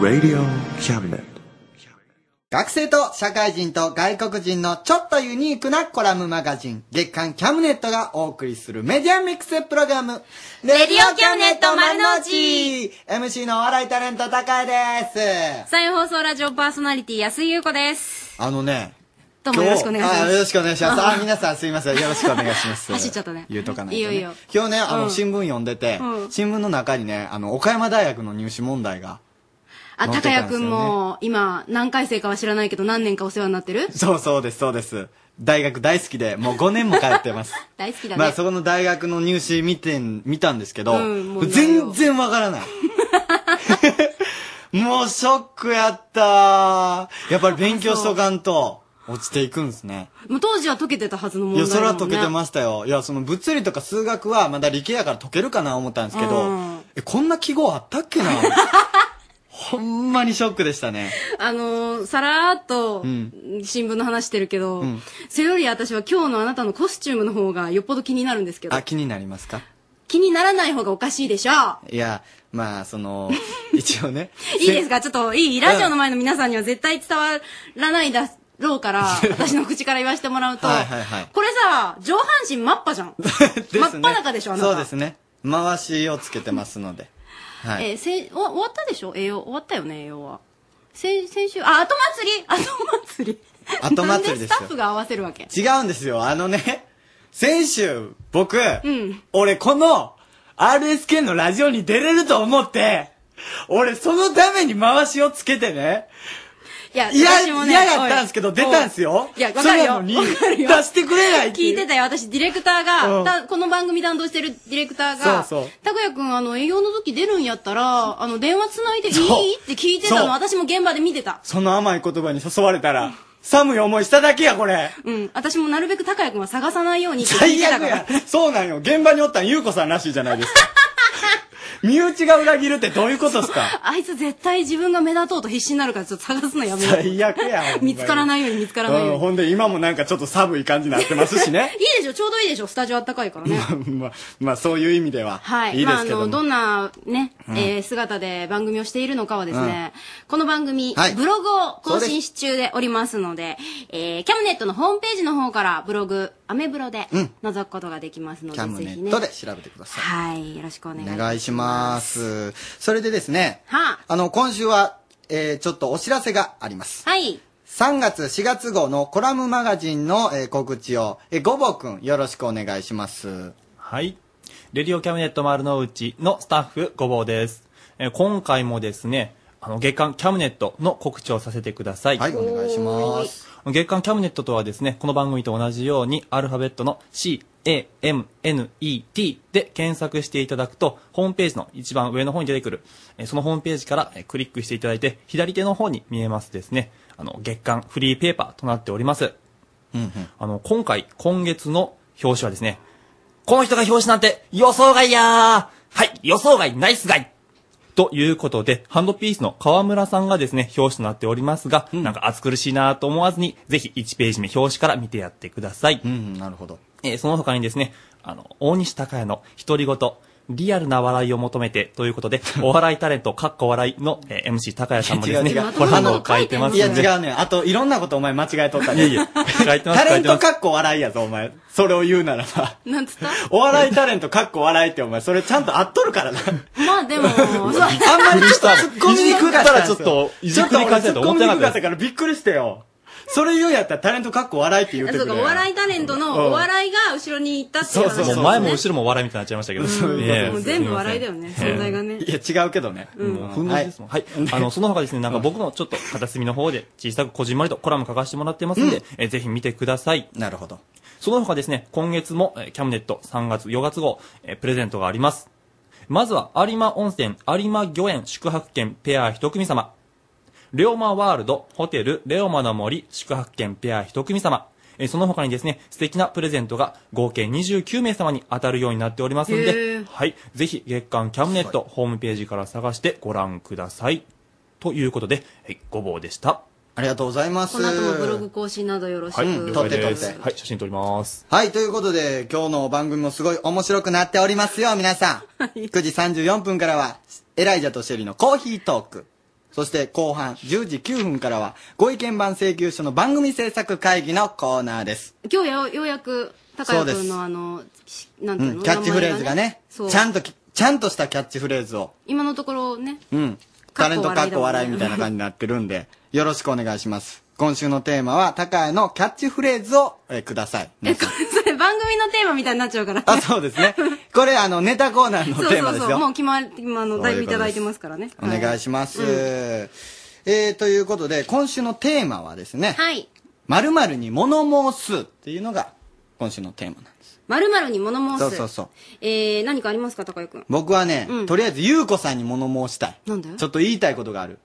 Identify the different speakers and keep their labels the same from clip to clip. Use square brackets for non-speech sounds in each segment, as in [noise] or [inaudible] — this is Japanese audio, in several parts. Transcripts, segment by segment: Speaker 1: Radio Cabinet.
Speaker 2: 学生と社会人と外国人のちょっとユニークなコラムマガジン月刊キャムネットがお送りするメディアミックスプログラム
Speaker 3: レディオキャムネット丸の内
Speaker 2: MC のお笑いタレント高井です
Speaker 3: 再放送ラジオパーソナリティ安井優子です。
Speaker 2: あのね
Speaker 3: どうもよろしくお願いします
Speaker 2: 今日あよろしくお願いしますあ皆さんすいませんよろしくお願いします
Speaker 3: 走っちゃったね
Speaker 2: 言うとかないと、ね、
Speaker 3: いいよいいよ
Speaker 2: 今日ねあの、
Speaker 3: うん
Speaker 2: 新聞読んでて、
Speaker 3: うん
Speaker 2: 新聞の中にねあの岡山大学の入試問題が
Speaker 3: あ、
Speaker 2: 持っ
Speaker 3: 高
Speaker 2: てた
Speaker 3: 谷
Speaker 2: んですよね
Speaker 3: くんも、今、何回生かは知らないけど、何年かお世話になってる
Speaker 2: そうそうですそうです大学大好きでもう5年も通っ
Speaker 3: [laughs]
Speaker 2: てます
Speaker 3: 大好きだね。
Speaker 2: まあそこの大学の入試見てん見たんですけど、
Speaker 3: うんもう内容
Speaker 2: 全然わからない
Speaker 3: [laughs]
Speaker 2: もうショックやったやっぱり勉強しとかんと落ちていくんですね
Speaker 3: もう当時は解けてたはずの問
Speaker 2: いや
Speaker 3: 題
Speaker 2: そ
Speaker 3: だも
Speaker 2: れは
Speaker 3: んね。
Speaker 2: 解けてましたよいやその物理とか数学はまだ理系やから解けるかな思ったんですけど、
Speaker 3: うん
Speaker 2: えこんな記号あったっ
Speaker 3: [laughs]
Speaker 2: けなほんまにショックでしたね
Speaker 3: あのー、さらーっと
Speaker 2: うん、
Speaker 3: 新聞の話してるけど、
Speaker 2: うん
Speaker 3: それより私は今日のあなたのコスチュームの方がよっぽど気になるんですけど
Speaker 2: あ、気になりますか
Speaker 3: 気にならない方がおかしいでしょ
Speaker 2: いやまあ
Speaker 3: [laughs]
Speaker 2: その一応ね
Speaker 3: いいですかちょっと、いいラジオの前の皆さんには絶対伝わらないだろう
Speaker 2: [laughs]
Speaker 3: から、私の口から言わせてもらうと、
Speaker 2: はいはいはい
Speaker 3: これさ、上半身真っ裸じゃん。
Speaker 2: ですね
Speaker 3: 真っ裸でしょあなた
Speaker 2: そうですね回しをつけてますのではい、
Speaker 3: えーせお終わったでしょ栄養終わったよね栄養は先先週あ後祭り後祭り
Speaker 2: 後祭りですよ
Speaker 3: なんでスタッフが合わせるわけ
Speaker 2: 違うんですよあのね先週僕、
Speaker 3: うん
Speaker 2: 俺この RSK のラジオに出れると思って俺そのために回しをつけてね
Speaker 3: いや
Speaker 2: いや
Speaker 3: 私もね
Speaker 2: 嫌やったんですけど
Speaker 3: おい
Speaker 2: 出たんすよ
Speaker 3: おいいやわかるよ
Speaker 2: それなのに
Speaker 3: わかるよ
Speaker 2: 出してくれないって
Speaker 3: 聞
Speaker 2: いう
Speaker 3: いてたよ私ディレクターが、
Speaker 2: うん
Speaker 3: たこの番組担当してるディレクターが
Speaker 2: そうそう
Speaker 3: 拓也君あの営業の時出るんやったらあの電話つないでいい
Speaker 2: そう
Speaker 3: って聞いてた
Speaker 2: そう
Speaker 3: の私も現場で見てた
Speaker 2: その甘い言葉に誘われたら寒い思いしただけやこれ
Speaker 3: うん私もなるべく拓也君は探さないようにって聞い
Speaker 2: 最
Speaker 3: てた
Speaker 2: 悪
Speaker 3: から
Speaker 2: やそうなんよ現場におったん優子さんらしいじゃな
Speaker 3: [laughs]
Speaker 2: いですか身内が裏切るってどういうことですか
Speaker 3: [laughs] あいつ絶対自分が目立とうと必死になるからちょっと探すのやめよう
Speaker 2: 最悪やほんまに
Speaker 3: [laughs] 見つからないように見つからないよう
Speaker 2: う
Speaker 3: に
Speaker 2: ん、ほんで今もなんかちょっと寒い感じになってますしね [laughs]
Speaker 3: いいでしょちょうどいいでしょスタジオあったかいからね。
Speaker 2: まあ、まあ、そういう意味では、
Speaker 3: はい。
Speaker 2: いいですけ
Speaker 3: まあ、あ
Speaker 2: ど
Speaker 3: の、
Speaker 2: も、
Speaker 3: どんなね、えー姿で番組をしているのかはですね、この番組、
Speaker 2: はい
Speaker 3: ブログを更新し中でおりますので、えー、キャムネットのホームページの方からブログ、アメブロで
Speaker 2: うん
Speaker 3: 覗くことができますので、
Speaker 2: キャム
Speaker 3: ぜ
Speaker 2: ネ
Speaker 3: ひ
Speaker 2: ッ
Speaker 3: ね。
Speaker 2: トで調べてください、
Speaker 3: はい。よろしくお願いし
Speaker 2: お
Speaker 3: ます。
Speaker 2: 願いしますそれでですね、
Speaker 3: は
Speaker 2: あの今週は、えーちょっとお知らせがあります
Speaker 3: はい。
Speaker 2: 3月4月号のコラムマガジンの、えー告知を、えー、ごぼうくんよろしくお願いします
Speaker 4: はい。レディオキャムネット丸の内のスタッフ、ごぼうです。えー今回もですね、あの、月間キャムネットの告知をさせてください。
Speaker 2: はいお願いします
Speaker 4: 月間キャムネットとはですね、この番組と同じように、アルファベットの C、A、M、N、E、T で検索していただくと、ホームページの一番上の方に出てくる、えーそのホームページからえークリックしていただいて、左手の方に見えますですね、あの、月間フリーペーパーとなっております。あの、今回、今月の表紙はですね、この人が表紙なんて予想外やーはい、予想外、ナイスガイということで、ハンドピースの河村さんがですね、表紙となっておりますが、なんか暑苦しいなと思わずに、ぜひ1ページ目表紙から見てやってください。
Speaker 2: うんなるほど
Speaker 4: えーその他にですね、あの、大西隆也の独り言、リアルな笑いを求めてとい
Speaker 2: [laughs]
Speaker 4: うことで、お笑いタレント、かっこ笑いの、えー MC 高谷さんもですね、
Speaker 2: 違う違う
Speaker 4: これハンドを書いてますん
Speaker 2: い
Speaker 4: で。
Speaker 2: や違うねあといろんなことお前間違えとった
Speaker 4: いや
Speaker 2: ね
Speaker 4: いや、書いてます、
Speaker 2: タ
Speaker 4: 書
Speaker 2: レ
Speaker 4: い
Speaker 2: ン
Speaker 4: てま
Speaker 2: ト
Speaker 4: す。
Speaker 2: かっこ笑いやぞお前それを言うならば
Speaker 3: なんつった
Speaker 2: お笑いタレントかっこ笑いってお前それちゃんと合っとるからな
Speaker 3: まあで
Speaker 2: [laughs]
Speaker 3: も、そう
Speaker 2: あんまりちょっと突っ込みにくかったんですよ
Speaker 4: いじったらちょっといじくり返せたと思ってな
Speaker 2: ちょと俺突込み
Speaker 4: かったです
Speaker 2: にくかったからびっくりしてよ。それ言うんやったらタレントかっこ笑いって言うてく
Speaker 3: そう
Speaker 2: れ
Speaker 3: か、お笑いタレントのお笑いが後ろに行ったっていう話
Speaker 2: そうそう
Speaker 4: も
Speaker 2: そう
Speaker 4: 前も後ろも笑いみたいになっちゃいましたけど。ええ
Speaker 3: もう全部笑いだよね、
Speaker 4: すません
Speaker 3: 存在がね。
Speaker 2: いや、違うけどね。
Speaker 4: もうふんどしですもん。はい。あの、その他ですね、なんか僕もちょっと片隅の方で小さくこじんまりとコラム書かせてもらってますんで、えぜひ見てください。
Speaker 2: なるほど。
Speaker 4: その他ですね、今月も、えーキャムネット3月、4月号、えープレゼントがあります。まずは、有馬温泉、有馬御苑宿泊券ペア一組様。レオマワールド、ホテル、レオマの森宿泊券ペア一組様。えーその他にですね、素敵なプレゼントが合計29名様に当たるようになっておりますの
Speaker 3: へ
Speaker 4: で
Speaker 3: ー、
Speaker 4: はい。ぜひ、月間キャムネットホームページから探してご覧ください。ということで、はい、ごぼうでした。
Speaker 2: ありがとうございます。
Speaker 3: この後もブログ更新などよろしく。
Speaker 4: はい、
Speaker 2: うん
Speaker 4: 了
Speaker 2: 撮って
Speaker 4: 解
Speaker 2: 撮って
Speaker 4: ですはい、写真撮ります。
Speaker 2: はい、ということで、今日の番組もすごい面白くなっておりますよ、皆さん。9時34分からは、エライザとシェリのコーヒートーク。
Speaker 5: そして後半10時9分からは、ご意見番請求書の番組制作会議のコーナーです。
Speaker 3: 今日よようやく、高
Speaker 5: そ
Speaker 3: 谷
Speaker 5: うです
Speaker 3: 君のあの、しなんて
Speaker 5: う
Speaker 3: いうの、
Speaker 5: ん、キャッチフレーズがね、
Speaker 3: そう
Speaker 5: ちゃんとき、ちゃんとしたキャッチフレーズを、
Speaker 3: 今のところね、 [laughs]
Speaker 5: うん、タレント
Speaker 3: か
Speaker 5: か
Speaker 3: っ
Speaker 5: っ
Speaker 3: こ
Speaker 5: こ
Speaker 3: 笑
Speaker 5: 笑
Speaker 3: いだもんね
Speaker 5: いみたいな感じになってるんで、よろしくお願いします。今週のテーマは、高谷のキャッチフレーズを、えーください。皆さん
Speaker 3: それ番組のテーマみたいになっちゃうからね。
Speaker 5: あ、そうですね。これ、あの、ネタコーナーの
Speaker 3: そう
Speaker 5: テー
Speaker 3: そ
Speaker 5: マ
Speaker 3: う
Speaker 5: で
Speaker 3: そ
Speaker 5: す
Speaker 3: う。もう
Speaker 5: よ。
Speaker 3: 決まり、今あの、
Speaker 5: そう
Speaker 3: だ
Speaker 5: いう
Speaker 3: い
Speaker 5: ことです
Speaker 3: ぶいただいてますからね。
Speaker 5: お願いします。えー、ということで、今週のテーマはですね、
Speaker 3: はい。
Speaker 5: 〇〇に物申すっていうのが、今週のテーマなんです。
Speaker 3: 〇〇に物申す。
Speaker 5: そうそうそう。
Speaker 3: えー、何かありますか、高谷くん。
Speaker 5: 僕はね、
Speaker 3: うん
Speaker 5: とりあえず、ゆうこさんに物申したい。
Speaker 3: なんで
Speaker 5: ちょっと言いたいことがある。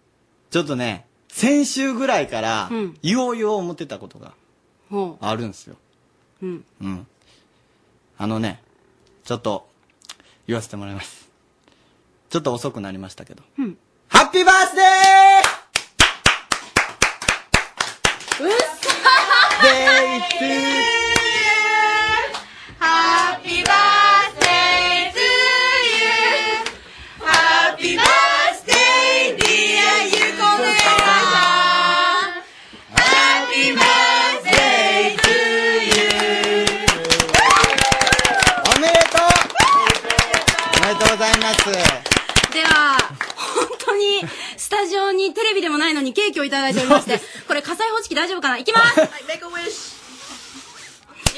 Speaker 5: ちょっとね、先週ぐらいから
Speaker 3: うん、
Speaker 5: 言おう言おう思ってたことが
Speaker 3: ほ
Speaker 5: あるんですよ。
Speaker 3: う。うん。
Speaker 5: うん。あのね、ちょっと、言わせてもらいます。ちょっと遅くなりましたけど。
Speaker 3: うん
Speaker 5: ハッピーバースデ
Speaker 3: うっ
Speaker 5: ーデイツ
Speaker 3: ハッピーバースデー to you! ハッピーバースデー dear ゆこむえさん !Happy birthday to you!
Speaker 5: おめでとうおめでとうございます。
Speaker 3: では、本当に、スタジオにテレビでもないのにケーキをいただいておりまして、これ火災報知器大丈夫かないきます
Speaker 6: Make a wish.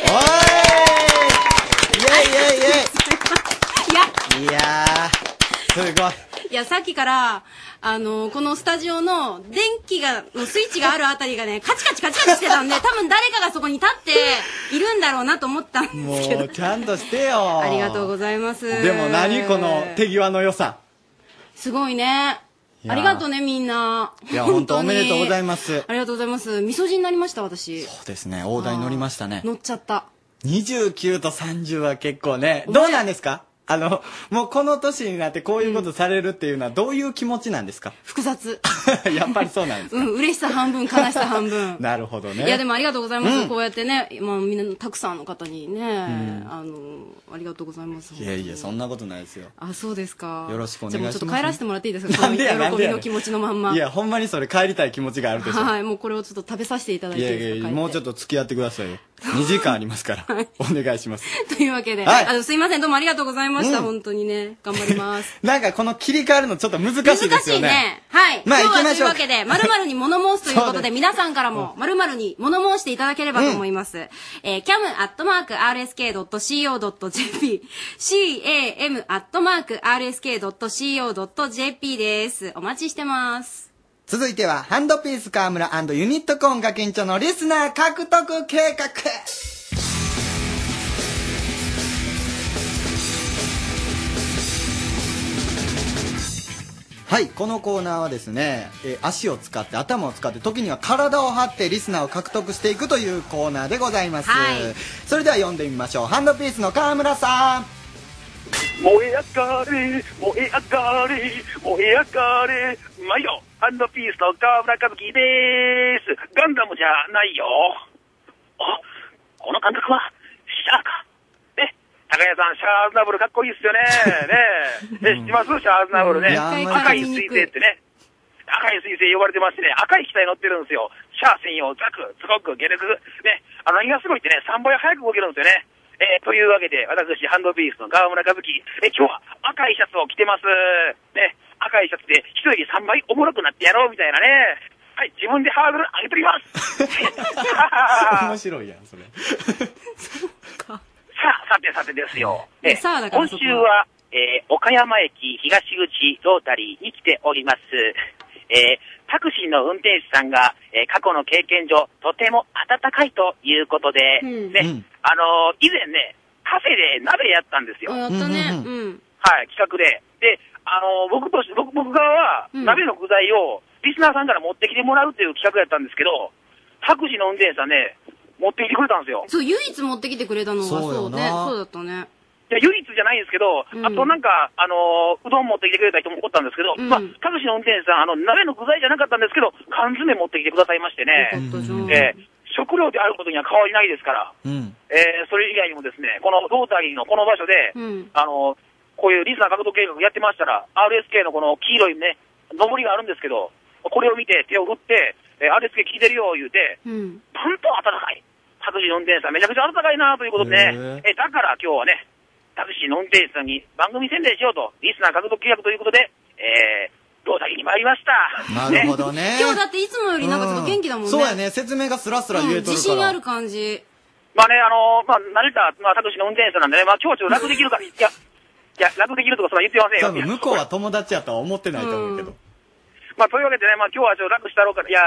Speaker 5: お
Speaker 3: [laughs]
Speaker 5: ーいイェイイェ
Speaker 3: い
Speaker 5: イイェイ
Speaker 3: や、
Speaker 5: いやー、すごい。
Speaker 3: いや、さっきから、あのこのスタジオの電気が、のスイッチがあるあたりがね、カチカチカチカチしてたん
Speaker 5: [laughs]
Speaker 3: で、多分誰かがそこに立っているんだろうなと思ったんですけ
Speaker 5: も
Speaker 3: ど
Speaker 5: う、。ちゃんとしてよ。
Speaker 3: [laughs] ありがとうございます。
Speaker 5: でも何この手際の良さ。
Speaker 3: すごいね。
Speaker 5: いや
Speaker 3: ありがとうね、みんな。
Speaker 5: いや、本当おめでとうござい
Speaker 3: ま
Speaker 5: ます。
Speaker 3: ありがとうございます。味噌汁になりました、私。
Speaker 5: そうですね、大台乗りましたね。
Speaker 3: 乗っちゃった。
Speaker 5: 29と30は結構ね、どうなんですかあの、もうこの年になってこういうことされるっていうのはどういう気持ちなんですか、
Speaker 3: 複雑。
Speaker 5: [laughs] やっぱりそうなんです。
Speaker 3: うん、嬉しさ半分、悲しさ半分
Speaker 5: なるほどね。
Speaker 3: いやでもありがとうございます、
Speaker 5: うん
Speaker 3: こうやってね、まあ、みんなたくさんの方にね、あのありがとうございます
Speaker 5: いやいや、そんなことないですよ。
Speaker 3: あそうですか
Speaker 5: よろしくお願
Speaker 3: じゃあ
Speaker 5: い
Speaker 3: もうちょっと帰らせてもらっていいですか
Speaker 5: なんでや、なん
Speaker 3: この
Speaker 5: で
Speaker 3: 喜び
Speaker 5: やねん。
Speaker 3: の気持ちのまんま
Speaker 5: いや、ほんまにそれ帰りたい気持ちがあるでしょ。
Speaker 3: はいもうこれをちょっと食べさせていただい
Speaker 5: い
Speaker 3: て
Speaker 5: や
Speaker 3: いい
Speaker 5: いや
Speaker 3: です
Speaker 5: い
Speaker 3: か
Speaker 5: や、もうちょっ
Speaker 3: っ
Speaker 5: と付き合ってくださいよ。2時間ありますから。お願いします。
Speaker 3: とというわけで、
Speaker 5: はい
Speaker 3: あのすいませんどうもありがとうございました、
Speaker 5: うん
Speaker 3: 本当にね頑張ります
Speaker 5: なんかこの切り替えるのちょっと難し [laughs] いですよね。
Speaker 3: はい、
Speaker 5: まあ
Speaker 3: 今日
Speaker 5: 行き
Speaker 3: は
Speaker 5: ま
Speaker 3: というわけ
Speaker 5: しょう
Speaker 3: でまるまるに物申すということ
Speaker 5: そう
Speaker 3: で
Speaker 5: です
Speaker 3: 皆さんからもまるまるに物申していただければと思います、えー cam アットマーク rsk.co.jp cam アットマーク rsk.co.jp ですお待ちしてます
Speaker 5: 続いては、ハンドピース河村ユニットコーンが緊張のリスナー獲得計画はい、このコーナーはですね、えー足を使って、頭を使って、時には体を張ってリスナーを獲得していくというコーナーでございます。
Speaker 3: はい
Speaker 5: それでは読んでみましょう。ハンドピースの河村さん。
Speaker 7: 燃え上がれ、燃え上がれ、燃え上がれ、毎度、ハンドピースの川村和樹です。ガンダムじゃないよ。あ、この感覚は、シャアか。ね、高谷さん、シャアアズナブルかっこいいっすよね。
Speaker 5: [laughs]
Speaker 7: ねえ、ね知ってますシャアアズナブルね。
Speaker 5: いやあんま
Speaker 7: 赤
Speaker 3: り
Speaker 7: い彗星ってね。赤い彗星呼ばれてましてね、赤い機体乗ってるんですよ。シャア専用、ザク、ツゴク、ゲルク。ね、あの、何がすごいってね、3倍早く動けるんですよね。えーというわけで、私、ハンドピースの川村和樹、え、今日は赤いシャツを着てます。ね、赤いシャツで人より3倍おもろくなってやろうみたいなね。はい、自分でハードル上げております。
Speaker 8: [laughs]
Speaker 5: 面白いやん、それ。
Speaker 3: [laughs]
Speaker 7: [laughs] さあ、さてさてですよ。
Speaker 3: え
Speaker 7: え
Speaker 3: さあだから
Speaker 7: 今
Speaker 3: そこ
Speaker 7: 週は、えー岡山駅東口ロータリーに来ております。えータクシーの運転手さんが、えー過去の経験上、とても暖かいということで、
Speaker 3: うん
Speaker 7: ね、
Speaker 5: うん
Speaker 7: あのー以前ね、カフェで鍋やったんですよ。
Speaker 3: あやったね。
Speaker 5: うん
Speaker 3: う。
Speaker 5: うん
Speaker 7: はい、企画で。で、あのー僕とし僕、僕側は、
Speaker 3: うん
Speaker 7: 鍋の具材を、リスナーさんから持ってきてもらうという企画やったんですけど、タクシーの運転手さんね、持ってきてくれたんですよ。
Speaker 3: そう、唯一持ってきてくれたのが、
Speaker 5: そう
Speaker 3: そう
Speaker 5: よな
Speaker 3: ね。そうだったね。
Speaker 7: いや、唯一じゃないんですけ
Speaker 3: う
Speaker 7: ど、
Speaker 3: ん
Speaker 7: あとなんか、あのーうどん持ってきてくれた人もおったんですけど、
Speaker 3: うん
Speaker 7: まあ、タクシーの運転手さん、あの、鍋の具材じゃなかったんですけど、缶詰持ってきてくださいまして
Speaker 3: よ
Speaker 7: ね、
Speaker 3: かったじゃ。
Speaker 5: うんん
Speaker 7: えー食料であることには変わりないですから、
Speaker 5: うん。
Speaker 7: えーそれ以外にもですね、このロータリーのこの場所で、
Speaker 3: うん。
Speaker 7: あのーこういうリスナー獲得計画やってましたら、RSK のこの黄色いね、上りがあるんですけど、これを見て手を振って、えー、あれつけ聞いてるよ、言うて、
Speaker 3: うん。
Speaker 7: なんと暖かい。タクシーの運転手さん、めちゃくちゃ暖かいなということでね、えーだから今日はね、タクシーの運転手さんに番組宣伝しようと、リスナー獲得契約ということで、えー、胴体に参りました。
Speaker 5: なるほどね。
Speaker 3: 今日だっていつもよりなんかちょっと元気だもんね。
Speaker 5: そうやね。説明がスラス
Speaker 3: う
Speaker 5: ラ
Speaker 3: ん。
Speaker 5: 言えとるから。
Speaker 3: 自信ある感じ。
Speaker 7: まあね、あのーまあ、慣れた、まあ、タクシーの運転手さんなんでね、まあ、今日ちょっと楽できるから、いや、いや、楽できるとかそんな言ってません
Speaker 5: 多
Speaker 7: よ。
Speaker 5: 分向こうは友達やとは思ってないと思うけど。
Speaker 7: まあ、というわけでね、まあ、今日はちょっと楽したろうから、いや、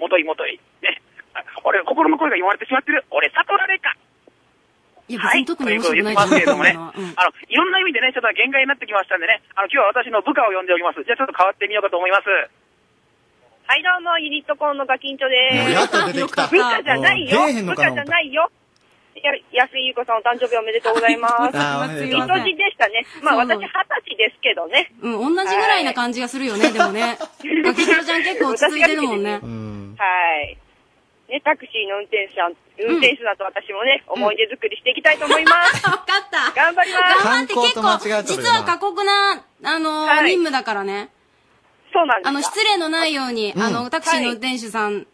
Speaker 7: もといもとい。ね。あ俺、心の声が言われてしまってる。俺、悟られか。
Speaker 3: いや、別
Speaker 7: はい。
Speaker 3: に
Speaker 7: と
Speaker 3: 特
Speaker 7: い
Speaker 3: に
Speaker 7: う
Speaker 3: 面
Speaker 7: こ
Speaker 3: 白くない
Speaker 7: とで言ってますけれ
Speaker 3: と
Speaker 7: ど
Speaker 3: 思
Speaker 7: も
Speaker 3: う
Speaker 7: ね、
Speaker 3: な。うん。
Speaker 7: あの、いろんな意味でね、ちょっと限界になってきましたんでね、あの、今日は私の部下を呼んでおります。じゃあ、ちょっと変わってみようかと思います。
Speaker 9: はい、どうも、ユニットコーンのガキンチョで
Speaker 5: もう
Speaker 9: す。
Speaker 5: やっと出てき
Speaker 3: よかっ
Speaker 5: た。
Speaker 3: た
Speaker 9: 部下じゃないよ
Speaker 5: うん出えへん。の
Speaker 9: 部
Speaker 5: かな
Speaker 9: 下じ
Speaker 5: 思
Speaker 9: ゃ
Speaker 5: っ
Speaker 9: ないよ。いや安井優子さんお誕生日おめでとうございます。
Speaker 5: [laughs] あーおめでとう
Speaker 9: 人
Speaker 5: ございま
Speaker 9: 字でしたね。まあ
Speaker 3: そう
Speaker 9: 私二十歳ですけどね。
Speaker 3: うん、同じぐらいな感じがするよね、でもね。ガキヒロちゃん結構落ち着いてるもんね
Speaker 5: た。う。ん。
Speaker 9: はい。ね、タクシーの運転手さん、運転手さんと私もね、思い出作りしていきたいと思い
Speaker 5: [laughs]
Speaker 9: ます。
Speaker 3: わかった。
Speaker 9: 頑張ります。
Speaker 3: 頑張って結
Speaker 5: 観光と間違
Speaker 3: 構
Speaker 5: え、とるよ
Speaker 3: 実
Speaker 5: な
Speaker 3: は過酷な、あの、
Speaker 9: はい
Speaker 3: 任務だからね。
Speaker 9: そうなんです
Speaker 3: あの、失礼のないように、
Speaker 5: ん
Speaker 3: あの、タクシーの運転手さん、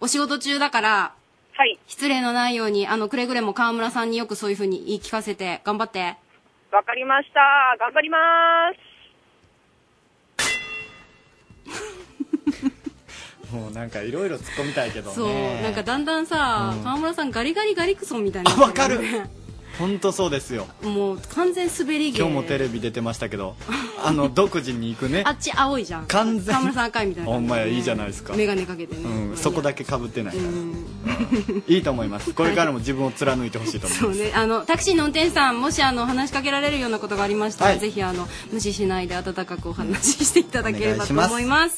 Speaker 3: お仕事中だから、
Speaker 9: はい。
Speaker 3: 失礼のないように、あの、くれぐれも河村さんによくそういうふうに言い聞かせて、頑張って。
Speaker 9: わかりました。頑張ります。
Speaker 5: もうなんかいろいろ突っ込みたいけどね。
Speaker 3: そう、なんかだんだんさ、河村さんガリガリガリクソンみたいにな
Speaker 5: あわ
Speaker 3: って
Speaker 5: かる
Speaker 3: よね。
Speaker 5: ほんとそうですよ。
Speaker 3: もう完全滑り芸。
Speaker 5: 今日もテレビ出てましたけど、
Speaker 3: [laughs]
Speaker 5: あの、独自に行くね
Speaker 3: あ。っち青いじゃん。
Speaker 5: 完全に
Speaker 3: 河村さん赤いみたいな感
Speaker 5: ほん
Speaker 3: ね。
Speaker 5: まやいいじゃないですか
Speaker 3: メガネかけてね。
Speaker 5: うん、そこだけ被ってないか
Speaker 3: う
Speaker 5: ら。
Speaker 3: ん。
Speaker 5: いいと思います。これからも自分を貫いてほしいと思います
Speaker 3: そう。ね、あのタクシーの運転手さんもしあの話しかけられるようなことがありましたら、
Speaker 5: はい
Speaker 3: ぜひあの無視しないで温かくお話ししていただければと思います
Speaker 5: お願いし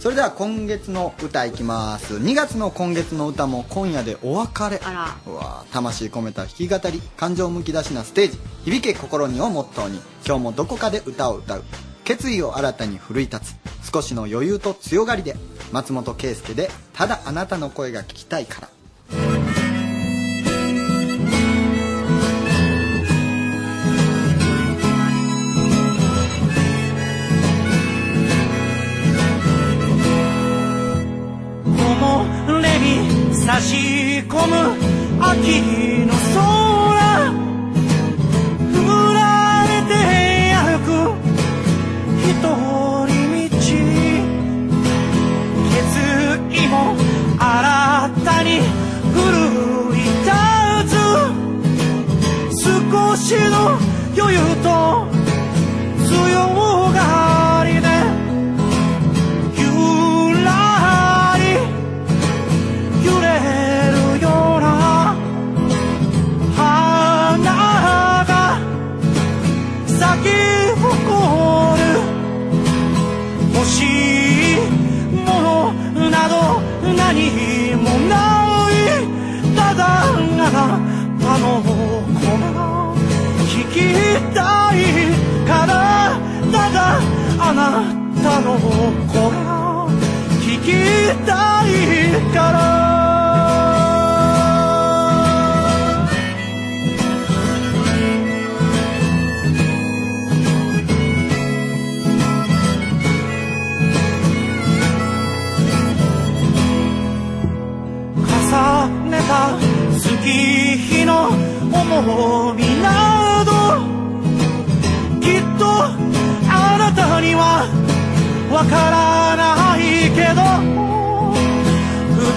Speaker 5: それでは今月の歌いきます2月の今月の歌も今夜でお別れ
Speaker 3: あら
Speaker 5: うわー魂込めた弾き語り感情むき出しなステージ響け心にをモットーに今日もどこかで歌を歌う決意を新たに奮い立つ少しの余裕と強がりで松本圭介で「ただあなたの声が聞きたいから」
Speaker 1: 木れに差し込む秋の空振られて歩く一人道決意も新たに奮い立つ少しの余裕と強がりでゆらり揺れるような花が咲き誇る欲しいものなど何もないただあなたの声が聞きたいからただあなたの声が聞きたいから重ねた月日の重みなどきっとあなたにはわからないけど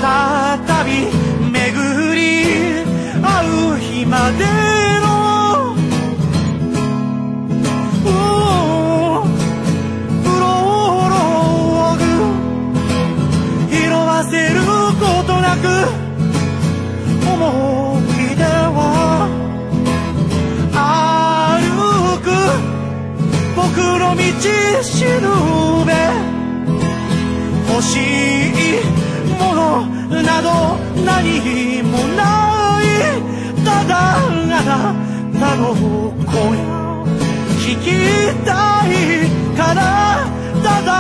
Speaker 1: 再び巡り会う日までのうんプロローグ拾わせることなく思い出は歩く僕の道しるべ欲しいものなど何もないただあなたの声が聞きたいからただ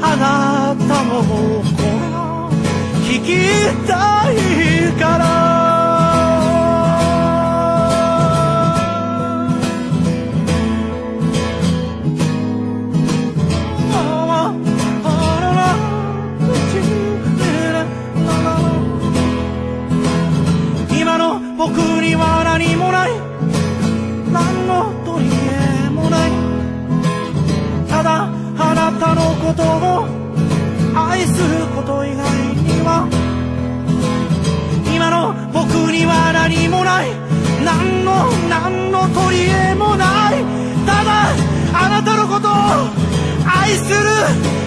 Speaker 1: あなたの声が聞きたいから「あああらら僕には何もない何の取り柄もないただあなたのことを愛すること以外には今の僕には何もない何の何の取り柄もないただあなたのことを愛する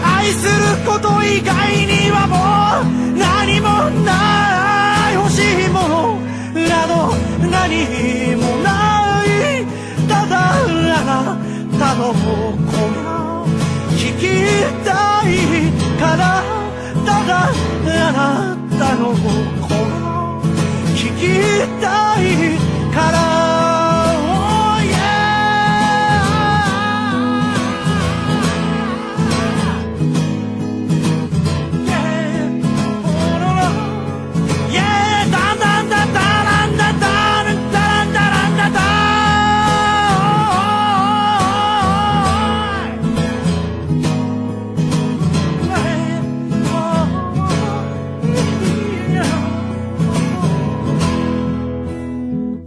Speaker 1: 愛すること以外にはもう何もない欲しいものなど何もないただあなたの声が聞きたいからただあなたの声が聞きたいから Oh yeah Yeah Oh no no Yeah ダンダンダンダランダンダランダランダランダダ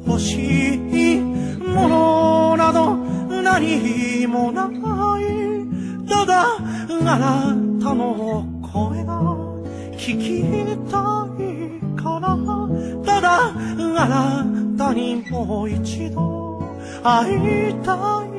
Speaker 1: 欲しいものなど何もないただあなたの声が聞きたいからただあなたにもう一度会いたい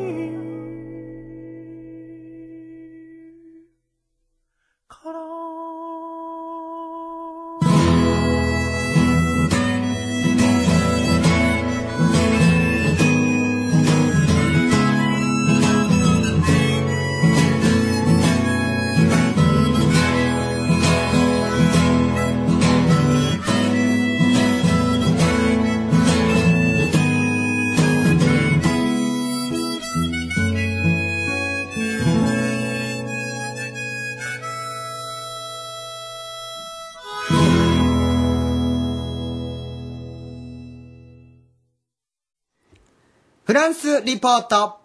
Speaker 2: フランスリポート、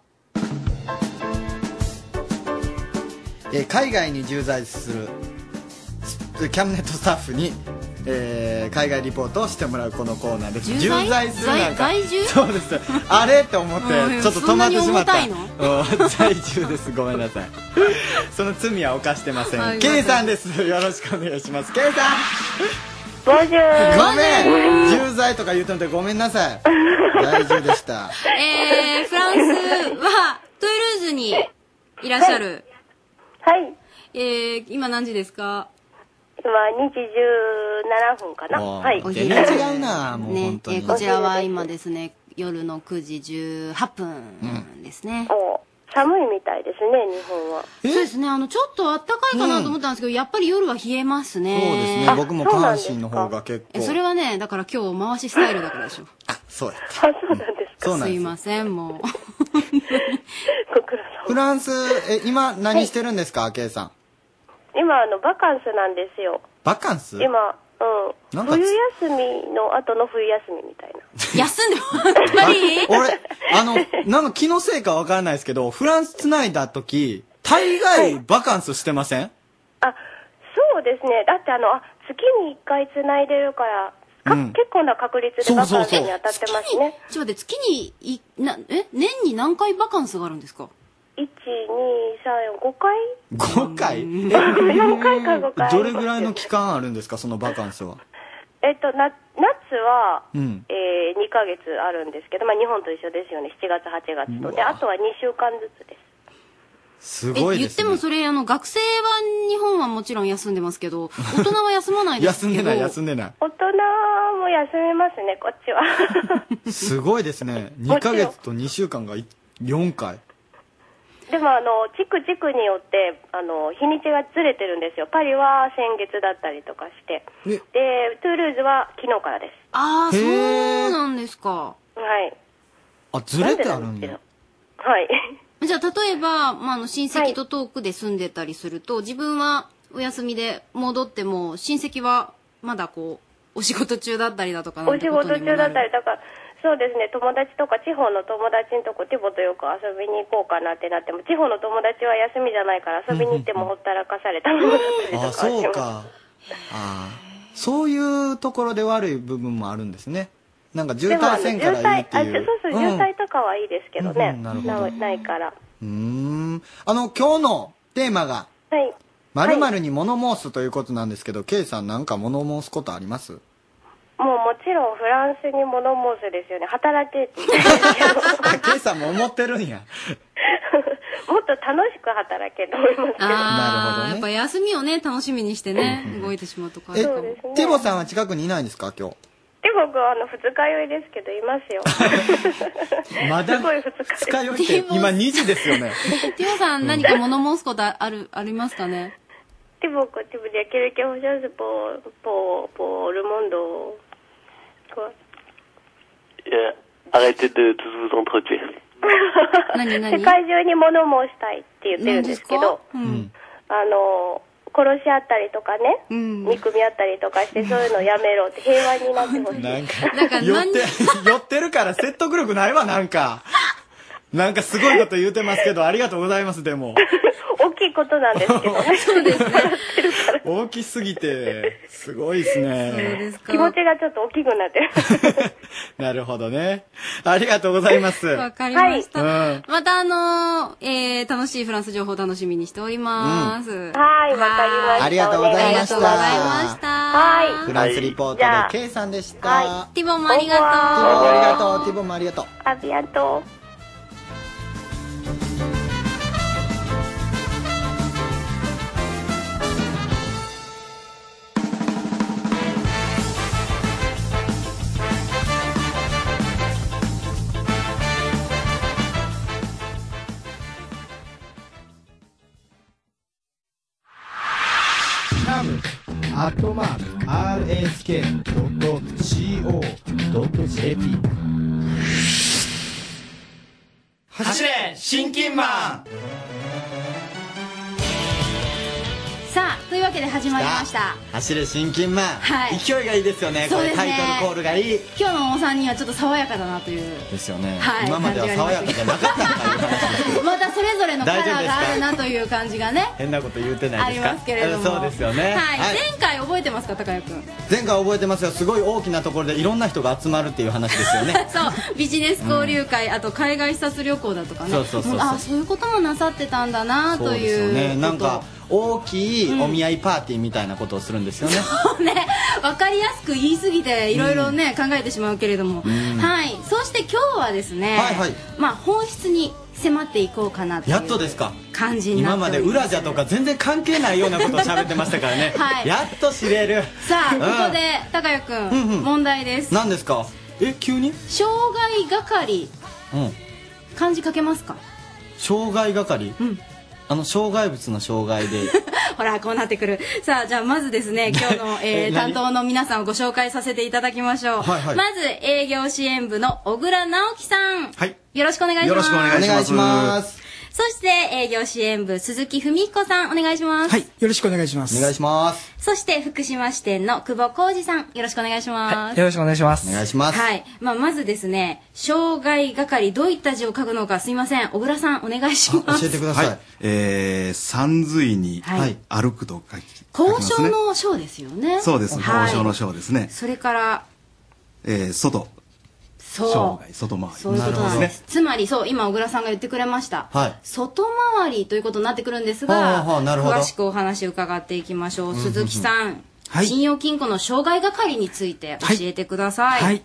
Speaker 2: えー海外に駐在するスキャンネットスタッフに、えー海外リポートをしてもらうこのコーナーです
Speaker 3: 駐在
Speaker 2: するなんか
Speaker 3: 在在住
Speaker 2: そうですあれと思って
Speaker 3: うん
Speaker 2: ちょっと止まってしまった
Speaker 3: そんなに
Speaker 2: うん [laughs] 在住ですごめんなさいその罪は犯してませ
Speaker 3: はい
Speaker 2: ん K さんですよろしくお願いします K さん
Speaker 10: ボンジュール
Speaker 2: ごめん重罪とか言うとんてごめんなさい大丈夫でした
Speaker 3: えー、フランスは、トゥールーズにいらっしゃる。
Speaker 10: はい。
Speaker 3: えー、今何時ですか
Speaker 10: 今2時17分かな
Speaker 2: もう
Speaker 10: はい
Speaker 3: お
Speaker 2: 全
Speaker 3: 昼
Speaker 2: 然違うなもう
Speaker 3: ね
Speaker 2: 本、当
Speaker 3: え
Speaker 2: に、
Speaker 3: ーこちらは今ですね、夜の9時18分ですね。
Speaker 10: お寒いみたいですね日本は
Speaker 2: え
Speaker 3: そうですね、あの、ちょっと暖かいかなと思ったんですけど、やっぱり夜は冷えますね。
Speaker 2: そうですね僕も下半身の方が結
Speaker 3: え
Speaker 2: 構
Speaker 3: それはね、だから今日回しスタイルだからでしょ。
Speaker 2: そうやった
Speaker 10: あそうなんです
Speaker 2: そうなん
Speaker 3: すい
Speaker 2: です
Speaker 3: ません、もう。
Speaker 10: ご苦労様
Speaker 2: フランスえ今何してるんですか K、さん
Speaker 10: 今あのバカンスなんですよ
Speaker 2: バカンス
Speaker 10: 今う
Speaker 2: なんんか
Speaker 10: 冬休みの後の冬休みみたいな
Speaker 2: [laughs]
Speaker 3: 休んでもら [laughs] ったり
Speaker 2: 俺あのなんか気のせいかわからないですけどフランスつないだ時大概バカンスしてません
Speaker 10: あそうですねだってあのあ月に1回つないでるからか、
Speaker 2: うん
Speaker 10: 結構な確率で
Speaker 2: そう
Speaker 10: バ
Speaker 2: そ
Speaker 10: カ
Speaker 2: う
Speaker 10: ンス
Speaker 2: そう
Speaker 10: に当たって
Speaker 3: 月
Speaker 10: ます
Speaker 3: に
Speaker 10: ね、
Speaker 3: ちょっと待って、月にい、な、え、年に何回バカンスがあるんですか
Speaker 10: 12345回
Speaker 2: 5回え
Speaker 10: 4回か5回
Speaker 2: どれぐらいの期間あるんですかそのバカンスは
Speaker 10: えっとな夏は、
Speaker 2: うん
Speaker 10: えー、2ヶ月あるんですけど、まあ、日本と一緒ですよね7月8月とであとは2週間ずつです
Speaker 2: すご
Speaker 3: え、言
Speaker 2: いで
Speaker 3: っ
Speaker 2: す
Speaker 3: て
Speaker 2: ね
Speaker 3: もそれ、あの、学生は日本はもちろん休んでます
Speaker 2: [laughs]
Speaker 3: けど、大人は休まないですけど。
Speaker 2: 休んでない休んでな
Speaker 10: 大人も休めますねこっちは
Speaker 2: いすごいで
Speaker 3: [laughs]
Speaker 2: すね2ヶ月と2週間が4回
Speaker 10: でもあの地区地区によってあの日にちがずれてるんですよパリは先月だったりとかして
Speaker 2: ね
Speaker 10: でトゥールーズは昨日からです
Speaker 3: ああ、そ
Speaker 2: へー
Speaker 3: うなんですか。
Speaker 10: はい
Speaker 2: あずれてあるん
Speaker 10: なんでなん
Speaker 2: や
Speaker 10: ですけどはい
Speaker 3: じゃあ、例えば、まあ、あの、親戚と遠くで住んでたりすると、自分はお休みで戻っても、親戚はまだこう、お仕事中だったりだとかな
Speaker 10: お
Speaker 3: んて
Speaker 10: 仕
Speaker 3: こと
Speaker 10: 事
Speaker 3: にも
Speaker 10: 中
Speaker 3: な
Speaker 10: だ
Speaker 3: る
Speaker 10: ったりだからそうですね友達とか地方の友達のとこティボとよく遊びに行こうかなってなっても地方の友達は休みじゃないから遊びに行ってもほったらかされたものだったりと
Speaker 2: あ
Speaker 10: か
Speaker 2: そう
Speaker 10: します
Speaker 2: かあーそういうところで悪い部分もあるんですねなんか渋
Speaker 10: でもあ
Speaker 2: 滞
Speaker 10: の渋
Speaker 2: せんからいい
Speaker 10: 滞
Speaker 2: って
Speaker 10: あ
Speaker 2: い
Speaker 10: そう
Speaker 2: う。
Speaker 10: そう渋滞とかはいいですけどね、
Speaker 2: うんなるほど
Speaker 10: なないから
Speaker 2: うん。うーんあの、今日のテーマが、
Speaker 10: はい
Speaker 2: 〇〇に物申すということなんですけど、ケイさんなんか物申すことあります
Speaker 10: もうもちろんフランスに物申すですよね働けって言って
Speaker 2: あケイさんも思って
Speaker 3: [laughs]
Speaker 2: るんや。
Speaker 10: もっと楽しく働けと思いますけど
Speaker 3: ああ、やっぱ休みをね、楽しみにしてね、動いてしまうとかあ
Speaker 2: え
Speaker 3: るかも。、
Speaker 2: テボさんは近くにいないんですか今日。
Speaker 10: で僕あの二日酔いですけどいますよ
Speaker 2: まだ
Speaker 10: すごい二日
Speaker 2: 二日酔いって、今2時ですよね。
Speaker 3: ティオさん何か物申すことある、ありますかね
Speaker 10: で僕自分で焼きるけ保証すポーポーポールモンドこう
Speaker 7: Euh, arrêtez de tous vous entretuer.
Speaker 10: 世界中に物申したいって言ってるんですけど、あの殺し合ったりとかね、憎み合ったりとかしてそういうのやめろって平和になってほしい
Speaker 2: なんか、寄って、 [laughs] 寄ってるから説得力ないわ、なんか。なんかすごいこと言うてますけど、ありがとうございます、でも。
Speaker 10: 大きいことなんです
Speaker 2: [laughs]
Speaker 10: けどね
Speaker 2: 大きすぎて、すごいですね。
Speaker 10: 気持ちがちょっと大きくなってる
Speaker 2: なるほどね。ありがとうございます。
Speaker 3: わかりました。
Speaker 2: うん
Speaker 3: またあのーえー、楽しいフランス情報を楽しみにしております。
Speaker 10: はいわかりま
Speaker 2: したありがとうございました
Speaker 3: ありがとうございました。
Speaker 10: はい
Speaker 2: フランスリポート
Speaker 3: じゃあ
Speaker 2: で K さんでした。はい、
Speaker 3: ティボもありがとう。
Speaker 2: ティボもありがとう、ティボもありがとう。
Speaker 10: ありがとう
Speaker 11: ラムアットマーク RSK.CO.JP
Speaker 12: 走れ新金マン
Speaker 3: さあ、というわけで始まりました。
Speaker 2: 走れ新金マン、
Speaker 3: はい
Speaker 2: 勢いがいいですよね
Speaker 3: そう
Speaker 2: こ
Speaker 3: で
Speaker 2: れ
Speaker 3: すね
Speaker 2: タイトルコールがいい
Speaker 3: 今日のお三人はちょっと爽やかだなという。 [laughs]
Speaker 2: ですよね
Speaker 3: はい
Speaker 2: 今までは爽やかじゃなかった
Speaker 3: またそれぞれのカラーがあるなという感じがね。
Speaker 2: 変なこと言うてな
Speaker 3: あ
Speaker 2: い
Speaker 3: り
Speaker 2: ですか
Speaker 3: ますけれども。
Speaker 2: そうですよね、
Speaker 3: はい。
Speaker 2: はい
Speaker 3: 前回覚えてますか、高谷くん。
Speaker 2: 前回覚えてますよすごい大きなところでいろんな人が集まるっていう話ですよ
Speaker 3: [laughs]
Speaker 2: ね
Speaker 3: そうビジネス交流会、あと海外視察旅行だとかね
Speaker 2: そうそうそうそう
Speaker 3: あそういうこともなさってたんだな
Speaker 2: そう
Speaker 3: と
Speaker 2: です
Speaker 3: い
Speaker 2: よ
Speaker 3: う
Speaker 2: ねなん
Speaker 3: こと
Speaker 2: か大きいお見合いパーティーみたいなことをするんですよね、
Speaker 3: 分かりやすく言い過ぎていろいろね、考えてしまうけれども、
Speaker 2: ん
Speaker 3: はいそして今日はですね、
Speaker 2: はいはい
Speaker 3: まあ本質に迫っていこうかなとい
Speaker 2: やっと
Speaker 3: う
Speaker 2: ですか
Speaker 3: 感じにな
Speaker 2: 今
Speaker 3: っており
Speaker 2: まで
Speaker 3: ます
Speaker 2: 裏じゃとか全然関係ないようなことを喋ってましたからね、
Speaker 3: [laughs] はい
Speaker 2: やっと知れる
Speaker 3: さあ
Speaker 2: うん
Speaker 3: ここで高谷君、
Speaker 2: うんうん
Speaker 3: 問題です
Speaker 2: 何ですかえ急に
Speaker 3: 障害係
Speaker 2: うん
Speaker 3: 漢字書けますか
Speaker 2: 障害係、あの障害物の障害
Speaker 3: [laughs]
Speaker 2: で
Speaker 3: ほらこうなってくるさあじゃあまずですね今日の、えー
Speaker 2: え
Speaker 3: 担
Speaker 2: 何
Speaker 3: 当の皆さんをご紹介させていただきましょう、
Speaker 2: はいはい
Speaker 3: まず営業支援部の小倉直樹さん、
Speaker 13: はい
Speaker 3: よろしくお願いします
Speaker 13: よろしくお願いしますお願いします
Speaker 3: そして営業支援部鈴木文彦さんお願いします、
Speaker 13: はい、よろしくお願いします。
Speaker 2: お願いします。
Speaker 3: そして福島支店の久保浩二さんよろしくお願いします、
Speaker 13: よ
Speaker 3: はい
Speaker 13: ろしくお願いします。
Speaker 2: お願いしま
Speaker 3: まあ、まずですね障害係どういった字を書くのかすいません小倉さんお願いします
Speaker 2: えてくだ
Speaker 13: さい。えー、三髄に
Speaker 3: はい
Speaker 13: 歩くと書き、
Speaker 3: 交渉の章ですよね
Speaker 13: そうです、
Speaker 3: はい
Speaker 13: 交渉の章ですね。
Speaker 3: それから
Speaker 13: えー、外、
Speaker 3: そ
Speaker 13: 障
Speaker 3: う
Speaker 13: 害、外回り。
Speaker 3: そういうことなんです
Speaker 13: ね。
Speaker 3: つまりそう今小倉さんが言ってくれました、
Speaker 13: はい
Speaker 3: 外回りということになってくるんです
Speaker 2: は
Speaker 3: が
Speaker 2: あはあなるほど
Speaker 3: 詳しくお話を伺っていきましょう、
Speaker 2: うんうん
Speaker 3: 鈴木さん、信用金庫の障害係について教えてください、
Speaker 13: はい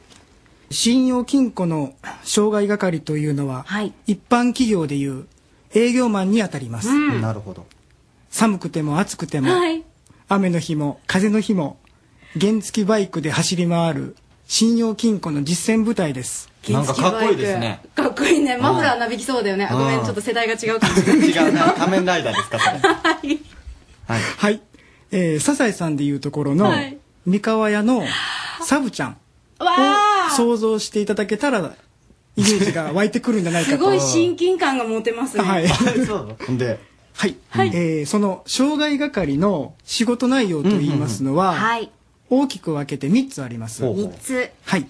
Speaker 11: 信用金庫の障害係というのは、一般企業でいう営業マンにあたります、
Speaker 3: うん
Speaker 2: なるほど
Speaker 11: 寒くても暑くても、
Speaker 3: はい
Speaker 11: 雨の日も風の日も原付バイクで走り回る信用金庫の実践部隊です
Speaker 2: なんかかっこいいですね
Speaker 3: かっこいいねマフラーなびきそうだよねあごめ
Speaker 11: うんん
Speaker 3: ちょっと世代が違うかもしれない
Speaker 2: [laughs] 違うな仮面ライダーですかそれ
Speaker 11: はい、えー、笹井さんでいうところの、
Speaker 3: はい
Speaker 11: 三河屋のサブちゃん
Speaker 3: わ
Speaker 11: を想像していただけたらイメージが湧いてくるんじゃないか [laughs]
Speaker 3: す
Speaker 11: と
Speaker 3: ごい親近感が持てますね、 [laughs]
Speaker 11: はい
Speaker 2: で
Speaker 11: はい、えーその障害係の仕事内容といいますのは、大きく分けて3つあります
Speaker 3: 三つ
Speaker 11: はい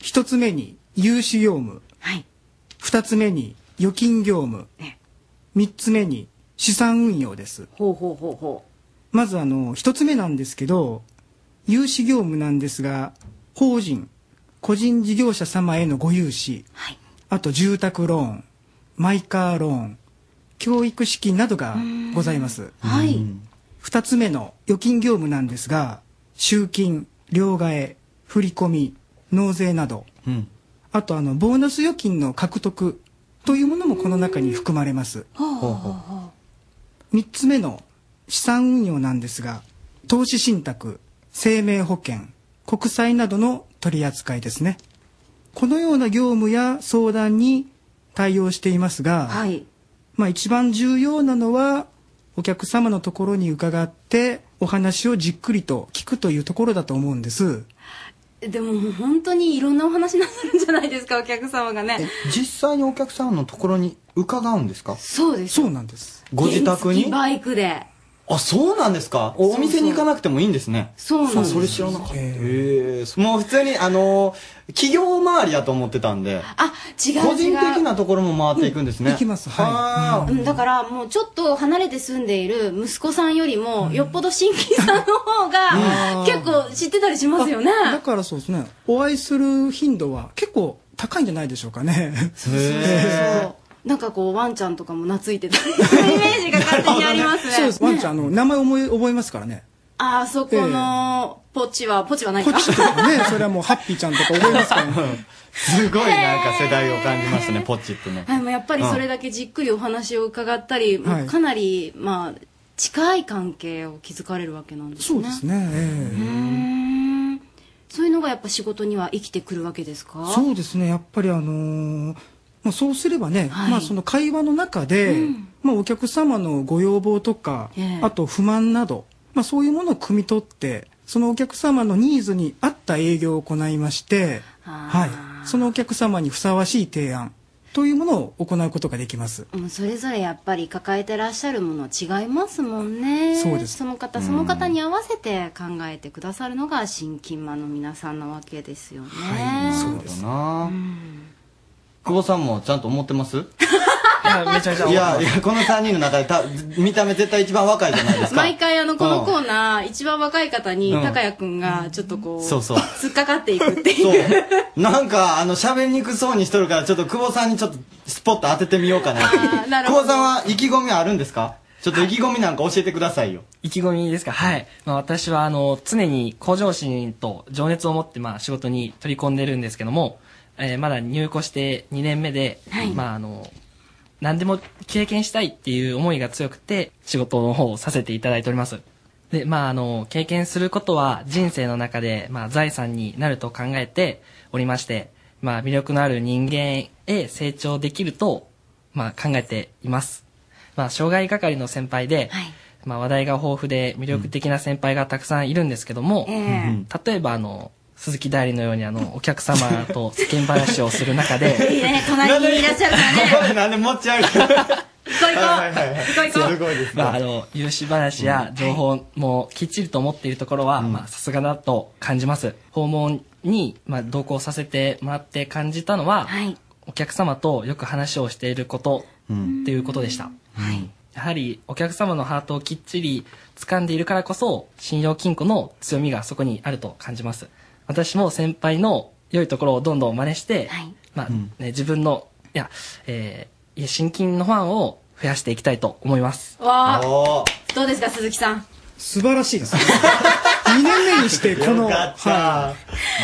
Speaker 11: 1つ目に融資業務、2つ目に預金業務、3つ目に資産運用です
Speaker 3: ほうほうほうほ
Speaker 11: まずあの1つ目なんですけど融資業務なんですが法人個人事業者様へのご融資、あと住宅ローン、マイカーローン、教育資金などがございます。
Speaker 3: はい。
Speaker 11: 二つ目の預金業務なんですが、集金、両替、振込、納税など、
Speaker 13: うん。
Speaker 11: あとあの、ボーナス預金の獲得というものもこの中に含まれます。3つ目の資産運用なんですが投資信託生命保険国債などの取り扱いですねこのような業務や相談に対応していますが、まあ、一番重要なのはお客様のところに伺ってお話をじっくりと聞くというところだと思うんです
Speaker 3: でももう本当にいろんなお話なさるんじゃないですか、お客様がね。
Speaker 2: 実際にお客さんのところに伺うんですか
Speaker 3: そうです。
Speaker 11: そうなんです。
Speaker 2: ご自宅
Speaker 3: 原付
Speaker 2: に
Speaker 3: バイクで。
Speaker 2: あ、そうなんですかおお店に行かなくてもいいんですね。
Speaker 3: そうなんです
Speaker 2: あそれ知らなかった。へえ。もう普通に、あのー企業周りだと思ってたんで。
Speaker 3: あ、違う違う。
Speaker 2: 個人的なところも回っていくんですね。行きます。は
Speaker 3: うん、だからもうちょっと離れて住んでいる息子さんよりもよっぽど親近さんの方
Speaker 11: う
Speaker 3: が
Speaker 11: ん
Speaker 3: 結構知ってたりしますよね。
Speaker 11: だからそうですねお会いする頻度は結構高いんじゃないでしょうかねそう
Speaker 3: なんかこうワンちゃんとかも懐いてたりするイメージが勝手にあります
Speaker 11: [laughs]
Speaker 3: ね。
Speaker 11: そうです。ワンちゃん、あの、名前思い、覚えますからね。
Speaker 3: ああそこのポチは、ポチはない
Speaker 11: こ
Speaker 3: か
Speaker 11: っ。ちと
Speaker 3: [laughs]
Speaker 11: かね、それはもう、ハッピーちゃんとか覚えますからね。
Speaker 2: [laughs] すごいなんか世代を感じましたね、ポッチってね。
Speaker 3: はい、もうやっぱりそれだけじっくりお話を伺ったり、
Speaker 2: はい
Speaker 3: もうかなり、まあ、近い関係を築かれるわけなんですね。そうです
Speaker 11: ね。
Speaker 3: そういうのがやっぱ仕事には生きてくるわけですか
Speaker 11: そうですね、やっぱりあのーまあ、そうすればね、まあその会話の中で、まあお客様のご要望とか、
Speaker 3: ええ
Speaker 11: あと不満など、まあそういうものを汲み取って、そのお客様のニーズに合った営業を行いまして、はい、そのお客様にふさわしい提案というものを行うことができます。
Speaker 3: もうそれぞれやっぱり抱えてらっしゃるもの違いますもんね
Speaker 11: そうです
Speaker 3: その方その方に合わせて考えてくださるのが新勤マの皆さんなわけですよね、
Speaker 2: そうだな、久保さんもちゃんと思ってますい
Speaker 11: や、めちゃめ
Speaker 3: ちゃ思ってます
Speaker 2: いや、この3人の中でた見た目絶対一番若いじゃないですか。
Speaker 3: [laughs] 毎回あのこのコ
Speaker 2: うん
Speaker 3: ーナー一番若い方に
Speaker 2: うん
Speaker 3: 高谷くんがちょっとこう
Speaker 2: そうそう
Speaker 3: 突っかかっていくっていう
Speaker 2: そう。 [laughs] なんか、あの、喋りにくそうにしとるから、ちょっと久保さんにちょっとスポット当ててみようかな。
Speaker 3: あーなる
Speaker 2: 久
Speaker 3: ほど
Speaker 2: 保さんは意気込みはあるんですかちょっと意気込みなんか教えてくださいよ。
Speaker 14: 意気込みですかはい。まあ私は、あの、常に向上心と情熱を持って、まあ仕事に取り込んでるんですけども、えーまだ入校して2年目で、まああの、何でも経験したいっていう思いが強くて、仕事の方をさせていただいております。で、まああの、経験することは人生の中で、まあ財産になると考えておりまして、まあ魅力のある人間へ成長できると、まあ考えています。まあ障害係の先輩で、まあ話題が豊富で魅力的な先輩がたくさんいるんですけども、
Speaker 3: ええ
Speaker 14: 例えばあの、鈴木代理のようにあの、お客様と世間話をする
Speaker 3: [laughs]
Speaker 14: 中で、
Speaker 3: いいね隣にいらっしゃるからね
Speaker 2: [laughs] なんで持っちゃう
Speaker 3: 行こう行こう行こう
Speaker 14: まあ、あの、融資話や情報もきっちりと持っているところは、まあ、さすがだと感じます。訪問に、まあ、同行させてもらって感じたのは、お客様とよく話をしていること、っていうことでした。やはり、お客様のハートをきっちり掴んでいるからこそ、信用金庫の強みがそこにあると感じます。私も先輩の良いところをどんどん真似して、まあ、ね、自分の、いや、えー、新金のファンを増やしていきたいと思います。
Speaker 3: [laughs] わあどうですか鈴木さん
Speaker 11: 素晴らしいです。2年目にして、この、は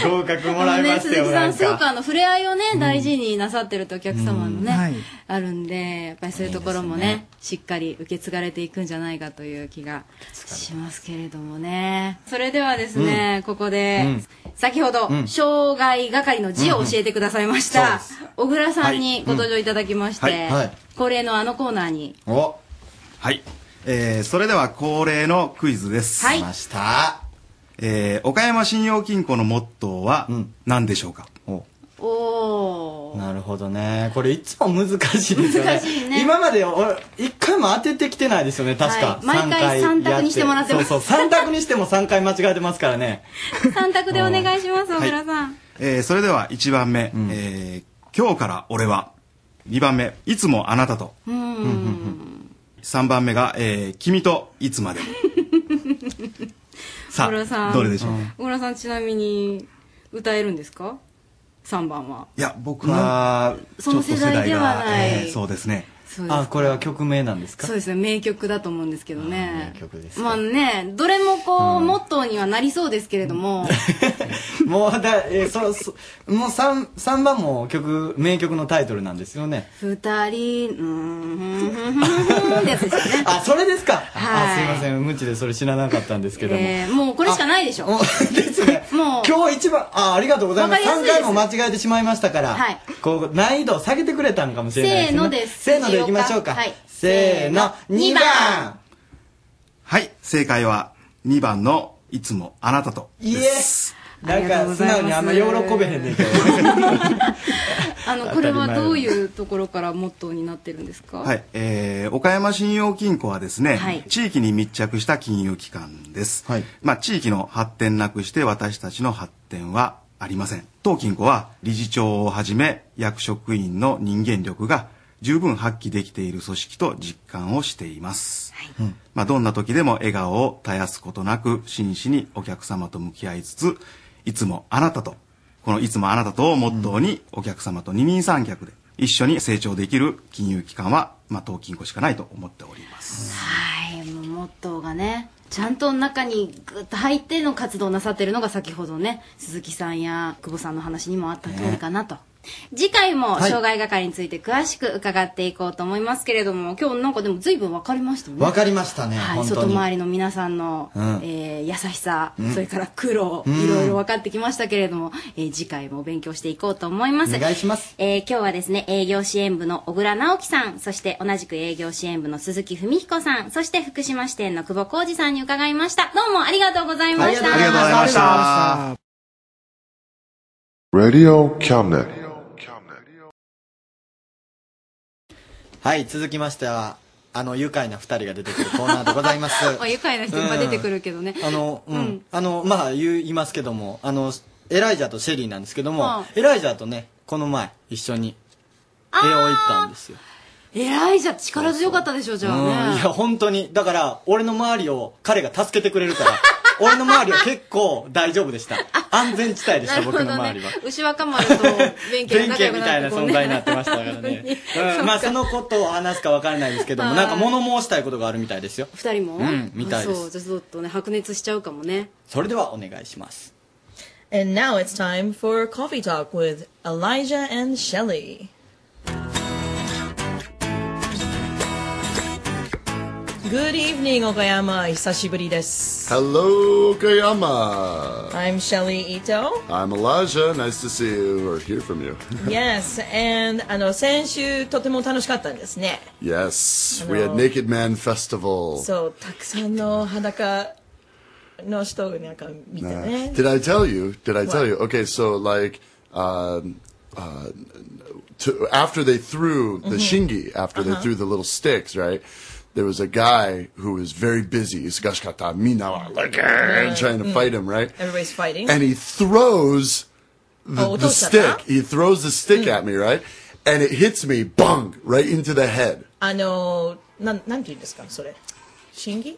Speaker 11: い。
Speaker 2: 合格
Speaker 3: あのね、鈴木さんすごくあの触れ合いをね大事になさってるとお客様のね、
Speaker 11: はい
Speaker 3: あるんでやっぱりそういうところもねしっかり受け継がれていくんじゃないかという気がしますけれどもねそれではですね、ここで、
Speaker 15: うん
Speaker 3: 先ほど、
Speaker 15: うん
Speaker 3: 障害係の字を教えてくださいました、小倉さんにご登場いただきまして、
Speaker 13: はいうんはいはい
Speaker 3: 恒例のあのコーナーに
Speaker 13: おはい。えー、それでは恒例のクイズです。
Speaker 3: はい
Speaker 13: ました。えー、岡山信用金庫のモットーは何でしょうか、
Speaker 3: おお
Speaker 2: なるほどね。これいつも難しいですよね。
Speaker 3: 難しいね
Speaker 2: 今まで俺、一回も当ててきてないですよね、確か
Speaker 3: は。い毎回三
Speaker 2: 三
Speaker 3: 択にしてもらってます
Speaker 2: そうそう、三択にしても3回間違えてますからね。
Speaker 3: 3択でお願いします小
Speaker 13: はい
Speaker 3: 倉さん、
Speaker 13: えー、それでは1番目、えー、今日から俺は。2番目、いつもあなたと。
Speaker 3: うん
Speaker 13: 3番目が、えー、君といつまでも。さ
Speaker 3: 小倉さ
Speaker 13: あ、
Speaker 3: ん
Speaker 13: どれでしょう、
Speaker 3: 小倉さんちなみに歌えるんですか3番は。
Speaker 13: いや、僕は、ち
Speaker 3: そ
Speaker 13: ょ
Speaker 3: の
Speaker 13: っと世
Speaker 3: 世代
Speaker 13: 代
Speaker 3: では
Speaker 13: が、
Speaker 3: ない
Speaker 13: えーそうですね。
Speaker 3: そうですかあ
Speaker 2: これは曲名なんです
Speaker 3: そうですね、名曲だと思うんですけどね。
Speaker 2: 曲です
Speaker 3: まあね、どれもこう、モットーにはなりそうですけれども、
Speaker 2: もうだ、えーそ、そ、もう三三番も曲、名曲のタイトルなんですよね。
Speaker 3: 二人、うーん、ふんふんふんふんふんってやつですよね。
Speaker 2: あ、それですかあ、すい
Speaker 3: は
Speaker 2: ません、無知でそれ知らなかったんです
Speaker 3: い。
Speaker 2: けども。
Speaker 3: えー、もうこれしかないでしょ。もう、
Speaker 2: 今日一番、あ、ありがとうございます。
Speaker 3: わかり
Speaker 2: 三
Speaker 3: やすい
Speaker 2: 回
Speaker 3: です
Speaker 2: も間違えてしまいましたから、
Speaker 3: はい
Speaker 2: こう、難易度を下げてくれたんかもしれないです、ね。
Speaker 3: せーのです
Speaker 2: せーのでいきましょうか。
Speaker 3: はい
Speaker 2: せーの、
Speaker 3: 二
Speaker 2: 2
Speaker 3: 番
Speaker 2: 番
Speaker 13: はい、正解は2番のいつもあなたと。
Speaker 2: イエスなんか素直にあんま喜べへんねんけど。
Speaker 3: あの、これはどういうところからモットーになってるんですか
Speaker 13: はい、えー岡山信用金庫はですね、
Speaker 3: はい
Speaker 13: 地域に密着した金融機関です。まあ、地域の発展なくして私たちの発展はありません。当金庫は理事長をはじめ役職員の人間力が十分発揮できている組織と実感をしています。まあ、どんな時でも笑顔を絶やすことなく真摯にお客様と向き合いつつ、いつもあなたと、このいつもあなたとをモットーにお客様と二人三脚で一緒に成長できる金融機関は、まあ、当金庫しかないと思っております。
Speaker 3: はい、もうモットーがね、ちゃんと中にぐっと入っての活動をなさってるのが先ほどね、鈴木さんや久保さんの話にもあった通りかなと。次回も
Speaker 2: はい
Speaker 3: 障害係について詳しく伺っていこうと思いますけれども、今日なんかでも随分分かりましたね。
Speaker 2: わかりましたね、
Speaker 3: はい、
Speaker 2: 本当
Speaker 3: 外
Speaker 2: に。
Speaker 3: 回りの皆さんの、
Speaker 2: うん
Speaker 3: えー優しさ、
Speaker 2: うん
Speaker 3: それから苦労、
Speaker 2: うん
Speaker 3: いろいろ分かってきましたけれども、えー次回も勉強していこうと思います。
Speaker 2: お願いします。
Speaker 3: えー今日はですね、営業支援部の小倉直樹さん、そして同じく営業支援部の鈴木文彦さん、そして福島支店の久保浩二さんに伺いました。どうもありがとうございました。
Speaker 16: ありがとうございまし
Speaker 3: あ
Speaker 16: た
Speaker 3: りがとうございまし
Speaker 17: Radio Cabinet.
Speaker 2: はい、続きましては、あの、愉快な二人が出てくるコーナーでござ
Speaker 3: [laughs]
Speaker 2: います。
Speaker 3: た。まあ愉快な人が出てくるけどね。
Speaker 2: [laughs] あの、うん。
Speaker 3: うん
Speaker 2: あの、まあ、言いますけども、あの、エライザとシェリーなんですけども、
Speaker 3: は
Speaker 2: エライザとね、この前、一緒に、絵を行ったんですよ。
Speaker 3: えらいじゃ力強かったでしょ、じゃ
Speaker 2: うん、い
Speaker 3: あね。
Speaker 2: や、本当に。だから、俺の周りを彼が助けてくれる
Speaker 3: [laughs]
Speaker 2: から、俺の周りは結構大丈夫でした。安全地帯で
Speaker 3: [laughs]
Speaker 2: し
Speaker 3: な
Speaker 2: た、
Speaker 3: るほど
Speaker 2: 僕の周
Speaker 3: ね
Speaker 2: りは。。
Speaker 3: 牛若丸と弁慶が
Speaker 2: [laughs] 弁
Speaker 3: 仲良
Speaker 2: 慶
Speaker 3: く
Speaker 2: み
Speaker 3: な
Speaker 2: た
Speaker 3: っ
Speaker 2: い
Speaker 3: て
Speaker 2: な
Speaker 3: こう
Speaker 2: 存在になってましたからね。うん、まあ、そのことを話すか分からないですけども、なんか物申したいことがあるみたいですよ。
Speaker 3: 二人も、
Speaker 2: うんみたいです
Speaker 3: あそうじゃあちょっとね白熱しちゃうかもね
Speaker 2: それではお願いします。
Speaker 6: And now it's time for Coffee Talk with Elijah and Shelley. Good evening, Okayama. 久しぶりです。
Speaker 17: Hello, Okayama.
Speaker 6: I'm Shelley Ito.
Speaker 17: I'm Elijah. Nice to see you or hear
Speaker 6: [laughs]
Speaker 17: from you.
Speaker 6: Yes, and あの先週とても楽しかったんですね。
Speaker 17: yes, we
Speaker 6: Hello.
Speaker 17: had Naked Man Festival.
Speaker 6: そう、たくさんの裸の人をなんか見て
Speaker 17: Nah.
Speaker 6: ね。
Speaker 17: Did I tell you? Did I tell
Speaker 6: What?
Speaker 17: you? Okay, so like um, uh, to, after they threw the
Speaker 6: Mhm.
Speaker 17: shingi, after they
Speaker 6: Uh-huh.
Speaker 17: threw the little sticks, right? There was a guy who was very busy. He's gashkata minawa, like "Argh," trying to
Speaker 6: Mm.
Speaker 17: fight him, right?
Speaker 6: Everybody's fighting.
Speaker 17: And he throws the,
Speaker 6: Oh,
Speaker 17: the
Speaker 6: otosaka?
Speaker 17: stick. He throws the stick
Speaker 6: Mm.
Speaker 17: at me, right? And it hits me, bong, right into the head.
Speaker 6: あのなんなんて言うんですかそれ。審議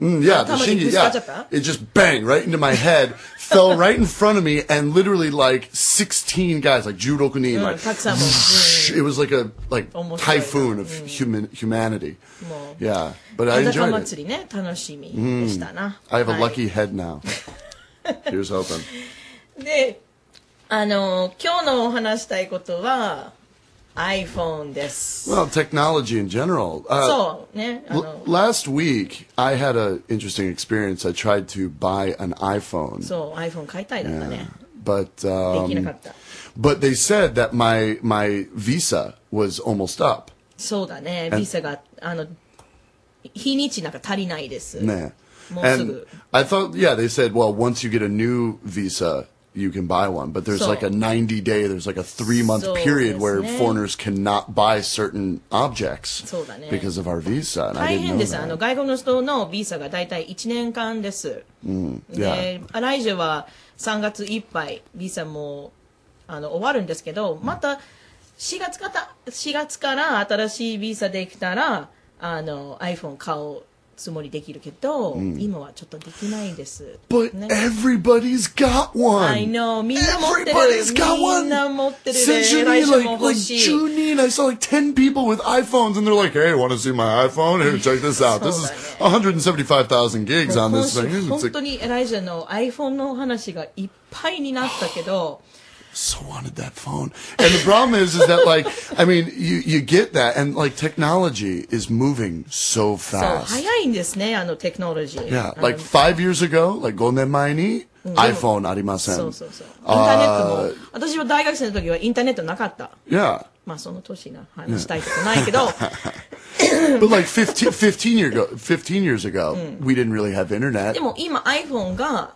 Speaker 17: Mm, yeah, the
Speaker 6: Tama, did you
Speaker 17: shingi,
Speaker 6: scratch up
Speaker 17: yeah.
Speaker 6: that?
Speaker 17: It just bang right into my
Speaker 6: [laughs]
Speaker 17: head, fell right in front of me, and literally like sixteen guys, like judokunin,
Speaker 6: うん
Speaker 17: like
Speaker 6: たくさんも。
Speaker 17: it was like a like
Speaker 6: Mm, Almost Mm.
Speaker 17: typhoon of human humanity.
Speaker 6: うんもう
Speaker 17: Yeah, but I enjoyed
Speaker 6: 裸
Speaker 17: it.
Speaker 6: 祭りね、楽しみでした
Speaker 17: Mm.
Speaker 6: な。
Speaker 17: I have a
Speaker 6: はい
Speaker 17: lucky head now. Here's hoping.
Speaker 6: [laughs] で、あの、今日のお話したいことは、iPhone です。
Speaker 17: Well, technology in general. Uh,
Speaker 6: そう、ね、あ
Speaker 17: L-
Speaker 6: の、
Speaker 17: last week, I had an interesting experience. I tried to buy an iPhone.
Speaker 6: そう、iPhone 買いたいだったね。
Speaker 17: but
Speaker 6: できな
Speaker 17: um,
Speaker 6: かった。
Speaker 17: but they said that my my visa was almost up.
Speaker 6: そうだね、
Speaker 17: and-
Speaker 6: ビザが、あの、日にちなんか足りないです。
Speaker 17: Nah.
Speaker 6: もうす
Speaker 17: And
Speaker 6: ぐ。
Speaker 17: I thought, yeah, they said, well, once you get a new visa, you can buy one. But there's
Speaker 6: So-
Speaker 17: like a 90 day, there's like a three month
Speaker 6: So
Speaker 17: period
Speaker 6: it's
Speaker 17: where
Speaker 6: ne-
Speaker 17: foreigners cannot buy certain objects
Speaker 6: そうだね。
Speaker 17: because of our visa. And I
Speaker 6: 大
Speaker 17: didn't
Speaker 6: 変
Speaker 17: know
Speaker 6: です。あ
Speaker 17: that.
Speaker 6: の、外国の人のビザが大体1年間です。
Speaker 17: Mm, yeah.
Speaker 6: で、アライジェは3月いっぱい、ビザもあの終わるんですけど、また4月から、4月から新しいビザできたら、あの、iPhone 買おうつもりできるけど、
Speaker 17: うん
Speaker 6: 今はちょっとできないです。
Speaker 17: But everybody's got one.
Speaker 6: I know. みんな持ってる。
Speaker 17: Everybody's got
Speaker 6: み
Speaker 17: one.
Speaker 6: んな持ってる、ね。
Speaker 17: Since Junine,
Speaker 6: 来週も
Speaker 17: like,
Speaker 6: 欲
Speaker 17: like
Speaker 6: しい。
Speaker 17: Junine, I saw like 10 people with iPhones and they're like, hey, want to see my iPhone? Here, check this out. This is
Speaker 6: [laughs]
Speaker 17: 175,000 gigs on
Speaker 6: 今
Speaker 17: this
Speaker 6: 週
Speaker 17: thing. And it's
Speaker 6: 本
Speaker 17: like,
Speaker 6: 当にエライジャの iPhone のお話がいっぱいになったけど、
Speaker 17: so wanted that phone. And the problem is, is that like, I mean, you, you get that and like technology is moving so
Speaker 6: そう
Speaker 17: fast.
Speaker 6: 早いんですね、あのテクノロジー。
Speaker 17: Yeah,
Speaker 6: あの
Speaker 17: like five years ago, like 5年前に
Speaker 6: うん
Speaker 17: iPhone ありません。
Speaker 6: そうそうそう。インターネット
Speaker 17: あ
Speaker 6: も、私は大学生の時はインターネットなかった。
Speaker 17: ー Yeah.
Speaker 6: まあその年な話したいことないけど、
Speaker 17: [laughs] but like 15, 15 year ago, 15 years ago,
Speaker 6: うん
Speaker 17: we didn't really have [laughs] internet.
Speaker 6: でも今 iPhone が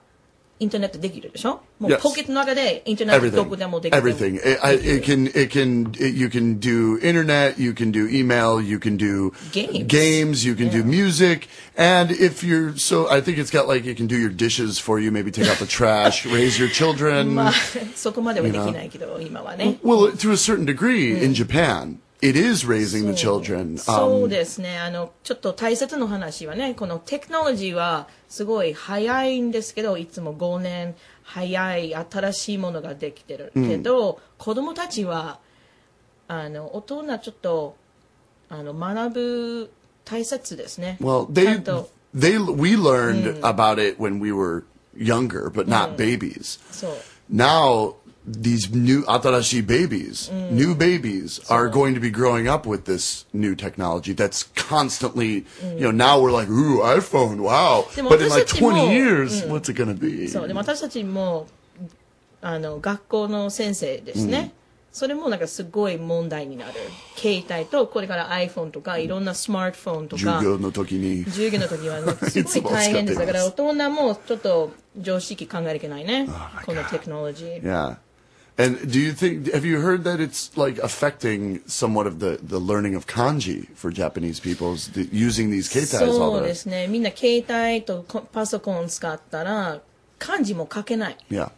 Speaker 6: インターネットできるでしょもう
Speaker 17: Yes.
Speaker 6: ポケットの中でインターネットどこでも
Speaker 17: Everything.
Speaker 6: できる。
Speaker 17: Everything. It, I, it can. It can. It, you can do internet. You can do email. You can do
Speaker 6: Games.
Speaker 17: games, you can do music, and if you're so, I think it's got like you can do your dishes for you. Maybe take out the trash. raise your children.
Speaker 6: まあそこまではできないけど、今はね。
Speaker 17: Well, to a certain degree, in Japan, it is raising the children. um,
Speaker 6: そうですね。あの、ちょっと大切な話はね、このテクノロジーはすごい早いんですけど、いつも5年早い新しいものができてる
Speaker 4: うん
Speaker 6: けど、子供たちは、あの、大人ちょっと、あの、学ぶ大切ですね。
Speaker 17: Well,
Speaker 6: ちゃ
Speaker 17: they
Speaker 6: んと、
Speaker 17: they we learned
Speaker 6: Mm.
Speaker 17: about it when we were younger, but not babies.
Speaker 6: そう。
Speaker 17: Now these new atarashi babies,
Speaker 6: Mm.
Speaker 17: new babies are going to be growing up with this new technology that's constantly,
Speaker 6: Mm.
Speaker 17: you know, now we're like, ooh, iPhone, wow. But in like 20
Speaker 6: でも私たちも、
Speaker 17: years,
Speaker 6: うん。
Speaker 17: what's it going to be?
Speaker 6: そうで私たちもあの学校の先生ですね、
Speaker 17: うん
Speaker 6: それもなんかすごい問題になる携帯とこれから iPhone とかいろんなスマートフォンとか
Speaker 17: 授業の時に。
Speaker 6: 授業の時はなんかす [laughs] ごい大変ですだから大人もちょっと常識考えなきゃいけないねこのテクノロジー
Speaker 17: Yeah. And do you think have you heard that it's like affecting somewhat of the, the learning of kanji for Japanese people is the, using these keitais all
Speaker 6: そうで
Speaker 17: the
Speaker 6: すねみんな携帯とコパソコン使ったら漢字も書けない
Speaker 17: Yeah.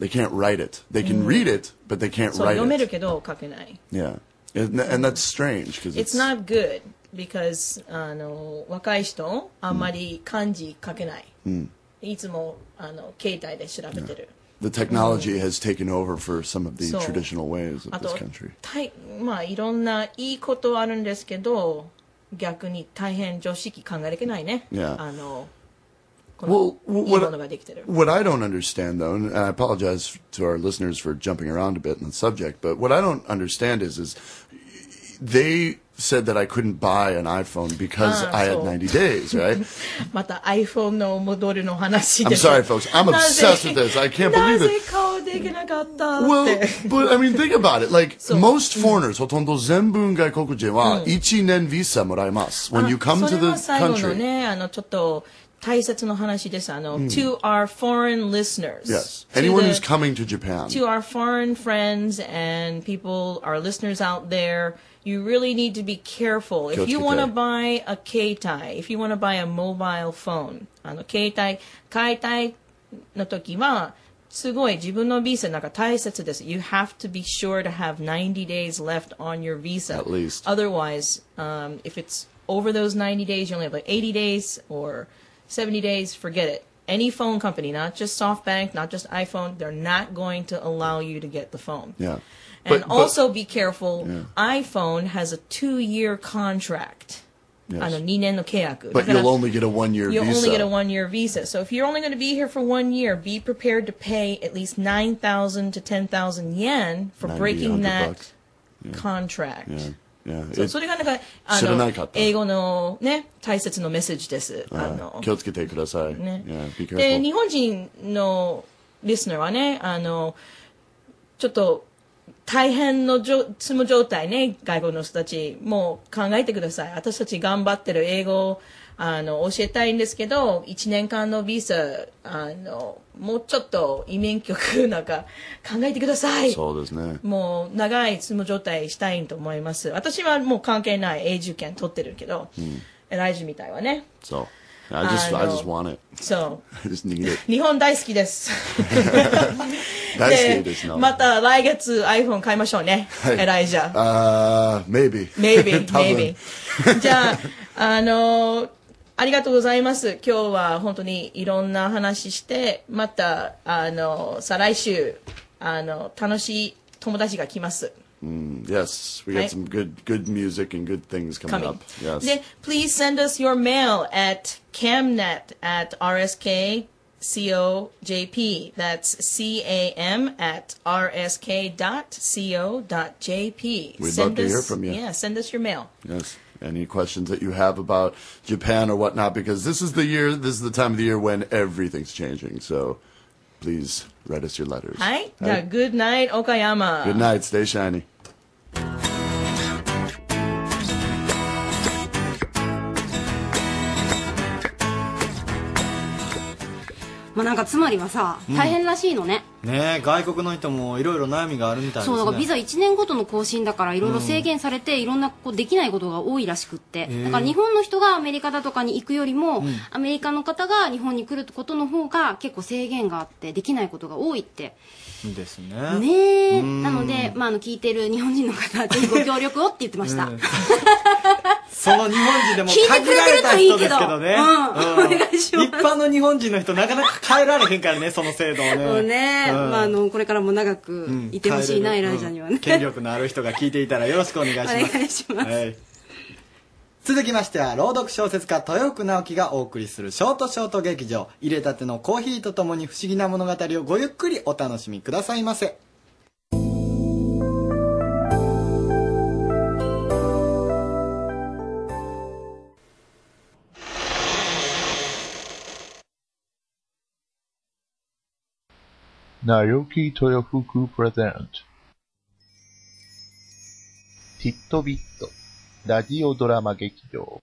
Speaker 17: They can't write it. They can
Speaker 6: Mm.
Speaker 17: read it, but they can't
Speaker 6: そう
Speaker 17: write
Speaker 6: 読め
Speaker 17: it.
Speaker 6: るけど書けない
Speaker 17: Yeah. And, and that's strange because
Speaker 6: It's
Speaker 17: it's,
Speaker 6: not good because あの若い人あんまり漢字書けない、
Speaker 17: Mm.
Speaker 6: いつもあの携帯で調べてる、
Speaker 17: the technology has taken over for some of the
Speaker 6: So-
Speaker 17: traditional ways of
Speaker 6: あ
Speaker 17: this
Speaker 6: と
Speaker 17: country.
Speaker 6: たいまあいろんないいことはあるんですけど逆に大変常識考えられないね、
Speaker 17: Yeah.
Speaker 6: あのこ
Speaker 17: Well,
Speaker 6: の
Speaker 17: wh-
Speaker 6: いいも
Speaker 17: what,
Speaker 6: のができてる
Speaker 17: what I don't understand, though, and I apologize to our listeners for jumping around a bit on the subject, but what I don't understand is, is they said that I couldn't buy an iPhone because
Speaker 6: Ah,
Speaker 17: I
Speaker 6: so-
Speaker 17: had 90 days,
Speaker 6: [laughs]
Speaker 17: right?
Speaker 6: また iPhone の戻るの話
Speaker 17: I'm
Speaker 6: で
Speaker 17: sorry, folks.
Speaker 6: [laughs]
Speaker 17: I'm obsessed with this. I can't
Speaker 6: な
Speaker 17: believe
Speaker 6: ぜ
Speaker 17: it.
Speaker 6: 顔できなかったって、
Speaker 17: Well, but I mean, think about it. Like most
Speaker 6: mm.
Speaker 17: foreigners, ほとんど全文外国人は1年ビザもらえます when you come
Speaker 6: そ
Speaker 17: to
Speaker 6: れ
Speaker 17: the
Speaker 6: は最後の
Speaker 17: country.
Speaker 6: ね、あの、ちょっと大切な話です。あの、
Speaker 17: うん
Speaker 6: to our foreign listeners.
Speaker 17: Yes,
Speaker 6: To
Speaker 17: anyone
Speaker 6: the-
Speaker 17: who's coming to Japan.
Speaker 6: To our foreign friends and people, our listeners out there, you really need to be careful. If you
Speaker 4: 気をつけて。
Speaker 6: want to buy a K-tai, if you want to buy a mobile phone, あの、携帯、解体の時は、すごい自分のビザなんか大切です。You have to be sure to have 90 days left on your visa.
Speaker 17: At least.
Speaker 6: Otherwise, um, if it's over those 90 days, you only have like 80 days or 70 days, forget it. Any phone company, not just SoftBank, not just iPhone, they're not going to allow you to get the phone.
Speaker 17: Yeah.
Speaker 6: And
Speaker 17: But- but-
Speaker 6: also be careful.
Speaker 17: Yeah.
Speaker 6: iPhone has a two-year contract.
Speaker 17: Yes.
Speaker 6: あの2年の契約。
Speaker 17: But
Speaker 6: だから
Speaker 17: you'll only get a one-year
Speaker 6: You'll only get a
Speaker 17: visa.
Speaker 6: one year visa. So if you're only going to be here for one year, be prepared to pay at least 9,000 to 10,000 yen for
Speaker 17: 90
Speaker 6: breaking
Speaker 17: 100
Speaker 6: that
Speaker 17: bucks. Yeah.
Speaker 6: contract.
Speaker 17: Yeah, yeah.
Speaker 6: そう
Speaker 17: It-
Speaker 6: それがなんか、あ
Speaker 17: 知らな
Speaker 6: の
Speaker 17: かった
Speaker 6: 英語のね、大切なメッセージです。あ
Speaker 17: はい
Speaker 6: の
Speaker 17: 気をつけてください。
Speaker 6: ね
Speaker 17: uh, Yeah, be
Speaker 6: で、
Speaker 17: careful.
Speaker 6: 日本人のリスナーはね、あの、ちょっと大変のじょ住む状態ね、外国の人たちも考えてください。私たち頑張ってる英語をあの教えたいんですけど、1年間のビザ、あの、もうちょっと移民局なんか考えてください。
Speaker 17: そうですね。
Speaker 6: もう長い住む状態したいと思います。私はもう関係ない永住権取ってるけど、
Speaker 17: うん
Speaker 6: ライジみたいはね。
Speaker 17: So, I just, I just want it.
Speaker 6: そ
Speaker 17: [laughs] I just need
Speaker 6: [laughs]
Speaker 17: it.
Speaker 6: う。日本大好きです。
Speaker 17: [laughs] 大好きですな
Speaker 6: また来月 iPhone 買いましょうね。
Speaker 17: はい
Speaker 6: エライジ
Speaker 17: [laughs]
Speaker 6: ャ。
Speaker 17: Uh, maybe. [laughs]
Speaker 6: Maybe,
Speaker 17: 多分
Speaker 6: maybe. じゃあ、あのありがとうございます。今日は本当にいろんな話して、また、あの、再来週、あの、楽しい友達が来ます。
Speaker 17: Mm, yes, we got
Speaker 6: Right.
Speaker 17: some good good music and good things coming,
Speaker 6: Coming.
Speaker 17: up. Yes.
Speaker 6: で、please send us your mail at camnet at rskcojp. That's cam at rsk.co.jp.
Speaker 17: We'd
Speaker 6: Send
Speaker 17: love to hear
Speaker 6: us-
Speaker 17: from you.
Speaker 6: Yeah, send us your mail.
Speaker 17: Yes. Any questions that you have about Japan or whatnot, because this is the year, this is the time of the year when everything's changing. So please write us your letters.
Speaker 6: はい。じゃあ、
Speaker 17: Right?
Speaker 6: good night, 岡山。 [laughs]
Speaker 17: Good night. Stay shiny.
Speaker 3: まあなんかつまりはさ
Speaker 5: うん
Speaker 3: 大変らしいのね、
Speaker 5: ねえ外国の人もいろいろ悩みがあるみたいです
Speaker 3: そ
Speaker 5: ね
Speaker 3: うだからビザ1年ごとの更新だからいろいろ制限されていろんなこうできないことが多いらしくって、
Speaker 5: へえ
Speaker 3: だから日本の人がアメリカだとかに行くよりも、
Speaker 5: うん
Speaker 3: アメリカの方が日本に来ることの方が結構制限があってできないことが多いって
Speaker 5: ですね
Speaker 3: ねえなので、まあ、あの聞いてる日本人の方ぜひご協力をって言ってました、
Speaker 5: [laughs] うんその日本人でも
Speaker 3: 聞いてく
Speaker 5: 限
Speaker 3: れ
Speaker 5: ら
Speaker 3: て
Speaker 5: れ
Speaker 3: ると
Speaker 5: た
Speaker 3: いい
Speaker 5: 人
Speaker 3: けど
Speaker 5: ですけどね。
Speaker 3: うんお願いします
Speaker 5: 一般の日本人の人、なかなか変えられへんからね、その制度をね。
Speaker 3: そう [laughs] ね、
Speaker 5: うん
Speaker 3: まあ、あのこれからも長く
Speaker 5: うん
Speaker 3: いてほしいな、
Speaker 5: 変え
Speaker 3: エ
Speaker 5: れる
Speaker 3: ライジャには
Speaker 5: う
Speaker 3: ね
Speaker 5: ん、権力のある人が聞いていたらよろしくお願い
Speaker 3: [laughs]
Speaker 5: し
Speaker 3: お
Speaker 5: ます。
Speaker 3: 願いします、
Speaker 5: はい続きましては朗読小説家豊奥直樹がお送りするショートショート劇場入れたてのコーヒーとともに不思議な物語をごゆっくりお楽しみくださいませ
Speaker 8: Naoki Toyofuku present ティットビットラジオドラマ劇場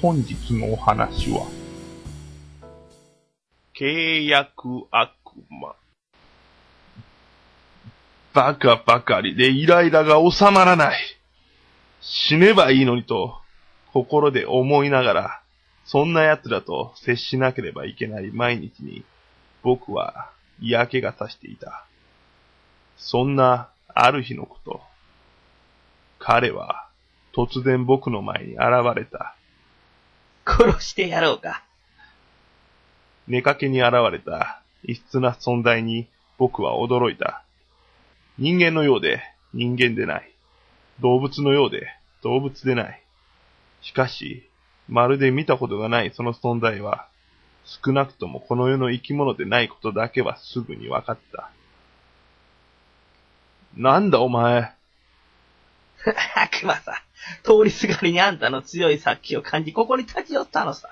Speaker 8: 本日のお話は、契約悪魔。
Speaker 18: バカばかりでイライラが収まらない。死ねばいいのにと、心で思いながら、そんな奴らと接しなければいけない毎日に、僕は嫌気がさしていた。そんな、ある日のこと。彼は、突然僕の前に現れた。殺してやろうか。寝かけに現れた、異質な存在に、僕は驚いた。人間のようで人間でない。動物のようで動物でない。しかし、まるで見たことがないその存在は、少なくともこの世の生き物でないことだけはすぐに分かった。なんだお前。
Speaker 19: [laughs] 悪魔さ、通りすがりにあんたの強い殺気を感じ、ここに立ち寄ったのさ。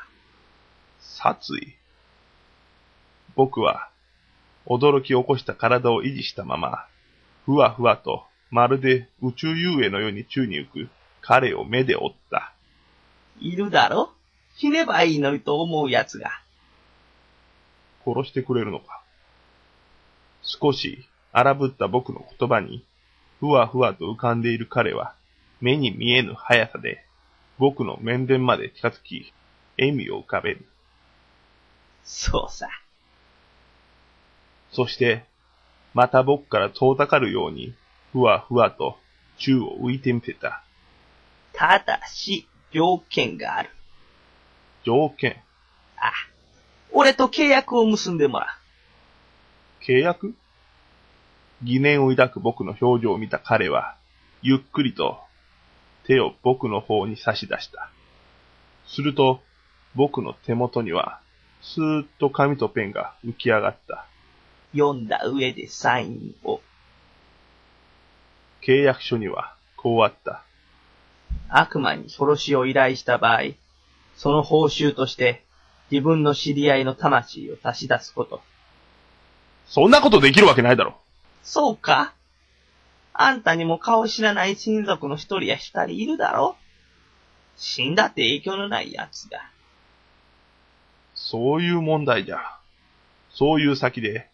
Speaker 18: 殺意。僕は、驚き起こした体を維持したまま、ふわふわと、まるで宇宙遊泳のように宙に浮く彼を目で追った。
Speaker 19: いるだろ死ねばいいのにと思う奴が。
Speaker 18: 殺してくれるのか。少し荒ぶった僕の言葉に、ふわふわと浮かんでいる彼は、目に見えぬ速さで、僕の面前まで近づき、笑みを浮かべる。
Speaker 19: そうさ。
Speaker 18: そして、また僕から遠ざかるように、ふわふわと宙を浮いてみせた。
Speaker 19: ただし、条件がある。
Speaker 18: 条件、
Speaker 19: あ、俺と契約を結んでもらう。
Speaker 18: 契約疑念を抱く僕の表情を見た彼は、ゆっくりと手を僕の方に差し出した。すると、僕の手元には、スーッと紙とペンが浮き上がった。
Speaker 19: 読んだ上でサインを。
Speaker 18: 契約書には、こうあった。
Speaker 19: 悪魔に殺しを依頼した場合、その報酬として自分の知り合いの魂を差し出すこと。
Speaker 18: そんなことできるわけないだろ。
Speaker 19: そうかあんたにも顔知らない親族の一人や二人いるだろ死んだって影響のない奴だ。
Speaker 18: そういう問題じゃ。そういう先で、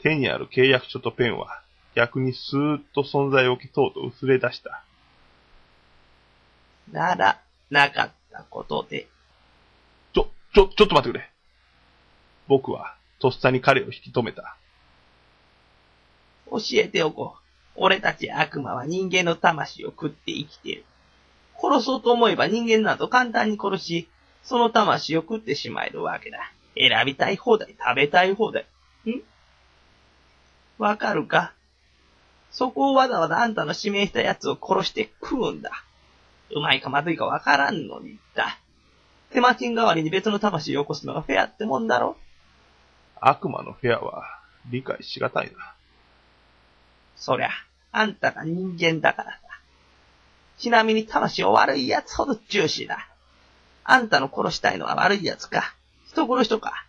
Speaker 18: 手にある契約書とペンは、逆にスーッと存在を消そうと薄れ出した。
Speaker 19: なら、なかったことで。
Speaker 18: ちょ、ちょっと待ってくれ。僕は、とっさに彼を引き止めた。
Speaker 19: 教えておこう。俺たち悪魔は人間の魂を食って生きている。殺そうと思えば人間など簡単に殺し、その魂を食ってしまえるわけだ。選びたい放題、食べたい放題。んわかるかそこをわざわざあんたの指名した奴を殺して食うんだ。うまいかまずいかわからんのにだ。手間賃代わりに別の魂を起こすのがフェアってもんだろ
Speaker 18: 悪魔のフェアは、理解しがたいな。
Speaker 19: そりゃ、あんたが人間だからだ。ちなみに魂を悪い奴ほどジューシーだ。あんたの殺したいのは悪い奴か、人殺しとか、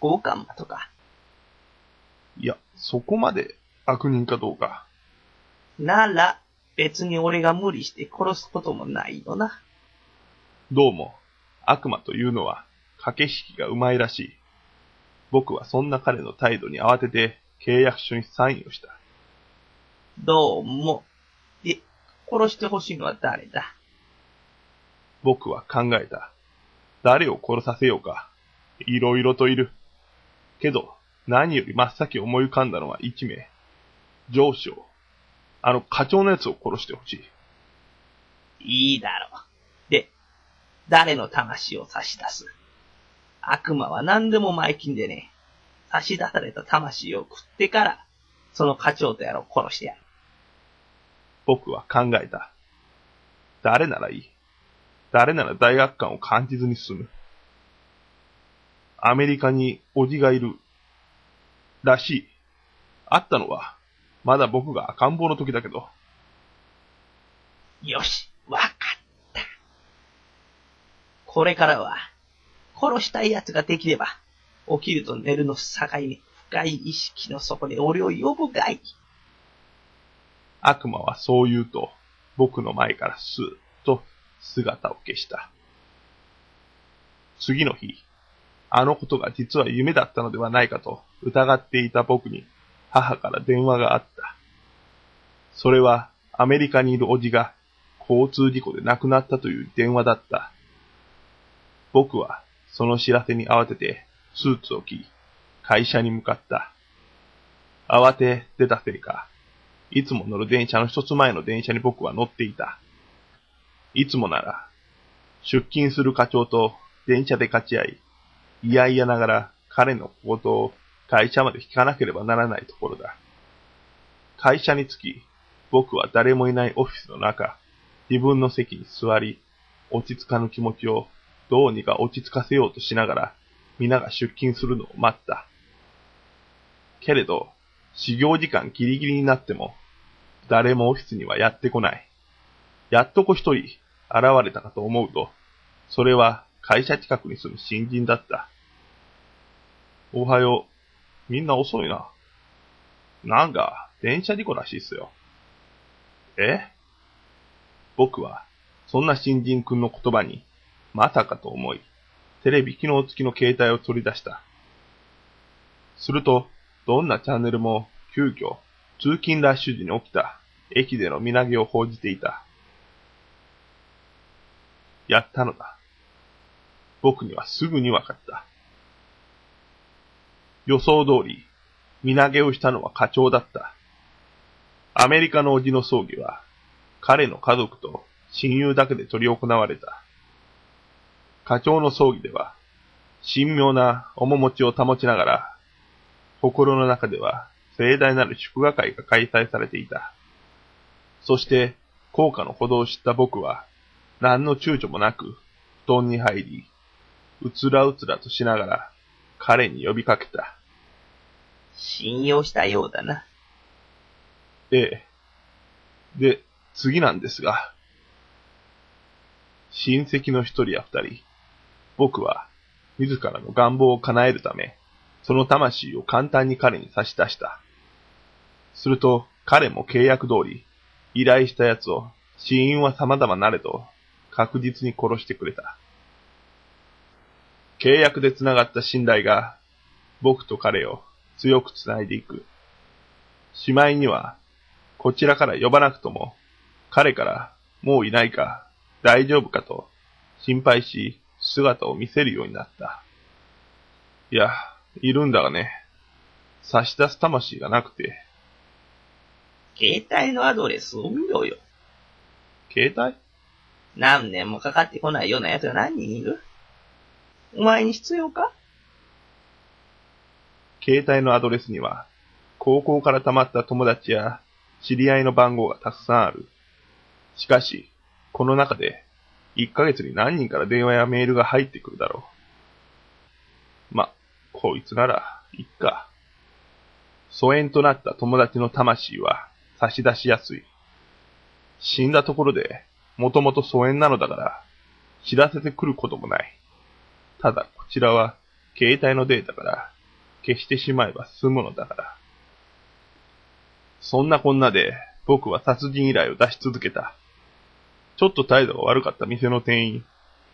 Speaker 19: 強姦魔とか。
Speaker 18: いや、そこまで悪人かどうか。
Speaker 19: なら、別に俺が無理して殺すこともないよな。
Speaker 18: どうも、悪魔というのは、駆け引きがうまいらしい。僕はそんな彼の態度に慌てて、契約書にサインをした。
Speaker 19: どうも。で、殺してほしいのは誰だ
Speaker 18: 僕は考えた。誰を殺させようか。いろいろといる。けど、何より真っ先思い浮かんだのは一名。上司を。あの課長のやつを殺してほしい。
Speaker 19: いいだろう。で、誰の魂を差し出す悪魔は何でも前金でね、差し出された魂を食ってから、その課長とやらを殺してやる。
Speaker 18: 僕は考えた。誰ならいい誰なら大学感を感じずに済む。アメリカにおじがいる。らしい。あったのは、まだ僕が赤ん坊の時だけど、
Speaker 19: よし、わかった。これからは、殺したい奴ができれば、起きると寝るの境目、深い意識の底で俺を呼ぶがいい。
Speaker 18: 悪魔はそう言うと、僕の前からスーッと姿を消した。次の日、あのことが実は夢だったのではないかと疑っていた僕に母から電話があった。それはアメリカにいるおじが交通事故で亡くなったという電話だった。僕はその知らせに慌ててスーツを着、会社に向かった。慌て出たせいか、いつも乗る電車の一つ前の電車に僕は乗っていた。いつもなら、出勤する課長と電車で勝ち合い、いやいやながら彼の行動を会社まで聞かなければならないところだ。会社に着き、僕は誰もいないオフィスの中、自分の席に座り、落ち着かぬ気持ちをどうにか落ち着かせようとしながら、皆が出勤するのを待った。けれど、始業時間ギリギリになっても、誰もオフィスにはやってこない。やっとこ一人現れたかと思うと、それは会社近くに住む新人だった。おはよう。みんな遅いな。なんか、電車事故らしいっすよ。え僕は、そんな新人くんの言葉に、まさかと思い、テレビ機能付きの携帯を取り出した。すると、どんなチャンネルも、急遽、通勤ラッシュ時に起きた、駅での身投げを報じていた。やったのだ。僕にはすぐに分かった。予想通り、身投げをしたのは課長だった。アメリカのおじの葬儀は、彼の家族と親友だけで取り行われた。課長の葬儀では、神妙な面持ちを保ちながら、心の中では盛大なる祝賀会が開催されていた。そして、効果のほどを知った僕は、何の躊躇もなく、布団に入り、うつらうつらとしながら、彼に呼びかけた。
Speaker 19: 信用したようだな。
Speaker 18: ええ。で、次なんですが、親戚の一人や二人、僕は自らの願望を叶えるため、その魂を簡単に彼に差し出した。すると、彼も契約通り、依頼したやつを、死因は様々なれど、確実に殺してくれた。契約で繋がった信頼が、僕と彼を強く繋いでいく。しまいには、こちらから呼ばなくとも、彼からもういないか、大丈夫かと心配し、姿を見せるようになった。いや、いるんだがね、差し出す魂がなくて、
Speaker 19: 携帯のアドレスを見ろよ。
Speaker 18: 携帯
Speaker 19: 何年もかかってこないような奴が何人いるお前に必要か
Speaker 18: 携帯のアドレスには、高校から溜まった友達や知り合いの番号がたくさんある。しかし、この中で、1ヶ月に何人から電話やメールが入ってくるだろう。ま、こいつなら、いっか。疎遠となった友達の魂は差し出しやすい。死んだところで、もともと疎遠なのだから、知らせてくることもない。ただ、こちらは、携帯のデータから、消してしまえば済むのだから。そんなこんなで、僕は殺人依頼を出し続けた。ちょっと態度が悪かった店の店員、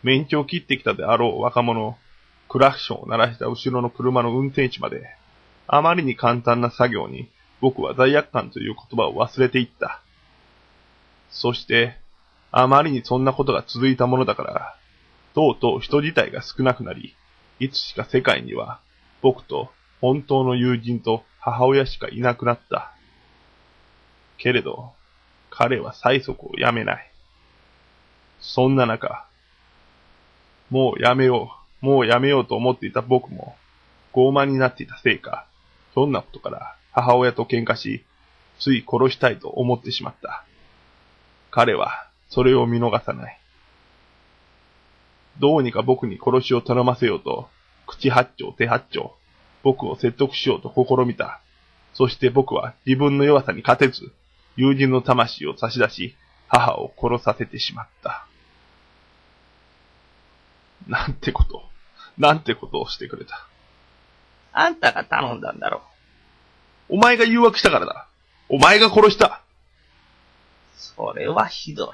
Speaker 18: 免許を切ってきたであろう若者、クラクションを鳴らした後ろの車の運転手まで、あまりに簡単な作業に、僕は罪悪感という言葉を忘れていった。そして、あまりにそんなことが続いたものだから、とうとう人自体が少なくなり、いつしか世界には、僕と本当の友人と母親しかいなくなった。けれど、彼は催促をやめない。そんな中、もうやめよう、もうやめようと思っていた僕も、傲慢になっていたせいか、ひょんなことから母親と喧嘩し、つい殺したいと思ってしまった。彼は、それを見逃さない。どうにか僕に殺しを頼ませようと、口八丁手八丁、僕を説得しようと試みた。そして僕は自分の弱さに勝てず、友人の魂を差し出し、母を殺させてしまった。なんてことを、なんてことをしてくれた。
Speaker 19: あんたが頼んだんだろう。
Speaker 18: お前が誘惑したからだ。お前が殺した。
Speaker 19: それはひどい。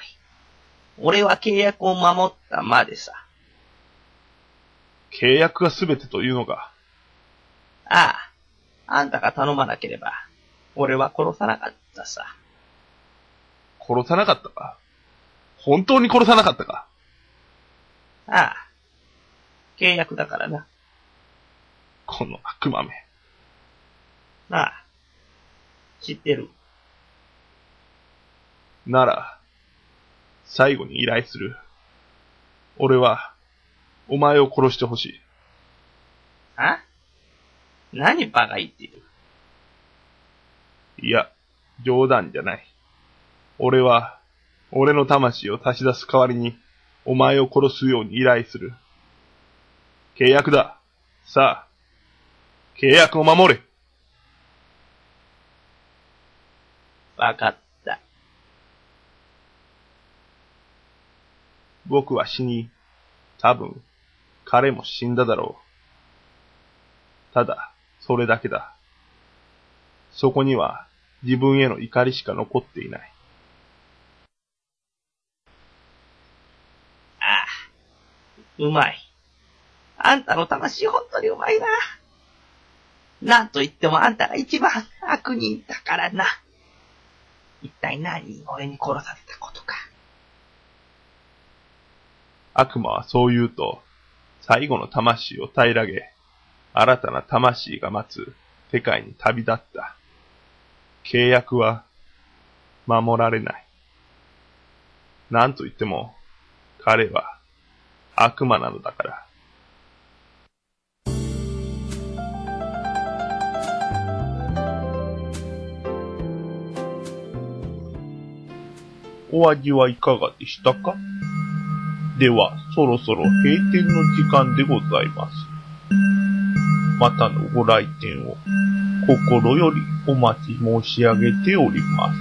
Speaker 19: 俺は契約を守ったまでさ。
Speaker 18: 契約が全てというのか。
Speaker 19: ああ、あんたが頼まなければ、俺は殺さなかったさ。
Speaker 18: 殺さなかったか。本当に殺さなかったか。
Speaker 19: ああ、契約だからな。
Speaker 18: この悪魔め。
Speaker 19: ああ、知ってる。
Speaker 18: なら、最後に依頼する。俺は、お前を殺してほしい。
Speaker 19: あ何バカ言ってる。
Speaker 18: いや、冗談じゃない。俺は、俺の魂を差し出す代わりに、お前を殺すように依頼する。契約だ。さあ、契約を守れ。
Speaker 19: わかった。
Speaker 18: 僕は死に、多分、彼も死んだだろう。ただ、それだけだ。そこには、自分への怒りしか残っていない。
Speaker 19: うまい。あんたの魂本当にうまいな。なんと言ってもあんたが一番悪人だからな。一体何人俺に殺させたことか。
Speaker 18: 悪魔はそう言うと、最後の魂を平らげ、新たな魂が待つ世界に旅立った。契約は、守られない。なんと言っても、彼は、悪魔なのだから。
Speaker 20: お味はいかがでしたかでは、そろそろ閉店の時間でございます。またのご来店を
Speaker 18: 心よりお待ち申し上げております。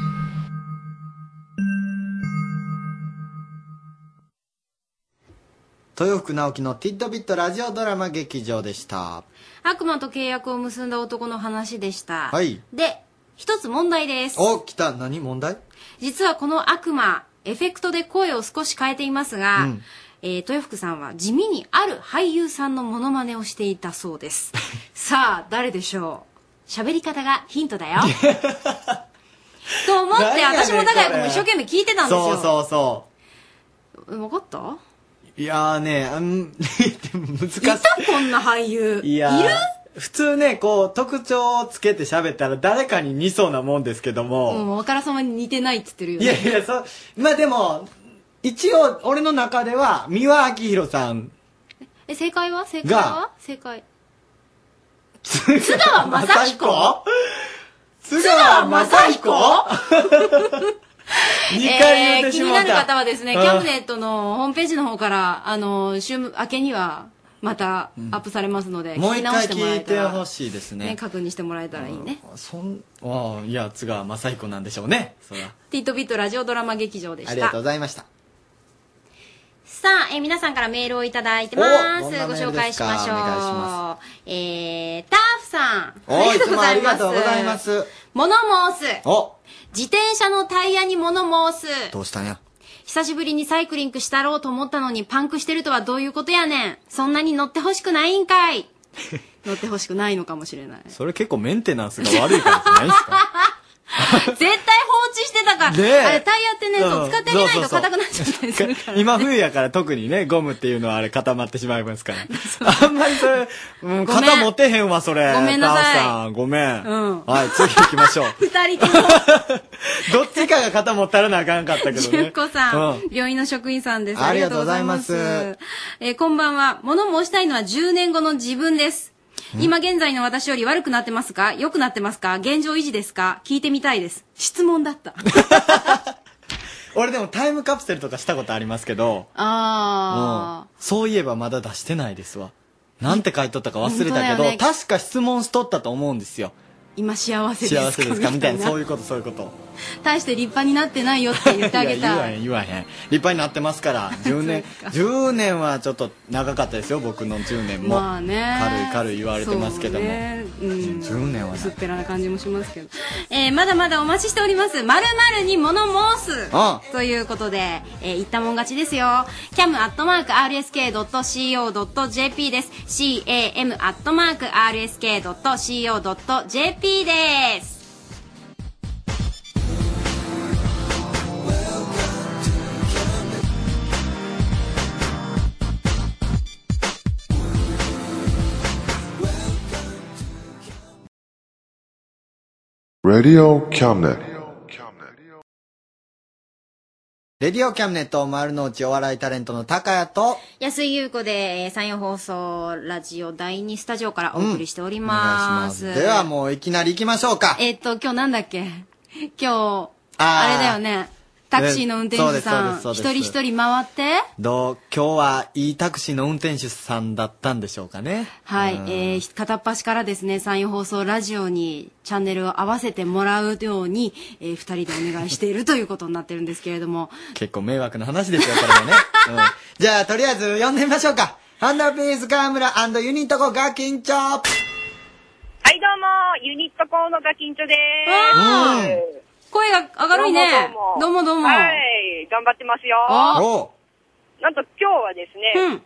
Speaker 2: 豊福直樹のティッドビットラジオドラマ劇場でした。
Speaker 3: 悪魔と契約を結んだ男の話でした。
Speaker 2: はい。
Speaker 3: で、一つ問題です。
Speaker 2: お、来た。何問題
Speaker 3: 実はこの悪魔、エフェクトで声を少し変えていますが、
Speaker 2: うん
Speaker 3: えー豊福さんは地味にある俳優さんのモノマネをしていたそうです
Speaker 2: [laughs]
Speaker 3: さあ誰でしょう喋り方がヒントだよ [laughs] と思っ
Speaker 2: 何
Speaker 3: て
Speaker 2: やねん
Speaker 3: 私も長谷
Speaker 2: そ
Speaker 3: 君
Speaker 2: れ
Speaker 3: も一生懸命聞いてたんです
Speaker 2: そ
Speaker 3: よ
Speaker 2: うそうそう
Speaker 3: 分かった
Speaker 2: う。いやーね、うん、 [laughs] 難しい。
Speaker 3: こんな俳優
Speaker 2: いやー
Speaker 3: いる
Speaker 2: 普通ね、こう、特徴をつけて喋ったら誰かに似そうなもんですけども。
Speaker 3: もうあからさまに似てないって言ってるよ
Speaker 2: い
Speaker 3: ね
Speaker 2: やいや、そう、まあでも、一応、俺の中では、三輪明宏さん。
Speaker 3: え正解は正解
Speaker 2: が
Speaker 3: は正解津川雅彦
Speaker 2: 津川雅彦
Speaker 1: [laughs]
Speaker 3: え
Speaker 2: ?2 回言うて
Speaker 3: 気
Speaker 2: し
Speaker 3: にな
Speaker 2: まった。
Speaker 3: る方はですね、キ
Speaker 2: うん
Speaker 3: ャムネットのホームページの方から、あの、週明けには、またアップされますので、
Speaker 2: もう
Speaker 3: 聞き
Speaker 2: 一
Speaker 3: 直
Speaker 2: 回
Speaker 3: してもら
Speaker 2: 聞
Speaker 3: え
Speaker 2: い
Speaker 3: た
Speaker 2: て
Speaker 3: ら、
Speaker 2: ほしいです
Speaker 3: ね
Speaker 2: ね。
Speaker 3: 確認してもらえたらいいね。
Speaker 2: そん、ああ、いや、津川雅彦なんでしょうね。そら。
Speaker 3: ティットビットラジオドラマ劇場でした。
Speaker 2: ありがとうございました。
Speaker 3: さあ、えー皆さんからメールをいただいてま
Speaker 2: お
Speaker 3: す。
Speaker 2: どんな
Speaker 3: ご
Speaker 2: メール
Speaker 3: 紹
Speaker 2: で
Speaker 3: 介
Speaker 2: す
Speaker 3: し
Speaker 2: か
Speaker 3: ましょう。
Speaker 2: お願いし
Speaker 3: えー、ターフさん。
Speaker 2: お
Speaker 3: あり
Speaker 2: い
Speaker 3: がと
Speaker 2: つ
Speaker 3: うご
Speaker 2: も
Speaker 3: ざ
Speaker 2: あ
Speaker 3: い
Speaker 2: り
Speaker 3: ま
Speaker 2: が
Speaker 3: す。
Speaker 2: とうございま。す。
Speaker 3: 物申す。
Speaker 2: お
Speaker 3: 自転車のタイヤに物申す。
Speaker 2: どうしたんや
Speaker 3: 久しぶりにサイクリングしたろうと思ったのにパンクしてるとはどういうことやねん。そんなに乗ってほしくないんかい。乗ってほしくないのかもしれない。
Speaker 2: それ結構メンテナンスが悪いからじゃないですか
Speaker 3: [laughs] 絶対放置してたから。
Speaker 2: [laughs] ねえ
Speaker 3: あれタイヤってね、そううん使ってあげない
Speaker 2: そう
Speaker 3: と
Speaker 2: そうそう
Speaker 3: 硬くなっちゃった
Speaker 2: [laughs]
Speaker 3: りするから。
Speaker 2: 今冬やから特にね、ゴムっていうのはあれ固まってしまいま
Speaker 3: [laughs]
Speaker 2: すから。あんまりそれ、うん、
Speaker 3: ごめん
Speaker 2: 肩持てへんわ、それ。
Speaker 3: ごめんなさい
Speaker 2: ダーさん、ごめん。
Speaker 3: うん
Speaker 2: はい、次行き
Speaker 3: [laughs]
Speaker 2: ましょう。
Speaker 3: 二人とも、
Speaker 2: どっちかが肩持った [laughs] らなあかんかったけど
Speaker 3: 純
Speaker 2: ね。
Speaker 3: 子さん、
Speaker 2: うん
Speaker 3: 病院の職員さんです。
Speaker 2: ありがとうございます
Speaker 3: ありがとうございますえーこんばんは。物申したいのは10年後の自分です。今現在の私より悪くなってますか良くなってますか現状維持ですか聞いてみたいです。質問だった。
Speaker 2: 俺でもタイムカプセルとかしたことありますけど、
Speaker 3: あ
Speaker 2: うんそういえばまだ出してないですわ。なんて書いとったか忘れ
Speaker 3: 本当だ
Speaker 2: たけ
Speaker 3: よ
Speaker 2: ど、
Speaker 3: ね
Speaker 2: 確か質問しとったと思うんです
Speaker 3: [laughs]
Speaker 2: よ。
Speaker 3: ー。今幸せですか
Speaker 2: 幸せですかみたいな、そういううこと、そういうこと。
Speaker 3: 大して立派になってないよって言ってあげ
Speaker 2: いや言わ
Speaker 3: た
Speaker 2: へ
Speaker 3: い。
Speaker 2: ん言わへん立派になってますから10年
Speaker 3: [laughs]
Speaker 2: 10年はちょっと長かったですよ僕の10年も、
Speaker 3: まあね。
Speaker 2: 軽い軽い言われてますけども、
Speaker 3: そうねうん
Speaker 2: 10年は
Speaker 3: 薄
Speaker 2: な
Speaker 3: っぺらな感じもしますけど、えーまだまだお待ちしております「まるまるに物申す
Speaker 2: あ」
Speaker 3: ということで、えー言ったもん勝ちですよ cam.rsk.co.jp です cam.rsk.co.jp です
Speaker 2: レディオキャムネット丸の内お笑いタレントの高谷と
Speaker 3: 安井優子で、えー山陽放送ラジオ第2スタジオからお送りしており
Speaker 2: お願いし
Speaker 3: ま、
Speaker 2: ますすではもういきなり行きましょうか
Speaker 3: えっと今日なんだっけ今日
Speaker 2: あー
Speaker 3: あれだよねタクシーの運転手さん
Speaker 2: えそう
Speaker 3: 一
Speaker 2: です
Speaker 3: 人
Speaker 2: そうですそうです
Speaker 3: 一人回って
Speaker 2: どう今日はいいタクシーの運転手さんだったんでしょうかね
Speaker 3: はい、
Speaker 2: うん
Speaker 3: えー、片っ端からですね、山陽放送ラジオにチャンネルを合わせてもらうように、えー、二人でお願いしているということになってるんですけれども、
Speaker 2: 結構迷惑な話ですよこれはね、うんじゃあとりあえず呼んでみましょうかハンダピース河村ユニットコガキンチョ
Speaker 9: はい、どうも、ユニットコーのガキンチョで
Speaker 3: わー
Speaker 9: す。
Speaker 3: 声が明るいね。どうもどうも。
Speaker 9: はい、頑張ってますよ。
Speaker 2: お
Speaker 9: なんと今日はですね、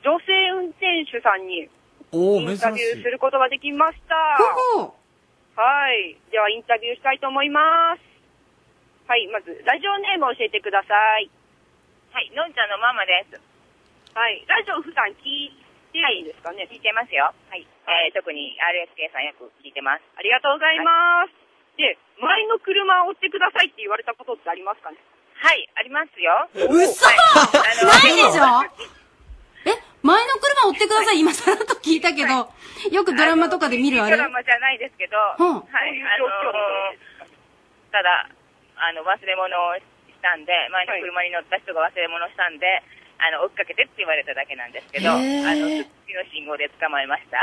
Speaker 9: 女性運転手さんに
Speaker 2: お
Speaker 9: イ
Speaker 2: ー
Speaker 9: ン
Speaker 2: 珍し
Speaker 9: タビュー
Speaker 2: い
Speaker 9: することができました。はい。ではインタビューしたいと思います。はい、まず、ラジオネームを教えてください。はい、のんちゃんのママです。はい、ラジオ普段聞いてるんですかね、聞いてますよ。はい。え特に RSK さんよく聞いてます。ありがとうございます。で、前の車を追ってくださいって言われたことってありますかねはい、ありますよ。
Speaker 3: 嘘ないでしょえ、前の車追ってください。今さらっと聞いたけど、よくドラマとかで見るあれ
Speaker 10: ド。ラマじゃないですけど、
Speaker 3: うん
Speaker 10: はい、あのただ、あの、忘れ物をしたんで、前の車に乗った人が忘れ物をしたんで、あの、追っかけてって言われただけなんですけど、あ
Speaker 9: へ
Speaker 3: [laughs]
Speaker 10: の、
Speaker 9: ー
Speaker 10: 次の信号で捕まえました。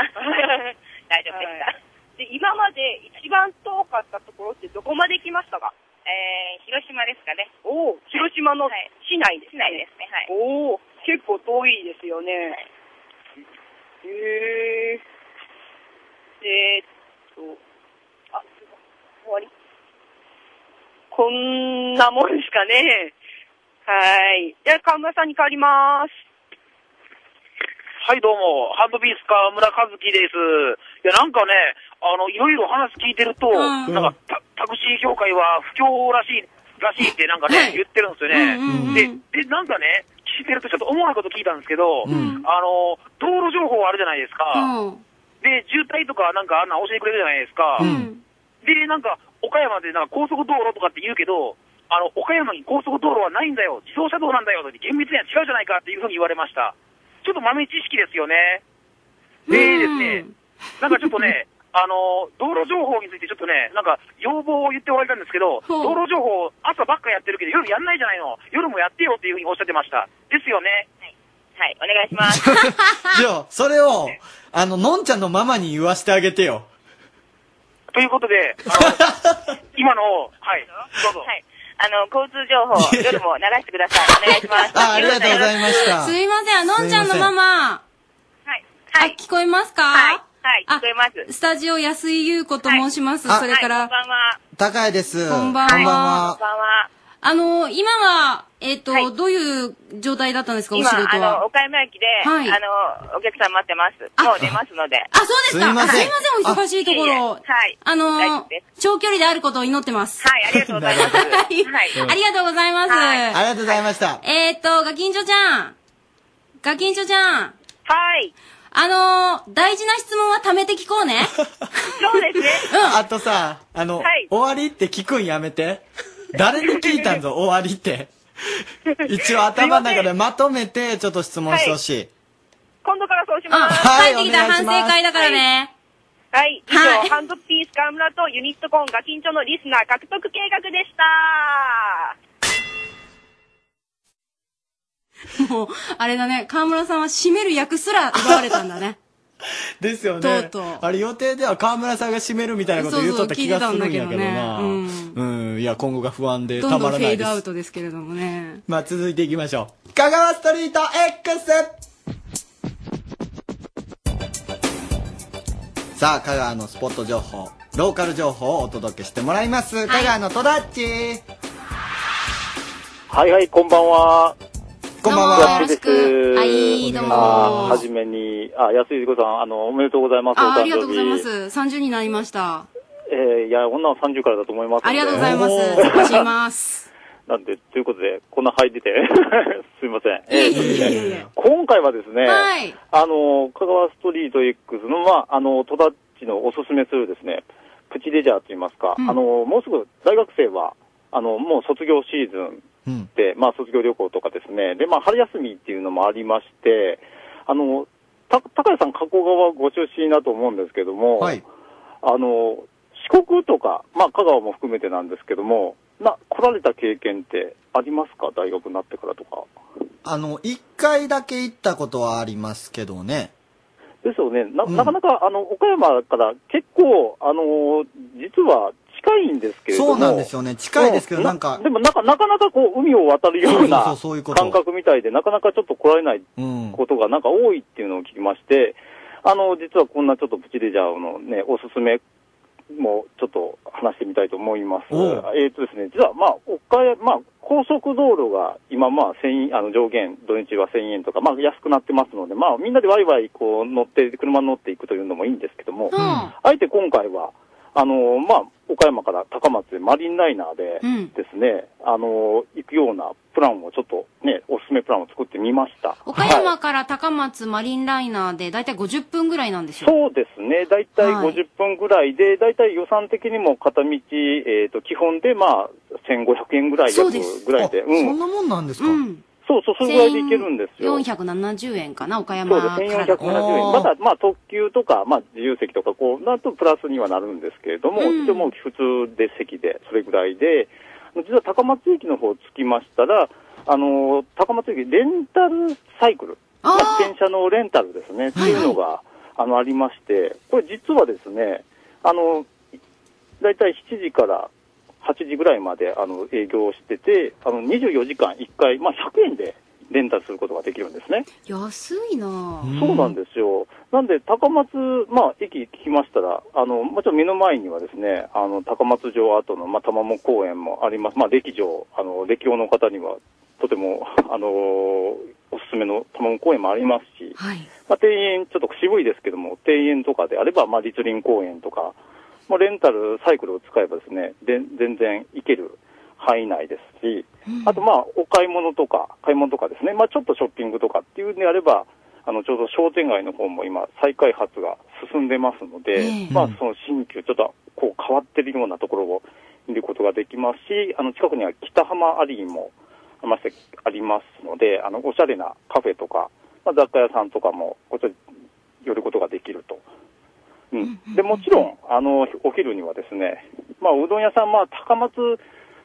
Speaker 10: 大丈夫でした。
Speaker 21: で、今まで一番遠かったところってどこまで行きましたか
Speaker 10: えー、広島ですかね。
Speaker 21: おお、広島の市内です
Speaker 10: 市内ですね、はい。
Speaker 21: おお、結構遠いですよね。へええーっと、あ、終わりこんなもんですかね。はい。じゃあ、河村さんに変わります。
Speaker 7: はい、どうも。ハンドビースカー村和樹です。いや、なんかね、あの、いろいろ話聞いてると、
Speaker 4: うん
Speaker 7: なんかタ、タクシー業界は不況らしい、らしいってなんかね、言ってるんですよね。で、で、なんかね、聞いてるとちょっと思わないこと聞いたんですけど、
Speaker 4: うん
Speaker 7: あの、道路情報あるじゃないですか。
Speaker 4: うん
Speaker 7: で、渋滞とかなんかあんな教えてくれるじゃないですか。
Speaker 4: うん
Speaker 7: で、なんか、岡山でなんか高速道路とかって言うけど、あの、岡山に高速道路はないんだよ、自動車道なんだよ、って厳密には違うじゃないかっていうふうに言われました。ちょっと豆知識ですよね。でですね、なんかちょっと
Speaker 10: [laughs]
Speaker 7: ね、あの、道路情報についてちょっとね、なんか要望を言っておられたんです
Speaker 10: [laughs]
Speaker 7: けど、
Speaker 4: ほ
Speaker 7: 道
Speaker 4: う
Speaker 7: 路情報朝ばっかやってるけど夜やんないじゃないの。夜もやってよっていうふうにおっしゃってました。ですよね。
Speaker 10: はい、お願いします。
Speaker 5: じゃあ、それを、あの、のんちゃんのママに言わしてあげてよ。
Speaker 7: ということで、あ
Speaker 5: [laughs]
Speaker 7: の今の、はい、どうぞ。
Speaker 10: はい。あの、交通情報、夜も流してください。お願いします。
Speaker 5: あありがとうございました
Speaker 3: すいません、のんちゃんのママ。
Speaker 10: はい。
Speaker 3: はい。聞こえますかはい。
Speaker 10: はい、
Speaker 3: 聞
Speaker 10: こえます。
Speaker 3: スタジオ安井優子と申します。
Speaker 5: はい
Speaker 3: それから、
Speaker 10: こん
Speaker 5: あ
Speaker 10: ばんは。
Speaker 5: 高いです。
Speaker 3: こんばんは。
Speaker 5: は。
Speaker 10: んは。
Speaker 3: あの、今は、えっ、と、どういう状態だったんですか、お仕
Speaker 10: 今、
Speaker 3: 事は。
Speaker 10: あの、岡山駅で、
Speaker 3: はい
Speaker 10: あの、お客さん待ってます。もう出ますので。あ、そう
Speaker 3: ですかすいませんあすいませんお忙しいところ
Speaker 10: はい。
Speaker 3: あ
Speaker 10: 大丈
Speaker 3: の
Speaker 10: 夫です、
Speaker 3: 長距離であることを祈ってます。 [laughs] はい、ありがとうございます。はい。ありがとうございます。
Speaker 5: ありがとうございました。
Speaker 3: えーっと、ガキンチョちゃん。ガキンチョちゃん。
Speaker 10: はい。
Speaker 3: あのー、大事な質問は貯めて聞こうね。 [laughs]
Speaker 10: そうですね。
Speaker 5: あとさ、あの、
Speaker 3: はい
Speaker 5: 終わりって聞くんやめて。誰に聞いたん
Speaker 3: [laughs]
Speaker 5: ぞ、終わりって。一応頭の中でまとめて、ちょっと質問してほしい。
Speaker 21: 今度からそうします。
Speaker 5: はい帰ってきたら反省会
Speaker 3: だからね。
Speaker 21: はい。以上、
Speaker 3: はい
Speaker 21: ハンドピース河村とユニットコーンガキンチョのリスナー獲得計画でした。
Speaker 3: [laughs] もう、あれだね、河村さんは締める役すら奪われたんだね。
Speaker 5: ですよ
Speaker 3: と
Speaker 5: ね。
Speaker 3: うとう
Speaker 5: あれ予定では河村さんが締めるみたいなこと言うとった気がするんやけどな。
Speaker 3: そうそう聞い
Speaker 5: うん、いや、今後が不安で
Speaker 3: ど
Speaker 5: た
Speaker 3: んど
Speaker 5: ま
Speaker 3: んフ
Speaker 5: ら
Speaker 3: ェ
Speaker 5: な
Speaker 3: ー
Speaker 5: いで
Speaker 3: ドアウ
Speaker 5: す。
Speaker 3: トですけれどもね。
Speaker 5: まあ、続いていきましょう。
Speaker 4: 香川ストリート X!
Speaker 5: さあ、香川のスポット情報、ローカル情報をお届けしてもらいます。香川の戸田っち。
Speaker 22: はいはい、こんばんは。こんばんは。安井です。
Speaker 3: はいどうも
Speaker 22: あーはじめに、あ、安井ゆり子さん、あの、おめでとうございます。お誕生
Speaker 3: あ、
Speaker 22: 日
Speaker 3: ありがとうございます。。30になりました。
Speaker 22: えーいや、女は30からだと思いますので。
Speaker 3: ありがとうございます。尽くします。
Speaker 22: [laughs] なんで、ということで、こんな入って [laughs] て、すいません。
Speaker 3: えいえいえいえ
Speaker 22: 今回はですね、
Speaker 3: はい
Speaker 22: あの、香川ストリート X の、まあ、あの、戸田っちのおすすめするですね、プチレジャーといいますか、
Speaker 23: うん
Speaker 22: あの、もうすぐ大学生は、あの、もう卒業シーズンで、まあ、卒業旅行とかですね、で、まあ、春休みっていうのもありまして、あの、た高谷さん、加古川ご中心だと思うんですけども、あの、四国とか、まあ、香川も含めてなんですけども、な、来られた経験ってありますか大学になってからとか。
Speaker 5: あの、一回だけ行ったことはありますけどね。
Speaker 22: ですよね。な、なかなか、あの、岡山から結構、あのー実は近いんですけれども。
Speaker 5: そうなんですよね近いですけど
Speaker 22: う
Speaker 5: なんか
Speaker 22: でも、なんか、なかなかこう、海を渡るよう
Speaker 5: そうそうそ
Speaker 22: な
Speaker 5: うそういうこと
Speaker 22: 感覚みたいで、なかなかちょっと来られない
Speaker 5: うん。
Speaker 22: ことがなんか多いっていうのを聞きまして、あの、実はこんなちょっとプチレジャーのね、おすすめもちょっと話してみたいと思います。
Speaker 4: おう
Speaker 22: えっ、とですね、実はまあ、岡山、まあ、高速道路が今まあ、千円、あの、上限、土日は1000円とか、まあ、安くなってますので、まあ、みんなでワイワイこう乗って、車に乗っていくというのもいいんですけども、あえて今回は、あのまあ、岡山から高松でマリンライナーでですね、あの行くようなプランをちょっとね、おすすめプランを作ってみました。
Speaker 3: 岡山から高松マリンライナーでだいたい50分ぐらいなんでしょ
Speaker 22: そうですね、大体50分ぐらいで、大体予算的にも片道、えー、と基本でまあ1500円ぐらい
Speaker 3: そう
Speaker 22: 約
Speaker 3: です
Speaker 22: ぐらいで、うん
Speaker 5: そんなもんなんですか、
Speaker 22: そうそう、それぐらいでいけるんですよ。
Speaker 3: 470円かな、
Speaker 22: そ
Speaker 3: 岡
Speaker 22: う
Speaker 3: 山
Speaker 22: で
Speaker 3: か
Speaker 22: す、
Speaker 3: ら。
Speaker 22: 1470円、まだ、まあ、特急とか、まあ、自由席とか、こうなるとプラスにはなるんですけれども、
Speaker 3: うん
Speaker 22: でも普通で席で、それぐらいで、実は高松駅の方着きましたら、あの高松駅、レンタルサイクル、まあ自転車のレンタルですね、っていうのが、あのありまして、これ、実はですね、あの、だいたい7時から8時ぐらいまであの営業してて、あの24時間1回、まあ、100円でレンタルすることができるんですね。
Speaker 3: 安いなぁ
Speaker 22: そうなんですよ。なんで、高松、まあ、駅来ましたら、あの、もちろん目の前にはですね、あの、高松城跡の、まあ、玉藻公園もあります。まあ、歴城、あの、歴王の方には、とても、 [laughs] あのーおすすめの玉藻公園もありますし、まあ、庭園、ちょっと渋いですけども、庭園とかであれば、まあ、立林公園とか、もうレンタル、サイクルを使えばですね、で全然行ける範囲内ですし、あとまあ、お買い物とか、買い物とかですね、まあちょっとショッピングとかっていうんであれば、あの、ちょうど商店街の方も今、再開発が進んでますので、まあその新旧、ちょっとこう変わってるようなところを見ることができますし、あの、近くには北浜アリーも、ましてありますので、あの、おしゃれなカフェとか、まあ雑貨屋さんとかも、こっちらに寄ることができると。うん。で、もちろん、あの、お昼にはですね、まあうどん屋さん、まあ高松、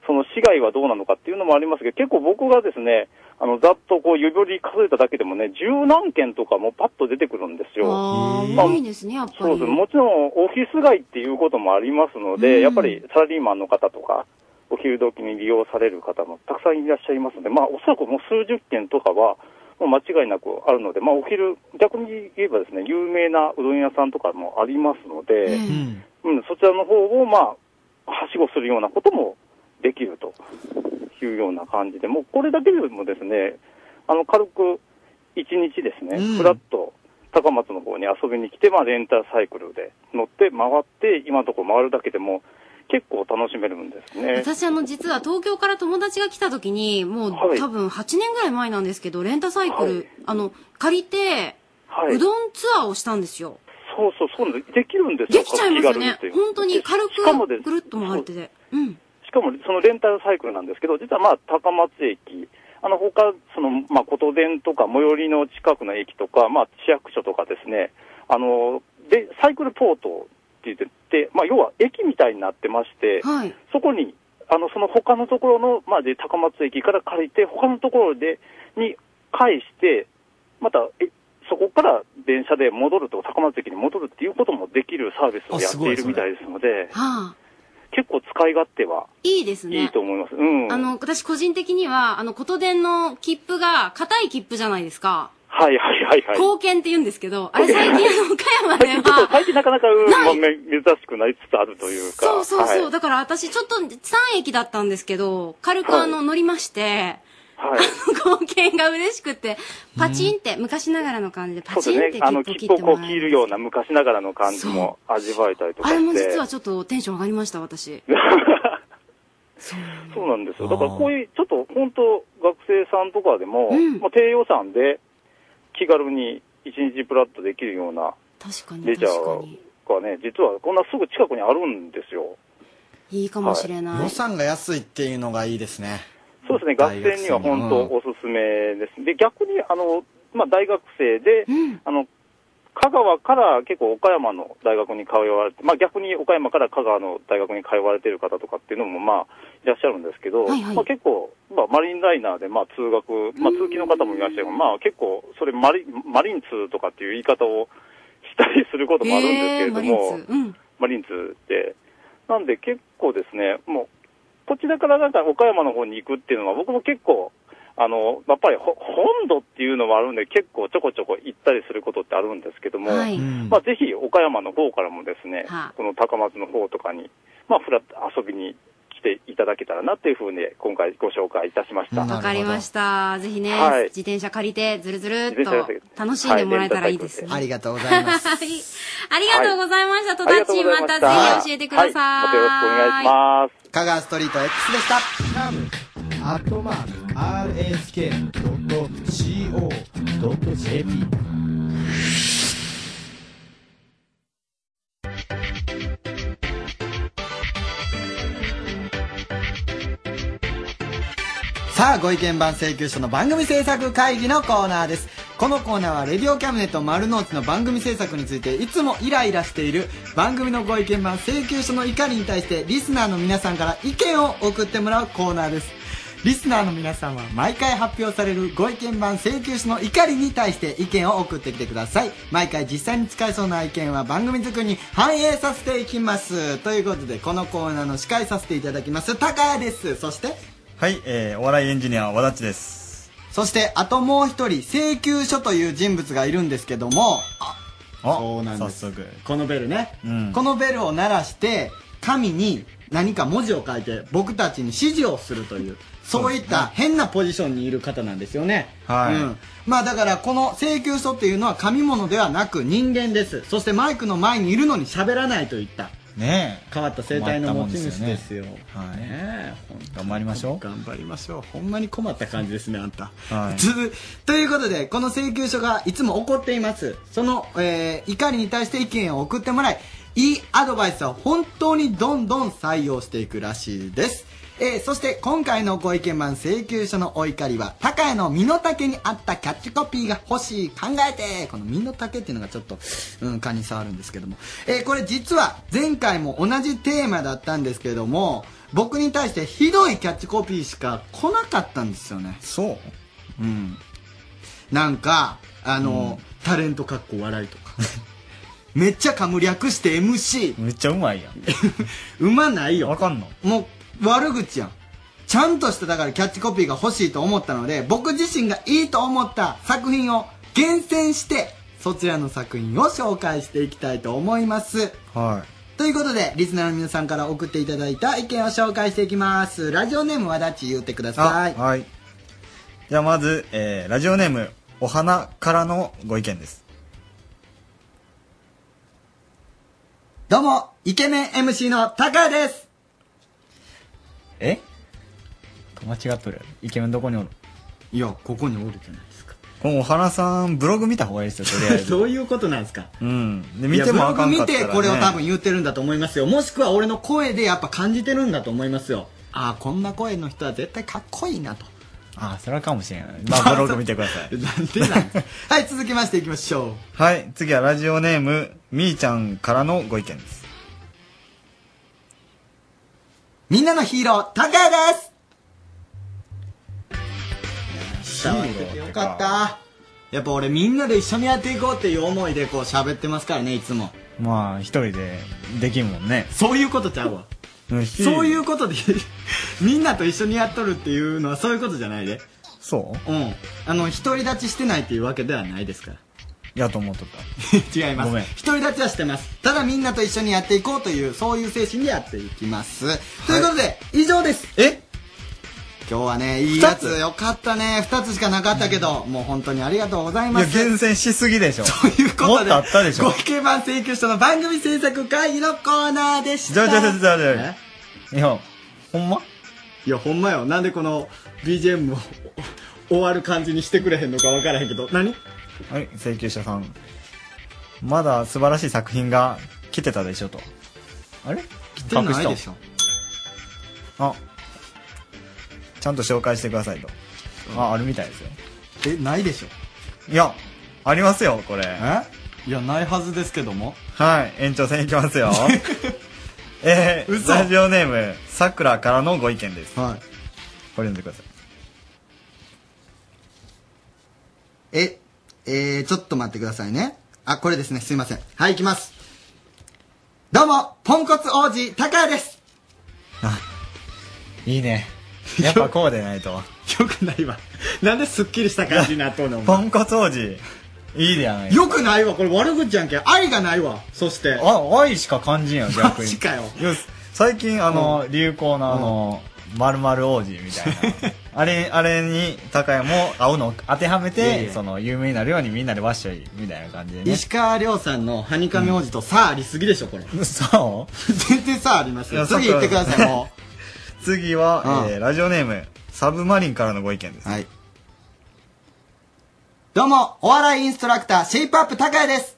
Speaker 22: その市街はどうなのかっていうのもありますけど、結構僕がですね、あの、ざっとこう、指折り数えただけでもね、十何件とかもパッと出てくるんですよ。
Speaker 3: あー
Speaker 22: まあ
Speaker 3: 多いですね、やっぱり。
Speaker 22: そうです。もちろん、オフィス街っていうこともありますので、
Speaker 3: うん
Speaker 22: やっぱりサラリーマンの方とか、お昼時に利用される方もたくさんいらっしゃいますので、まあ、おそらくもう数十件とかは、もう間違いなくあるので、まあ、お昼、逆に言えばですね、有名なうどん屋さんとかもありますので、うん、そちらの方を、まあ、はしごするようなこともできるというような感じで、もうこれだけでもですね、あの軽く1日ですね、ふらっと高松の方に遊びに来て、まあ、レンタルサイクルで乗って回って、今のところ回るだけでも結構楽しめるんですね。
Speaker 3: 私あの実は東京から友達が来た時にもう、
Speaker 22: はい
Speaker 3: 多分8年ぐらい前なんですけどレンタサイクル、あの借りて、
Speaker 22: はいう
Speaker 3: どんツアーをしたんですよ
Speaker 22: そうそう、そうなんです。できるんですよ。
Speaker 3: できちゃいますよ
Speaker 22: 気軽
Speaker 3: ね
Speaker 22: にっていう
Speaker 3: 本当に軽く
Speaker 22: しかもです
Speaker 3: ぐるっと回っててうん
Speaker 22: しかもそのレンタルサイクルなんですけど、実はまあ高松駅、あの他そのまあ琴電とか最寄りの近くの駅とか、まあ市役所とかですね、あのでサイクルポートって言ってて、まあ要は駅みたいになってまして、
Speaker 3: はい
Speaker 22: そこにあのその他のところのまあで高松駅から借りて他のところでに返して、またえそこから電車で戻ると高松駅に戻るっていうこともできるサービスをやっているみたいですので、
Speaker 3: はあ
Speaker 22: 結構使い勝手は。
Speaker 3: いいですね
Speaker 22: いいと思います。うん。
Speaker 3: あの私個人的にはあの琴電の切符が硬い切符じゃないですか
Speaker 22: はいはいはいはい。
Speaker 3: 貢献って言うんですけど、あれ最近あの岡山では、
Speaker 22: 最近なかなか、うんまあ、め珍しくなりつつあるというか。
Speaker 3: そうそうそう、
Speaker 22: はい、
Speaker 3: だから私ちょっと3駅だったんですけど、軽くあの乗りまして、 [laughs]
Speaker 22: はい。
Speaker 3: 貢献が嬉しくて、パチンって、昔ながらの感じでパ
Speaker 22: そう
Speaker 3: チン
Speaker 22: で
Speaker 3: っ
Speaker 22: す
Speaker 3: て
Speaker 22: ね。あの、
Speaker 3: 切符
Speaker 22: 切
Speaker 3: 切
Speaker 22: 符
Speaker 3: っ
Speaker 22: を
Speaker 3: て
Speaker 22: こ
Speaker 3: も
Speaker 22: う
Speaker 3: らえ
Speaker 22: 切
Speaker 3: る。
Speaker 22: るような昔ながらの感じも味わえたりとか
Speaker 3: あ
Speaker 22: して。
Speaker 3: れも実はちょっとテンション上がりました、私。
Speaker 22: そうなんですよ。だからこういう、ちょっと本当、学生さんとかでも、まあ、低予算で気軽に一日プラッとできるような
Speaker 3: 確かに
Speaker 22: レジャ
Speaker 3: 確か
Speaker 22: ーがね、実はこんなすぐ近くにあるんですよ。
Speaker 3: に。いいかもしれない。
Speaker 5: 予算が安いっていうのがいいですね。
Speaker 22: そうですね、学生には本当おすすめです。で、逆に、あの、まあ、大学生で、あの、香川から結構岡山の大学に通われて、まあ、逆に岡山から香川の大学に通われてる方とかっていうのも、まあ、いらっしゃるんですけど、まあ、結構、まあ、マリンライナーで、まあ、通学、まあ、通勤の方もいらっしゃるまあ、結構、それマリ、マリン通とかっていう言い方をしたりすることもあるんですけれども、
Speaker 3: えーマリンツう
Speaker 22: マ
Speaker 3: ん。
Speaker 22: リンツって、なんで結構ですね、もう、こちらからなんか岡山の方に行くっていうのは、僕も結構、あの、やっぱりほ本土っていうのもあるんで、結構ちょこちょこ行ったりすることってあるんですけども、
Speaker 3: はい
Speaker 22: まあぜひ岡山の方からもですね、
Speaker 3: はあ
Speaker 22: この高松の方とかに、まあふらっと遊びに来ていただけたらなっていうふうに、今回ご紹介いたしました。
Speaker 3: わかりました。ぜひね、
Speaker 22: はい
Speaker 3: 自転車借りて、ずるずるっ
Speaker 22: 自転車
Speaker 3: と
Speaker 22: 借りて
Speaker 3: 楽しんでもらえたらいいですね。
Speaker 5: ありがとうございます。
Speaker 3: はい。ありがとうございました。トタッチ、またぜひ教えてください。
Speaker 5: す。香川ストリート X でした。
Speaker 23: アットマーク RSK.CO.JP
Speaker 5: さあ、ご意見番請求書の番組制作会議のコーナーです。このコーナーは、レディオキャムネと丸の内の番組制作について、いつもイライラしている番組のご意見番請求書の怒りに対して、リスナーの皆さんから意見を送ってもらうコーナーです。リスナーの皆さんは毎回発表されるご意見版請求書の怒りに対して意見を送ってきてください毎回実際に使えそうな意見は番組作りに反映させていきますということでこのコーナーの司会させていただきます高谷ですそして
Speaker 2: はい、えー、お笑いエンジニア、和田っちです。
Speaker 5: そしてあともう一人請求書という人物がいるんですけどもそうなんです
Speaker 2: 早速。
Speaker 5: このベルね、このベルを鳴らして紙に何か文字を書いて僕たちに指示をするというそういった変なポジションにいる方なんですよね、
Speaker 2: はい
Speaker 5: うん、まあだからこの請求書っていうのは紙物ではなく人間ですそしてマイクの前にいるのに喋らないといった
Speaker 2: ね
Speaker 5: 変わった生態の持ち主ですよ
Speaker 2: はい。
Speaker 5: ね
Speaker 2: 頑張りましょう。
Speaker 5: 頑張りましょう。ほんまに困った感じですね、あんた。
Speaker 2: はい。
Speaker 5: ずということでこの請求書がいつも起こっていますその、えー怒りに対して意見を送ってもらいいいアドバイスは本当にどんどん採用していくらしいです、えーそして今回のご意見版請求書のお怒りは高谷の身の丈に合ったキャッチコピーが欲しい考えてこの身の丈っていうのがちょっと、うん、蚊に触るんですけども、えーこれ実は前回も同じテーマだったんですけども僕に対してひどいキャッチコピーしか来なかったんですよね
Speaker 2: そう
Speaker 5: うん、なんかあの、タレントかっこ笑いとか [laughs] めっちゃかむ略して MC
Speaker 2: めっちゃうま
Speaker 5: [laughs]
Speaker 2: いやん
Speaker 5: うまないよ
Speaker 2: わかんの
Speaker 5: もう悪口やんちゃんとしただからキャッチコピーが欲しいと思ったので僕自身がいいと思った作品を厳選してそちらの作品を紹介していきたいと思います
Speaker 2: は
Speaker 5: ということでリスナーの皆さんから送っていただいた意見を紹介していきますラジオネーム和田っち言ってくだ
Speaker 2: い。
Speaker 5: さい
Speaker 2: あはい。じゃあまず、えー、ラジオネーム、お花からのご意見です。
Speaker 5: どうも、イケメン MC の高谷です。
Speaker 2: え間違っとるやろイケメンどこにおる
Speaker 5: いや、ここにおるじゃないですか。
Speaker 2: このお花さん、ブログ見た方がいいですよ、とりあえず。
Speaker 5: [laughs] そういうことなんですか。
Speaker 2: うん。で、見てもあかんかったら、ね。
Speaker 5: いやブログ見てこれを多分言ってるんだと思いますよ。もしくは俺の声でやっぱ感じてるんだと思いますよ。ああ、こんな声の人は絶対かっこいいなと。
Speaker 2: あ、それはかもしれない。まあ、ブログ見てくだ
Speaker 5: [laughs]
Speaker 2: さい。
Speaker 5: なんでなんはい、続きましていきましょ
Speaker 2: はい、次はラジオネーム、みーちゃんからのご意見です。
Speaker 5: う。みんなのヒーロー、高谷です
Speaker 2: ヒーローってか
Speaker 5: よかった。やっぱ俺みんなで一緒にやっていこうっていう思いでこう喋ってますからね、いつも。
Speaker 2: まあ、一人でできんもんね。
Speaker 5: そういうことちゃうわ。
Speaker 2: うん
Speaker 5: そういうことで [laughs] みんなと一緒にやっとるっていうのはそういうことじゃないで
Speaker 2: そう
Speaker 5: うんあの独り立ちしてないっていうわけではないですから
Speaker 2: やと思っとっ
Speaker 5: [laughs] 違いま
Speaker 2: ごめん
Speaker 5: す独り立ちはしてますただみんなと一緒にやっていこうというそういう精神でやっていきます、ということで以上です
Speaker 2: え
Speaker 5: 今日はねいいやつよかったね2つしかなかったけど、もう本当にありがとうござ
Speaker 2: た。
Speaker 5: い
Speaker 2: い
Speaker 5: ま
Speaker 2: や、
Speaker 5: す
Speaker 2: 厳選しすぎでしょ。と
Speaker 5: いうこ
Speaker 2: もっ
Speaker 5: とで
Speaker 2: とあったでしょ
Speaker 5: ご。意見番請求書の番組制作会議のコーナーでした
Speaker 2: じゃあじゃあじゃあじゃあじゃあいや、ほんま
Speaker 5: いやほんまよなんでこの BGM を終わる感じにしてくれへんのか分からへんけど何
Speaker 2: はい、請求者さん。まだ素晴らしい作品が来てたでしょと。あれ来
Speaker 5: てないでしょ
Speaker 2: あ、ちゃんと紹介してくださいと。あ、あるみたいですよ。
Speaker 5: え、ないでしょ
Speaker 2: いや、ありますよ、これ。
Speaker 5: いやないはずですけども
Speaker 2: はい、延長戦いきます
Speaker 5: [laughs]
Speaker 2: よ。えー、
Speaker 5: 嘘
Speaker 2: ラジオネーム、さくらからのご意見です。
Speaker 5: はい。
Speaker 2: これ読んでください。
Speaker 5: え、えー、ちょっと待ってくださいね。あ、これですね。すいません。はい、いきます。どうも、ポンコツ王子、高谷です。
Speaker 2: いいね。やっぱこうで
Speaker 5: [laughs]
Speaker 2: ないと。よ
Speaker 5: くないわ。なんですっきりした感じになっとんの
Speaker 2: ポンコツ王子。いいでやない。
Speaker 5: よくないわ。これ悪口やんけ。愛がないわ。そして。
Speaker 2: あ、愛しか感じんやん、逆に。
Speaker 5: マジかよ。
Speaker 2: 最近、あの、流行のあの、まるまる王子みたい
Speaker 5: [laughs]
Speaker 2: な。あれ、あれに、高谷も合うのを当てはめ
Speaker 5: いやい
Speaker 2: て、
Speaker 5: や
Speaker 2: その、有名になるようにみんなでわっしょい、みたいな感じでね。
Speaker 5: 石川亮さんのハニカミ王子とさありすぎでしょ、これ。
Speaker 2: そう
Speaker 5: 全然さありますよ。次行ってください、もう。
Speaker 2: う。次は、
Speaker 5: うん
Speaker 2: えーラジオネーム、サブマリンからのご意見です。
Speaker 5: はい。どうも、お笑いインストラクター、シェイプアップ高谷です。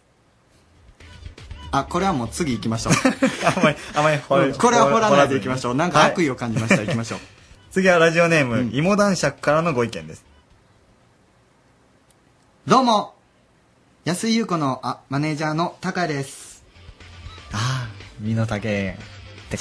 Speaker 5: あ、これはもう次行きましょ
Speaker 2: [laughs]
Speaker 5: う。
Speaker 2: あまり掘ら
Speaker 5: うんこれは掘らないでいきましょう。なんか
Speaker 2: はい
Speaker 5: 悪意を感じました。行きましょう。
Speaker 2: 次はラジオネーム、芋男爵からのご意見です。
Speaker 5: どうも、安井優子の、あ、マネージャーの高谷です。
Speaker 2: 身の丈。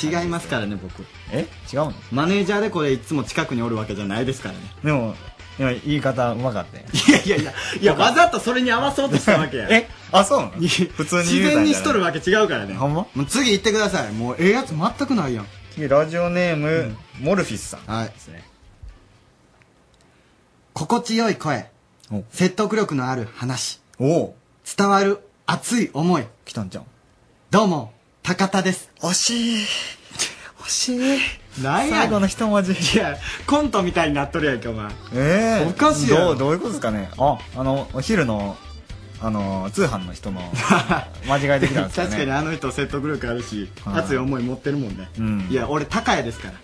Speaker 5: 違いますからね僕
Speaker 2: え違うの
Speaker 5: マネージャーでこれいつも近くにおるわけじゃないですからね
Speaker 2: でも今言い方うまかったよ
Speaker 5: いやいやいやいやわざとそれに合わそうとしたわけや
Speaker 2: えあそうなの普通に
Speaker 5: 自
Speaker 2: 言うた
Speaker 5: 然
Speaker 2: ん
Speaker 5: に
Speaker 2: じゃ
Speaker 5: し
Speaker 2: な
Speaker 5: と
Speaker 2: い
Speaker 5: るわけ違うからね
Speaker 2: ほんま
Speaker 5: もう次行ってくださいもうええやつ全くないやん
Speaker 2: 次ラジオネーム、モルフィスさん
Speaker 5: はい
Speaker 2: ですね
Speaker 5: 心地よい声説得力のある話伝わる熱い思い
Speaker 2: きたんちゃん
Speaker 5: どうも高田です
Speaker 2: 惜しい惜しい
Speaker 5: 何や
Speaker 2: 最後の一文字
Speaker 5: いやコントみたいになっとるやんけお前
Speaker 2: ええ
Speaker 5: おかしいやろ
Speaker 2: どうどういうことですかねああのお昼のあの通販の人
Speaker 5: [laughs]
Speaker 2: の間違えてきたんですかね
Speaker 5: 確かにあの人説得力あるし
Speaker 2: はい
Speaker 5: 熱い思い持ってるもんね、
Speaker 2: うん
Speaker 5: いや俺高谷ですから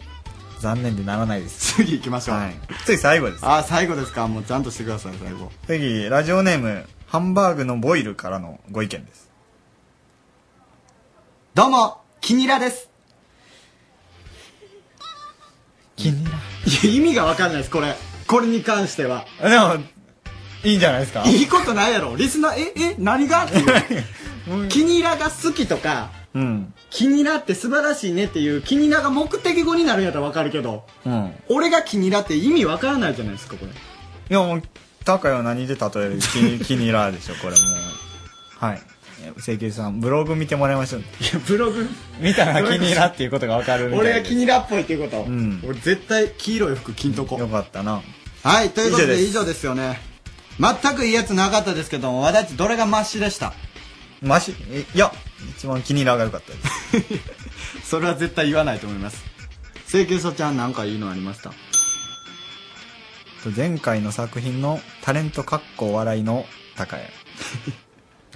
Speaker 2: 残念でならないです
Speaker 5: 次行きましょう、
Speaker 2: 次最後です
Speaker 5: あ最後ですかもうちゃんとしてください最後
Speaker 2: 次ラジオネームハンバーグのボイルからのご意見です
Speaker 5: どうもキニラです
Speaker 2: キニラ
Speaker 5: いや意味が分かんないですこれこれに関しては
Speaker 2: でもいいんじゃないですか
Speaker 5: いいことないやろリスナーええ何がって [laughs] いうキニラが好きとか
Speaker 2: うん
Speaker 5: 気になって素晴らしいねっていう気になが目的語になるんやったらわかるけど
Speaker 2: うん
Speaker 5: 俺が気になって意味わからないじゃないですかこれ
Speaker 2: いやもう高いは何で例える気に気に入らんでしょこれもうはい請求さんブログ見てもらいましょうい
Speaker 5: やブログ
Speaker 2: 見たら気に入らんっていうことが分かるみたい
Speaker 5: 俺
Speaker 2: で
Speaker 5: が
Speaker 2: す
Speaker 5: 気になっぽいっていうこと、
Speaker 2: うん
Speaker 5: 俺絶対黄色い服着んとこ、
Speaker 2: よかったな
Speaker 5: はいということ
Speaker 2: 以上で
Speaker 5: です以上ですよね全くいいやつなかったですけども私どれがマシでした
Speaker 2: マシえいや一番気に入らんが良かったです
Speaker 5: [laughs] それは絶対言わないと思います請求書ちゃんなんかいいのありました
Speaker 2: と前回の作品のタレントかっこ笑いの高谷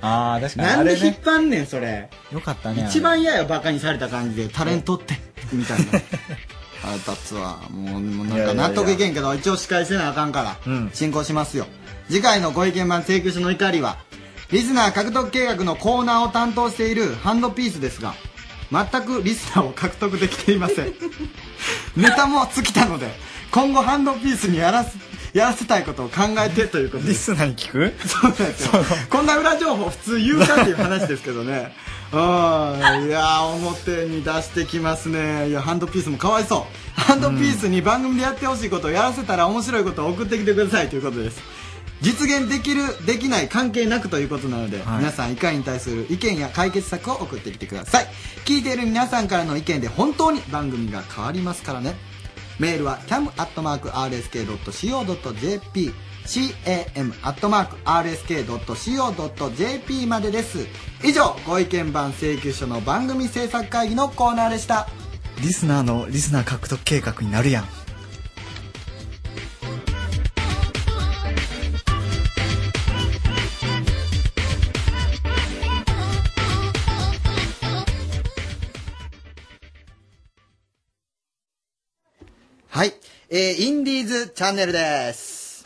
Speaker 2: ああ確かに
Speaker 5: な
Speaker 2: あ
Speaker 5: んで
Speaker 2: れ
Speaker 5: 引っ
Speaker 2: ね
Speaker 5: 張んねんそれ
Speaker 2: よかったね
Speaker 5: 一番嫌よバカにされた感じでタレントってみたいな腹立つわもうもうなんか納得いけんけど一応仕返せなあかんから、進行しますよ次回のご意見番請求書の怒りはリスナー獲得計画のコーナーを担当しているハンドピースですが全くリスナーを獲得できていま
Speaker 2: [laughs]
Speaker 5: せんネタも尽きたので今後ハンドピースにやらせやらせたいことを考えてということリ
Speaker 2: スナーに聞く
Speaker 5: そうなんですよこんな裏情報普通言うかっていう話ですけど
Speaker 2: [laughs]
Speaker 5: ねうんいやー表に出してきますねいやハンドピースもかわいそうハンドピースに番組でやってほしいことをやらせたら面白いことを送ってきてくださいということです実現できるできない関係なくということなので、
Speaker 2: はい
Speaker 5: 皆さんいかに対する意見や解決策を送ってきてください聞いている皆さんからの意見で本当に番組が変わりますからねメールは cam.rsk.co.jp cam.rsk.co.jp までです以上ご意見番請求書の番組制作会議のコーナーでした
Speaker 2: リスナーのリスナー獲得計画になるやん
Speaker 5: はい、えー、インディーズチャンネルです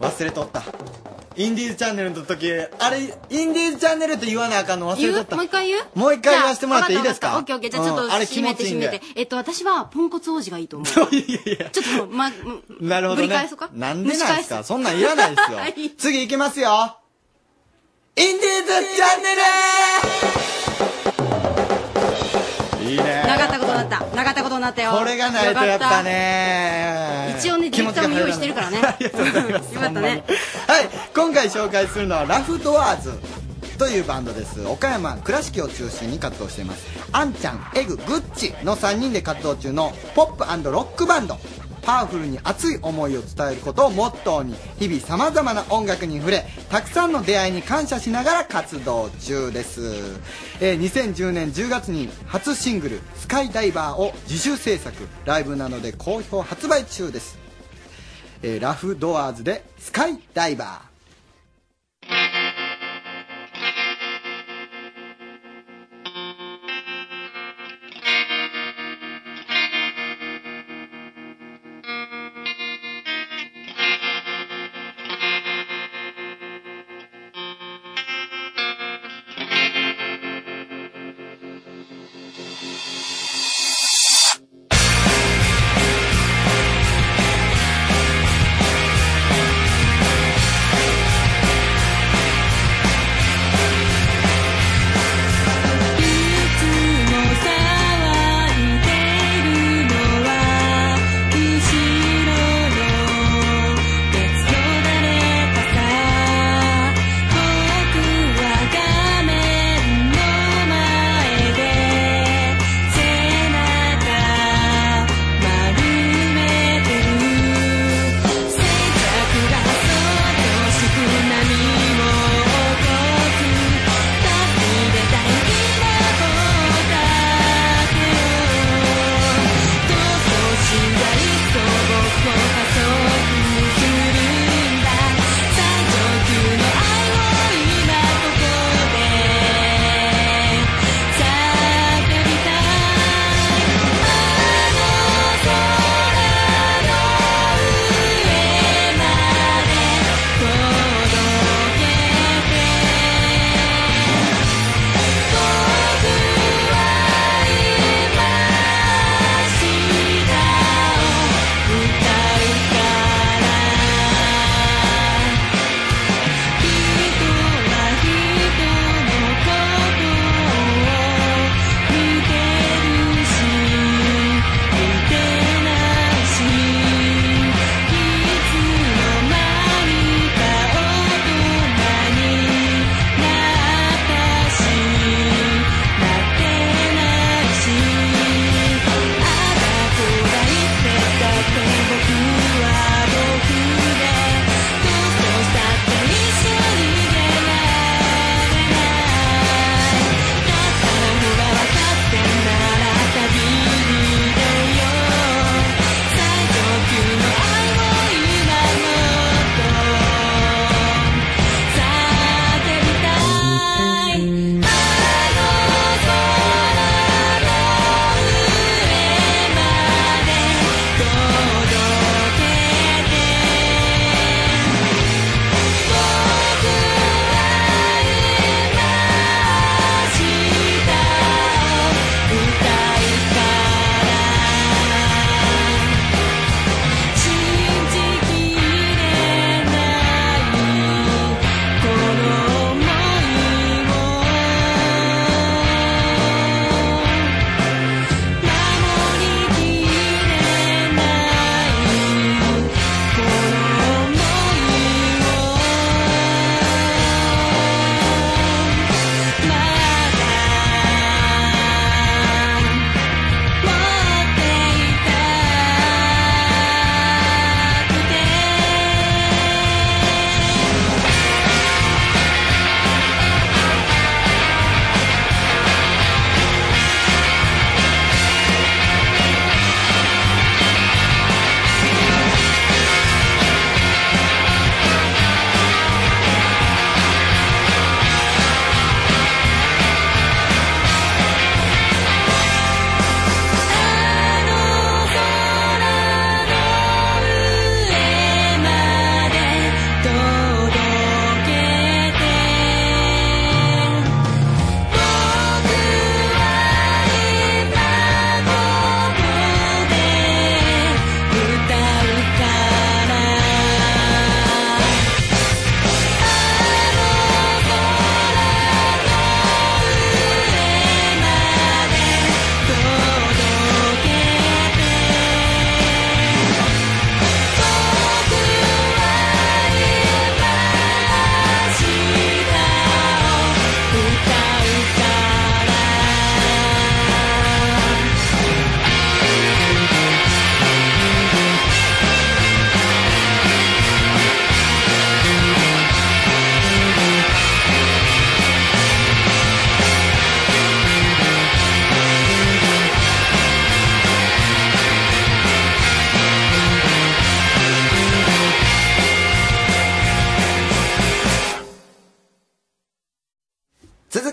Speaker 5: 忘れとったインディーズチャンネルの時あれインディーズチャンネルって言わなあかんの忘れと
Speaker 3: 言
Speaker 5: っ
Speaker 3: う
Speaker 5: た
Speaker 3: もう一回言う
Speaker 5: もう一回言わせてもらっていいです
Speaker 3: じ
Speaker 5: か
Speaker 3: ゃあわったわったオッケーオッケー。じゃあちょっ
Speaker 5: うん
Speaker 3: と
Speaker 5: あれ
Speaker 3: 締めて
Speaker 5: 気持ちいい
Speaker 3: 締
Speaker 5: んで
Speaker 3: めて。えっと、私はポンコツ王子がいいと思う。ちょっと、ま、む
Speaker 5: なるほどね
Speaker 3: ぶり返そうか
Speaker 5: なんでな
Speaker 3: 蒸
Speaker 5: んですか
Speaker 3: し返
Speaker 5: そんなんいらないです
Speaker 3: [laughs]
Speaker 5: よ
Speaker 3: はい
Speaker 5: 次行きますよインディーズチャンネルいいね
Speaker 3: なかったことになった。なかったことになったよ。
Speaker 5: これがないとやっぱ
Speaker 3: よ
Speaker 5: ね
Speaker 3: かった。一応ね、ディレクターも用意してるから
Speaker 5: [laughs]
Speaker 3: ね。 [laughs] よかったね。
Speaker 5: はい、今回紹介するのはラフドワーズというバンドです岡山倉敷を中心に活動していますあんちゃんエググッチの3人で活動中のポップロックバンドパワフルに熱い思いを伝えることをモットーに日々さまざまな音楽に触れたくさんの出会いに感謝しながら活動中です、えー2010年10月に初シングル「スカイダイバー」を自主制作ライブなどで好評発売中ですえーラフドアーズでスカイダイバ
Speaker 4: 「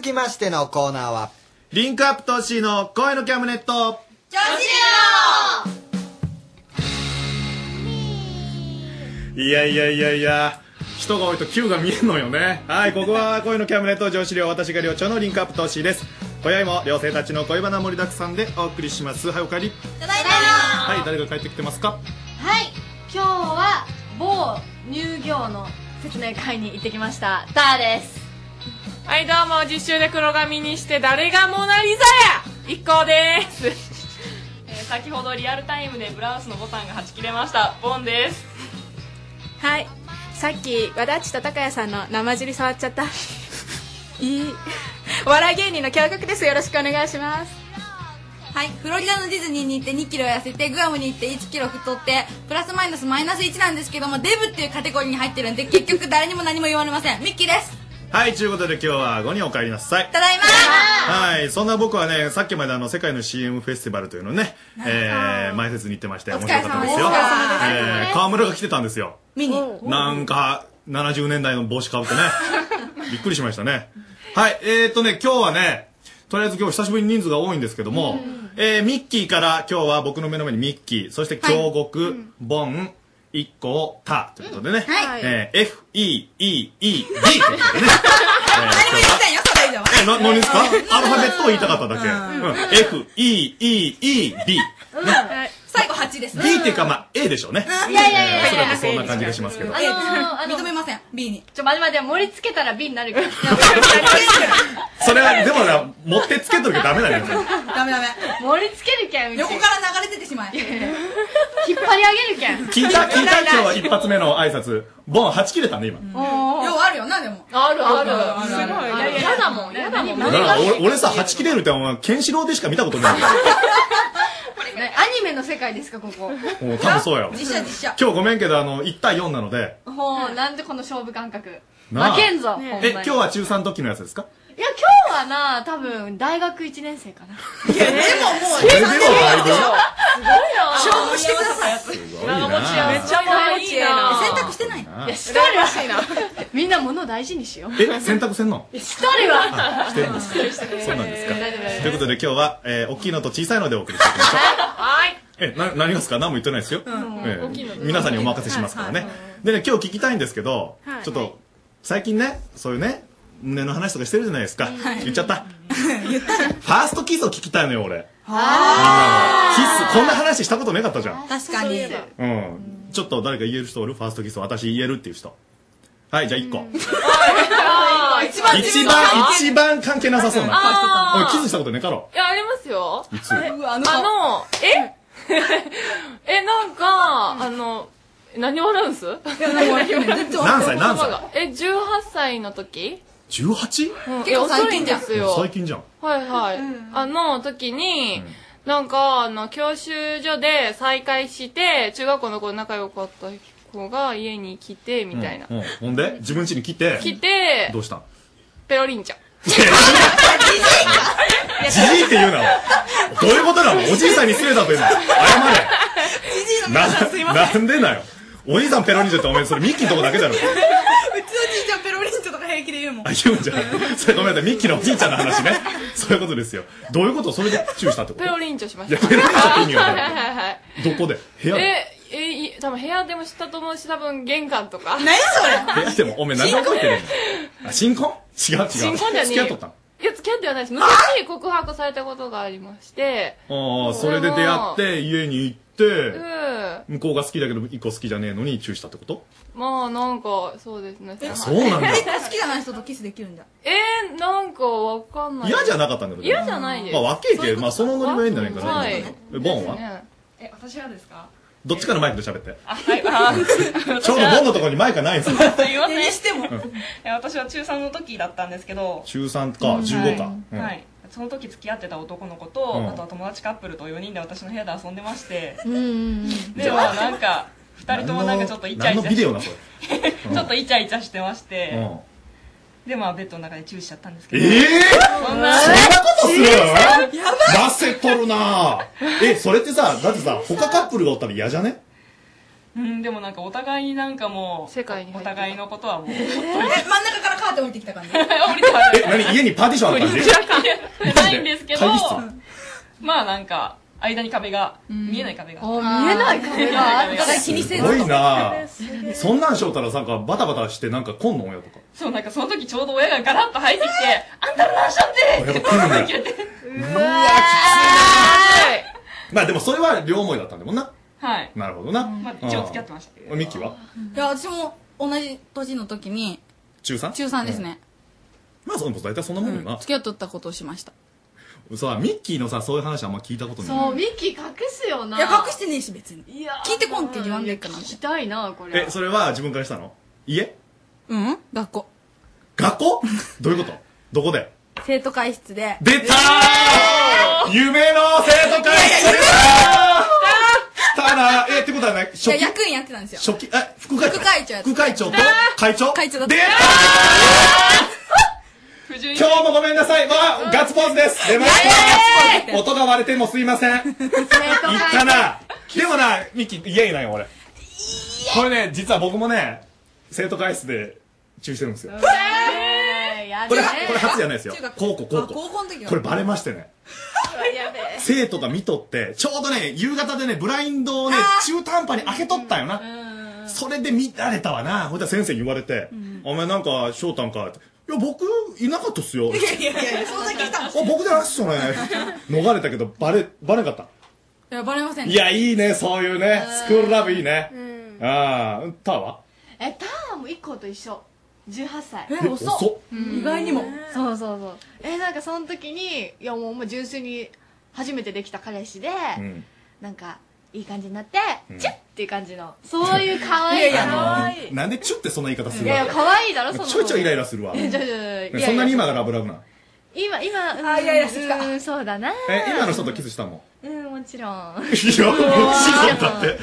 Speaker 5: きましてのコーナーは、
Speaker 24: リンクアップ投資の声のキャムネット。いやいやいやいや人が多いと Q が見えるのよねはいここは恋のキャムネット上司寮私が寮長のリンクアップ投資です今宵も寮生たちの恋バナ盛りだくさんでお送りしますはいおかえり
Speaker 4: ただいま
Speaker 24: はい誰が帰ってきてますか
Speaker 15: はい今日は某乳業の説明会に行ってきましたターです
Speaker 25: はい、どうも、実習で黒髪にして、誰がモナリザや一行です、えー先ほどリアルタイムでブラウスのボタンがはち切れました、ボンです。
Speaker 26: はいさっき和田っちと高谷さんの生尻触っちゃったいいお笑い芸人の共学ですよろしくお願いします
Speaker 27: はい、フロリダのディズニーに行って2キロ痩せてグアムに行って1キロ太ってプラスマイナスマイナス1なんですけどもデブっていうカテゴリーに入ってるんで結局誰にも何も言われませんミッキーです
Speaker 24: はいということで今日は5人お帰りなさい
Speaker 27: ただいま
Speaker 24: はいそんな僕はねさっきまであの世界の CM フェスティバルというのをね、えー、前説に行ってまして面白かったですよ
Speaker 27: お疲れ様です
Speaker 24: えー、河村が来てたんですよ
Speaker 27: 見に
Speaker 24: なんか、70年代の帽子かぶって
Speaker 27: [laughs]
Speaker 24: ね。びっくりしましたね。はい、えーっとね、今日はね、とりあえず今日久しぶりに人数が多いんですけども、えー、ミッキーから今日は僕の目の前にミッキー、そして京極、ボン、一個、た、ということでね、
Speaker 27: はい
Speaker 24: えー、F, E, E, E, D
Speaker 27: [laughs]
Speaker 24: ということでね。何も言いま
Speaker 27: せんよ、それ以上
Speaker 24: え、な、何ですかアルファベットを言いたかっただけ。うん、F, E, E, E, D。
Speaker 27: 最後8です
Speaker 24: D っていうか、まあ、A でしょうね。
Speaker 27: いやいやい
Speaker 24: えー
Speaker 27: や
Speaker 24: おそらくそんな感じがしますけど。
Speaker 27: あのー、認めません B に
Speaker 15: ちょ待て待て盛り付けたら B になるから
Speaker 24: それは、でもな、持ってつけとるけどダメだよ。
Speaker 27: ダメダメ
Speaker 15: 盛り付けるけん
Speaker 27: 横から流れ出てしまえ
Speaker 15: [laughs] 引っ張り上げるけん
Speaker 24: 聞いた、聞いた今日は一発目の挨拶。ボン、はち切れたね、今。
Speaker 27: ようあるよなでも
Speaker 15: あるある
Speaker 27: あるある
Speaker 15: すごい
Speaker 27: ある
Speaker 15: いやいや嫌だもん嫌だもん
Speaker 24: だから俺俺さ、はち切れるってお前、ケンシロウでしか見たことないんだよ。
Speaker 15: ねアニメの世界ですかここ
Speaker 24: もう多分そうやわ。
Speaker 15: 実写実写
Speaker 24: 今日ごめんけど、あの、1対4なので。
Speaker 15: ほうなんでこの勝負感覚
Speaker 24: なあ
Speaker 15: 負けんぞ、
Speaker 24: え、今日は中3時のやつですか
Speaker 15: いや今日はな多分大学1年生かな
Speaker 24: それでもだいぶ。
Speaker 15: すごいよ
Speaker 27: 勝負してください
Speaker 24: 長持ちやめっ
Speaker 15: ちゃ長持ちやな
Speaker 27: 洗濯してない
Speaker 24: なあ
Speaker 15: いやしとるらしいなみんな物を大事にしよう
Speaker 24: え、洗濯せんの
Speaker 15: いやしとるわ
Speaker 24: あしてるんですかそうなんですか
Speaker 15: 大丈夫大丈夫
Speaker 24: ということで今日は、えー大きいのと小さいのでお送りしていきましょう。
Speaker 25: はい。
Speaker 24: え、な、何がですか何も言ってないですよ。
Speaker 25: ん
Speaker 24: え
Speaker 25: 大きいので
Speaker 24: 皆さんにお任せしますからね。でね、今日聞きたいんですけど、
Speaker 25: はい
Speaker 24: ちょっと、最近ね、そういうね、胸の話とかしてるじゃないですか。
Speaker 27: はい
Speaker 24: 言っちゃ
Speaker 25: [laughs]
Speaker 24: った。ファーストキスを聞きたいのよ、俺。キス、こんな話したことなかったじゃん。
Speaker 27: 確かに
Speaker 24: うん。ちょっと誰か言える人おるファーストキス、私言えるっていう人。はい、じゃあ1個。
Speaker 25: 一番
Speaker 24: 一番、一番関係なさそう
Speaker 25: あー
Speaker 24: な。俺キスしたことねえかろ。
Speaker 25: いや、ありますよ。
Speaker 24: いつ
Speaker 25: え
Speaker 24: う
Speaker 25: あの、ええ、なんか、あの、何笑うんす
Speaker 24: 何笑う何歳何歳
Speaker 25: え、18歳の時
Speaker 24: 18?
Speaker 25: うん
Speaker 27: 結構最近じゃ
Speaker 25: いや
Speaker 27: ん
Speaker 25: 遅いんですよ
Speaker 24: 最近じゃん。
Speaker 25: はいはい。あの時に、なんか、あの、教習所で再会して、中学校の頃仲良かった子が家に来て、みたいな。
Speaker 24: うんうんほんで、自分家に来て、
Speaker 25: 来て
Speaker 24: どうしたん
Speaker 25: ペロリンちゃん。
Speaker 24: じじいって言うなおどういうことなのおじいさんに失礼だぞ今
Speaker 25: [laughs]
Speaker 24: 謝れな
Speaker 17: [laughs]
Speaker 6: [laughs]
Speaker 24: なんでなよおじいさんペロリンジョってお前それミッキーのとこだけだろ
Speaker 27: うちのじいちゃんペロリンチョとか平気で言うもん
Speaker 24: あ言うんじゃないそれごめんなさいミッキーのおじいちゃんの話ねそういうことですよどういうことそれで注意したってこ
Speaker 25: ペ
Speaker 24: と
Speaker 25: ロリンちょしました。
Speaker 24: いやペロリンチョって意味わかんない
Speaker 25: はいはいはい。
Speaker 24: どこで部屋で
Speaker 25: え、え、い多分部屋でもしたと思うし、多分玄関とか。
Speaker 27: [laughs] 何やそれ
Speaker 24: 部屋でもお前何で覚えてるのあ新婚違う違う
Speaker 25: 新婚じゃね
Speaker 24: 付
Speaker 25: えよ
Speaker 24: き合っとったの
Speaker 25: いや、付き合ってはないです。昔告白されたことがありまして、
Speaker 24: ああそれで出会って家に行って
Speaker 25: うん。
Speaker 24: 向こうが好きだけど一個好きじゃねえのに注意したってこと
Speaker 25: まあ、なんか、そうですね。
Speaker 24: そうなんだ
Speaker 27: 結構好きじゃない人とキスできるんだ
Speaker 25: えー、なんかわかんない。
Speaker 24: 嫌じゃなかったんだけど
Speaker 25: 嫌じゃないです。
Speaker 24: まあ若いけどまあそのノリはいいんじゃないかな
Speaker 25: はい
Speaker 24: えボンは
Speaker 25: え、私はですか
Speaker 24: どっちかのマイクで喋って
Speaker 25: あ、はい、あー
Speaker 24: ちょうどボンのところにマイクがないんですよ
Speaker 25: すいません。しても。私は中3の時だったんですけど、
Speaker 24: 中3か15か、うん
Speaker 28: はい、その時付き合ってた男の子と、
Speaker 24: うん
Speaker 28: あとは友達カップルと4人で私の部屋で遊んでまして、
Speaker 15: うん
Speaker 28: ではなんか2人ともなんかちょっとイチャイチャ
Speaker 24: 何のビデオなそれうん
Speaker 28: ちょっとイチャイチャしてまして、
Speaker 24: うん
Speaker 28: でまあベッドの中でチューしちゃったんですけ
Speaker 24: え
Speaker 28: ど
Speaker 24: え
Speaker 28: そ
Speaker 24: そ
Speaker 28: ん
Speaker 24: ん
Speaker 28: な
Speaker 24: なことする
Speaker 28: えーや
Speaker 24: 出せとるなぁえそれってさだってさ他カップルがおったら嫌じゃね
Speaker 28: うん、でもなんかお互いなんかもう、世界にお互いのこと [laughs] はもう、
Speaker 27: 真ん中からカーテン降りてきた感じ。
Speaker 24: え、何家にパーティションあったんで
Speaker 28: ないんですけど
Speaker 24: 会議室、
Speaker 28: まあなんか、間に壁が、見えない壁が。
Speaker 27: 見えない壁があった
Speaker 28: 見えない壁
Speaker 27: から気にせ
Speaker 24: す
Speaker 28: ず
Speaker 24: ごいなそんなんしよったらなんかバタバタしてなんか来んの親と
Speaker 28: [laughs]
Speaker 24: か。
Speaker 28: そう、なんかその時ちょうど親がガラッと入ってきて、あんたら何しちゃってってドアが切れて。うわ
Speaker 24: まあでもそれは両思いだったんだもんな。
Speaker 27: はい。
Speaker 24: なるほどな。
Speaker 27: まあ
Speaker 24: うん
Speaker 27: 一応付き合ってました
Speaker 24: あミッキーはい
Speaker 27: や、私も同じ年の時に、
Speaker 24: 中 3?
Speaker 27: 中3です。ね。
Speaker 24: まあその大体そんなもんよな。
Speaker 27: 付き合っとったことをしました。
Speaker 24: さ、ミッキーのさ、そういう話あんま聞いたことない。
Speaker 27: そう
Speaker 15: ミッキー隠すよない
Speaker 27: いや、隠してねえし、別に。
Speaker 15: いや
Speaker 27: 聞いてこんって言わんでっかな。聞き
Speaker 15: たいな、こ
Speaker 24: え、それは自分からしたの家
Speaker 27: うん学校。
Speaker 24: 学校どういう
Speaker 27: [laughs]
Speaker 24: ことどこで
Speaker 27: 生徒会室で。
Speaker 24: 出たー夢の生徒会室出たー来たなーえ、ってことはね、
Speaker 27: い
Speaker 24: 初
Speaker 27: や、
Speaker 24: 期
Speaker 27: 役員やってたんですよ。
Speaker 24: 初期、え、副会長
Speaker 27: 副会長やって
Speaker 24: 副会長と会長
Speaker 27: 会長だった。
Speaker 24: 出たー今日もごめんなさい。わあ、ガッツポーズです。出ました音が割れてもすいません。いったな。でもな、ミキ、イエイなんよ、俺。これね、実は僕もね、生徒会室で注意してるんですよ。
Speaker 27: えーや
Speaker 24: こ
Speaker 27: べ
Speaker 24: れ、
Speaker 27: え
Speaker 24: これ初じゃないですよ
Speaker 27: 中学。
Speaker 24: 高校、高
Speaker 27: あ高
Speaker 24: 校
Speaker 27: 校の時。は
Speaker 24: これバレましてね。
Speaker 27: やべえ
Speaker 24: 生徒が見とって、ちょうどね、夕方でね、ブラインドをね、中途半端に開けとったんよな。それで見られたわな。ほいで先生に言われて、お前なんか、翔太んかって。いや、僕、いなかったっすよ。
Speaker 27: いやいやいや、そんな聞いたの
Speaker 24: あ僕じゃないっすよね。逃れたけど、バレ、バレなかっ
Speaker 27: いや、バレませ
Speaker 24: た。
Speaker 27: んね
Speaker 24: いや、いいね、そういうね。スクールラブいいね。ああ、タワ
Speaker 15: え、ターンも一個と一緒。18歳。
Speaker 24: ええ遅っ遅っ
Speaker 27: 意外にも。
Speaker 15: そうそうそう。え、なんかその時に、いやもうもう純粋に初めてできた彼氏で、
Speaker 24: うん
Speaker 15: なんか、いい感じになって、
Speaker 24: うん
Speaker 15: チュッっていう感じの。そういう
Speaker 24: [laughs]
Speaker 15: 可愛い。
Speaker 27: いやいや
Speaker 15: 可
Speaker 24: あ
Speaker 15: 愛い。
Speaker 24: の、なんでチュってそんな言い方す
Speaker 15: い
Speaker 24: るわ
Speaker 15: やいや、可愛いだろ、その。
Speaker 24: ちょいちょいイライラするわ。
Speaker 15: いやちょいちょい
Speaker 24: ね
Speaker 15: いやいや
Speaker 24: そんなに今がラブラブなの
Speaker 15: 今、今、あ、イライラしてきた。うん、そうだな。
Speaker 24: え、今の人とキスしたもん。
Speaker 15: うん、もち
Speaker 24: [laughs]
Speaker 15: ろん。あ
Speaker 24: いや、もちろんだって。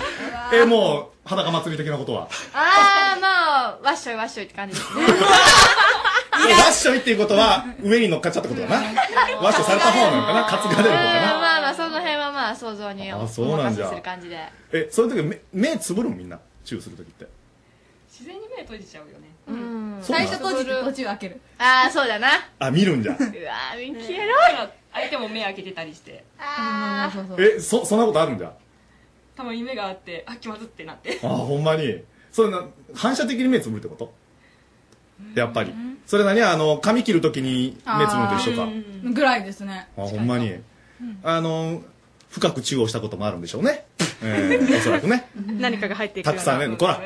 Speaker 24: え、もう、裸祭り的なことは。
Speaker 15: あー、まあ、わっしょいわっしょいって感じですね。
Speaker 24: えワッショイっていうことは、上に乗っかっちゃったことだな。ワッショイされた方なのかな担がれるの
Speaker 15: うん
Speaker 24: かな
Speaker 15: まあまあ、その辺はまあ、想像にお
Speaker 24: あそうなんじ
Speaker 15: 任せ
Speaker 24: ゃ
Speaker 15: する感じで。
Speaker 24: え、そういう時目、目つぶるもんみんな。チューする時って。
Speaker 28: 自然に目閉じちゃうよね。
Speaker 15: うん
Speaker 24: そうなんだ最初
Speaker 27: 閉じて
Speaker 15: 途中開ける。ああ、そうだな。
Speaker 24: あ、見るんじゃ
Speaker 15: う。わー、ミッキーエロい。
Speaker 28: 相手も目開けてたりして。
Speaker 15: あー。
Speaker 24: え、そ、そんなことあるんじゃ。
Speaker 28: たまに目があって、あ、気まずってなって。
Speaker 24: あ、ほんまに。それな、反射的に目つぶるってことやっぱり。それなに、あの、髪切る時に目つぶると一緒か。
Speaker 27: か。ぐらいですね。
Speaker 24: あ、ほんまに
Speaker 27: うん。
Speaker 24: あの、深く中をしたこともあるんでしょうね。えーおそらくね。
Speaker 28: 何かが入って
Speaker 24: たくさんね、こら。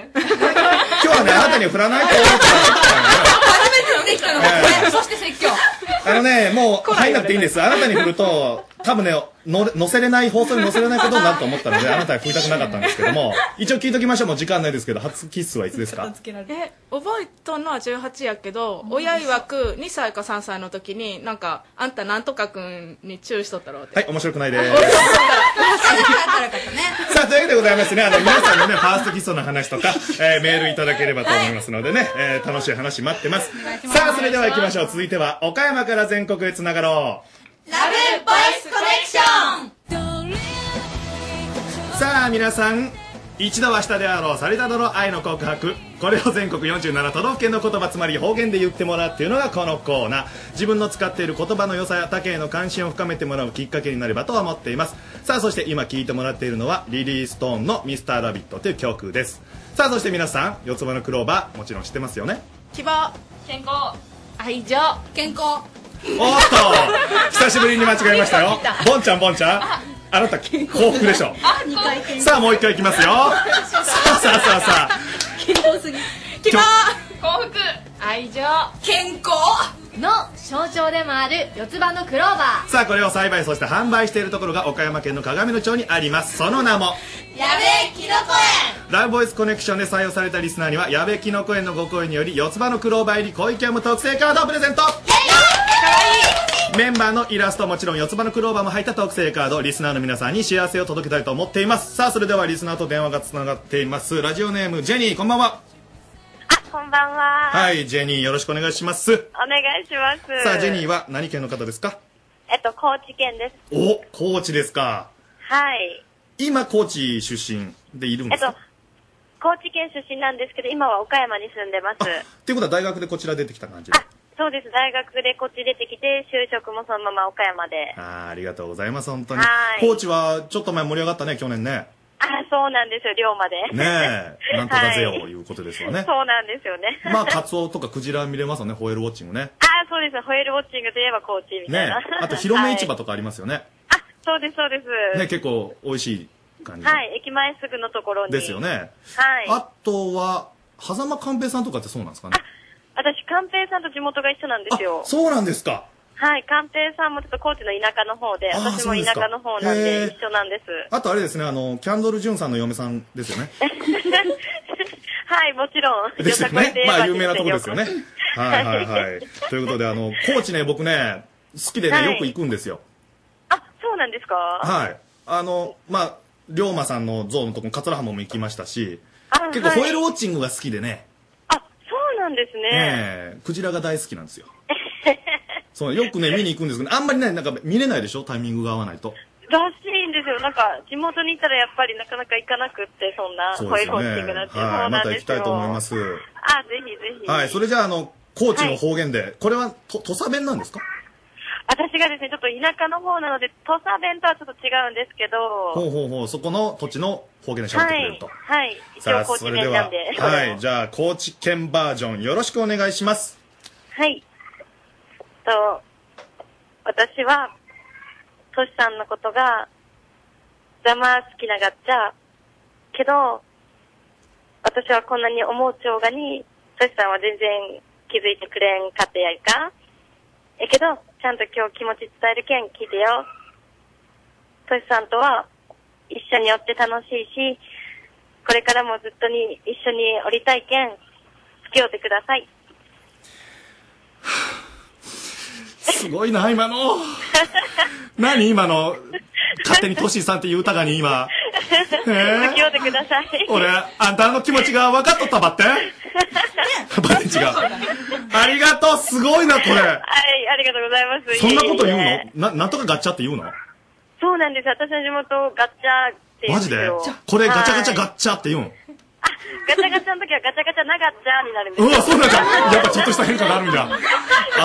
Speaker 24: 今日はね、あなたには振らないと。
Speaker 27: 初めてできたのがこれ。そして説教。
Speaker 24: あのね、 [laughs] もう、はいなっていいんです。あなたに振ると、多分ね、の乗せれない、放送に載せれないことになると思ったので、あなたに振りたくなかったんですけども、一応聞いときましょう。もう時間ないですけど、初キスはいつですか
Speaker 26: え覚えとんのは18やけど親曰く2歳か3歳の時になんかあんたなんとかくんに注意しとったろうって
Speaker 24: はい、面白くないです。 [laughs] さあ、というわけでございましてね、あの、皆さんのね、ファーストキスの話とか、えーメールいただければと思いますのでね、えー楽しい話待ってます。さあ、それでは行きましょう。続いては、岡山から全国へつながろう。
Speaker 27: ラブボイスコレクション
Speaker 24: さあ皆さん一度はしたであろうされただろう愛の告白これを全国47都道府県の言葉つまり方言で言ってもらうっていうのがこのコーナー自分の使っている言葉の良さや他県への関心を深めてもらうきっかけになればと思っていますさあそして今聴いてもらっているのはリリー・ストーンの「ミスターラビットという曲ですさあそして皆さん四つ葉のクローバーもちろん知ってますよね
Speaker 26: 希望
Speaker 28: 健康
Speaker 26: 愛情
Speaker 27: 健康
Speaker 24: おっと久しぶりに間違えましたよボンちゃんボンちゃんあなた幸福でしょ
Speaker 27: あ、二回転
Speaker 24: さあもう一回いき
Speaker 15: [laughs]
Speaker 24: ますよさあさあさあさあ
Speaker 27: 健康すぎ。
Speaker 24: 希望
Speaker 15: 幸福愛情
Speaker 27: 健康
Speaker 15: の象徴でもある四つ葉のクローバー
Speaker 24: さあこれを栽培そして販売しているところが岡山県の鏡野町にありますその名も
Speaker 27: やべえ、キノコ園
Speaker 24: ラブボイスコネクションで採用されたリスナーには矢部きのこ園のご声により四つ葉のクローバー入り小池も特製カードをプレゼントメンバーのイラストもちろん四つ葉のクローバーも入った特製カードリスナーの皆さんに幸せを届けたいと思っていますさあそれではリスナーと電話がつながっていますラジオネームジェニーこんばんは
Speaker 1: こんばんは。
Speaker 24: はいジェニーよろしくお願いします
Speaker 1: お願いします。
Speaker 24: さあジェニーは何県の方ですか
Speaker 1: えっと、高知県です。
Speaker 24: お高知ですか
Speaker 1: はい。
Speaker 24: 今高知出身でいるん
Speaker 1: え
Speaker 24: で
Speaker 1: っ
Speaker 24: すか
Speaker 1: と、
Speaker 29: 高知県出身なんですけど、今は岡山に住んでます。
Speaker 24: ていうことは大学でこちら出てきた感じ
Speaker 29: そうです。大学でこっち出てきて、就職もそのまま岡山で。
Speaker 24: あーありがとうございます、本当に
Speaker 29: は。い
Speaker 24: 高知はちょっと前盛り上がった
Speaker 29: [laughs]
Speaker 24: ね、去年ね。
Speaker 29: あ、そうなんですよ、龍馬で。
Speaker 24: ね
Speaker 29: [laughs]
Speaker 24: え、なんとかぜよ、
Speaker 29: はい
Speaker 24: いうことですよね。
Speaker 29: そうなんですよね。
Speaker 24: まあ、カ
Speaker 29: あ、 [laughs]
Speaker 24: ツオとかクジラ見れますよね、ホエールウォッチングね。
Speaker 29: そうです。ホエールウォッチングといえば高知みたい
Speaker 24: ね
Speaker 29: な。
Speaker 24: え、あと広め市
Speaker 29: はい
Speaker 24: 場とかありますよね。
Speaker 29: そうです、そうです。
Speaker 24: ね結構美味しい感じ
Speaker 29: はい、駅前すぐのところに。
Speaker 24: ですよ。ね。
Speaker 29: はい。
Speaker 24: あとは、狭間寛平さんとかってそうなんですかね。
Speaker 29: 私、寛平さんと地元が一緒なんですよ。
Speaker 24: そうなんですか。
Speaker 29: はい、寛平さんもちょっと高知の田舎の方で、
Speaker 24: あー
Speaker 29: 私
Speaker 24: そ
Speaker 29: も
Speaker 24: うです
Speaker 29: 田
Speaker 24: か
Speaker 29: 舎の方なん
Speaker 24: へ
Speaker 29: で
Speaker 24: ー
Speaker 29: 一緒なんです。
Speaker 24: あとあれですね、あの、キャンドル・ジュンさんの嫁さんですよね。
Speaker 29: はい、もちろん。
Speaker 24: ですよ
Speaker 29: よさ
Speaker 24: ね
Speaker 29: こい。
Speaker 24: まあ、
Speaker 29: えば
Speaker 24: 有名なとこですよね。はいはいはい。ということで、あの、高知ね、僕ね、好きで
Speaker 29: は
Speaker 24: ね、
Speaker 29: い
Speaker 24: よく行くんですよ。
Speaker 29: [laughs] そうなんですか
Speaker 24: はい。あの、まあ、龍馬さんの像のとこ、桂浜も行きましたし、
Speaker 29: あ
Speaker 24: 結構
Speaker 29: はい
Speaker 24: ホエールウォッチングが好きでね、
Speaker 29: そうなんです
Speaker 24: ね
Speaker 29: ね。
Speaker 24: えクジラが大好きなんですよ。そう、よくね、見に行くんですけど、あんまりね、なんか見れないでしょタイミングが合わないと。
Speaker 29: らしいんですよ。なんか、地元にいたらやっぱりなかなか行かなくって、そんな、
Speaker 24: そう
Speaker 29: ホ
Speaker 24: で
Speaker 29: イ
Speaker 24: す
Speaker 29: ホ
Speaker 24: よ
Speaker 29: ッ
Speaker 24: ね。
Speaker 29: チングなっていう。。
Speaker 24: はい。また行きたいと思いますす。
Speaker 29: あ、ぜひぜひ。
Speaker 24: はい。それじゃあ、あの、高知の方言で、これは、と、土佐弁なんですか
Speaker 29: 私がですね、ちょっと田舎の方なので、土佐弁とはちょっと違うんですけど、
Speaker 24: ほうほうほう、そこの土地の方言で喋って
Speaker 29: は
Speaker 24: くれる
Speaker 29: い
Speaker 24: と。。
Speaker 29: はい。一
Speaker 24: さ
Speaker 29: 応
Speaker 24: あ、そ
Speaker 29: 高知
Speaker 24: れで
Speaker 29: 弁な
Speaker 24: は
Speaker 29: んで。、
Speaker 24: はい。じゃあ、高知県バージョン、よろしくお願いし
Speaker 29: [laughs]
Speaker 24: ます。
Speaker 29: はい。と、私は、トシさんのことが、ざまあ好きながっちゃ、けど、私はこんなに思うちょうがに、トシさんは全然気づいてくれんかったやんか。えけど、ちゃんと今日気持ち伝えるけん聞いてよ。トシさんとは、一緒におって楽しいし、これからもずっとに一緒におりたいけん、付き合うてください。
Speaker 24: すごいな、今の。何今の、勝手にトシさんっていう歌がに
Speaker 29: [laughs]
Speaker 24: 今、え
Speaker 29: 付き合ってください。
Speaker 24: 俺、あんたの気持ちが分かっとったば
Speaker 29: [laughs]
Speaker 24: ってんバレ違う。ありがとう、すごいな、これ。
Speaker 29: はい、ありがとうございます。
Speaker 24: そんなこと言う
Speaker 29: いえいえいえ
Speaker 24: のな、なんとかガチャって言うの
Speaker 29: そうなんです。私の地元、ガッチャって言う
Speaker 24: マ
Speaker 29: ん
Speaker 24: ジ
Speaker 29: す
Speaker 24: で
Speaker 29: よ
Speaker 24: これガチャガチャ
Speaker 29: はい
Speaker 24: ガッチャって言うの
Speaker 29: ガチャガチャの時はガチャガチャなガッチャになるんです
Speaker 24: う
Speaker 29: よ。
Speaker 24: わ、そうなんだ。やっぱちょっとした変化があるんだ。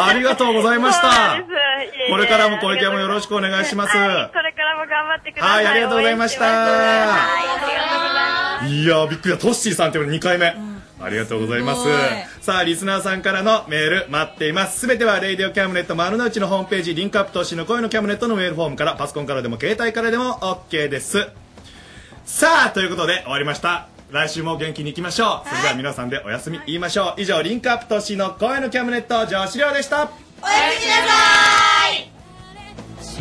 Speaker 24: ありがとうございまし
Speaker 29: そうなん
Speaker 24: た
Speaker 29: で。すいえいえ
Speaker 24: これからもこれからもよろしくお願いします。
Speaker 29: はい
Speaker 24: は
Speaker 29: これからも頑張ってください。
Speaker 24: い、ありがとうございました。
Speaker 29: はい、ありがとうございます。
Speaker 24: いやー、びっくりだ。トッシーさんって2回目。ありがとうございます
Speaker 29: すごい
Speaker 24: さあ、リスナーさんからのメール待っています。すべては、レイディオキャムネット丸の内のホームページ、リンクアップ投資の声のキャムネットのメールフォームから、パソコンからでも、携帯からでも OK です。さあ、ということで終わりました。来週も元気にいきましょう。それでは皆さんでお休み言いましょう。以上、リンクアップ投資の声のキャムネット、上司亮でし
Speaker 30: お
Speaker 24: た。
Speaker 30: やすみなさい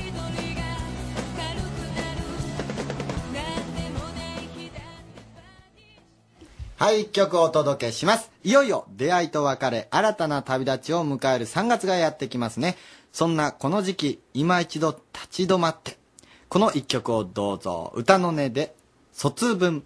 Speaker 5: はい、一曲お届けします。いよいよ出会いと別れ、新たな旅立ちを迎える3月がやってきますね。そんなこの時期、今一度立ち止まって、この一曲をどうぞ、歌の音で、疎
Speaker 24: [laughs]
Speaker 5: 通文。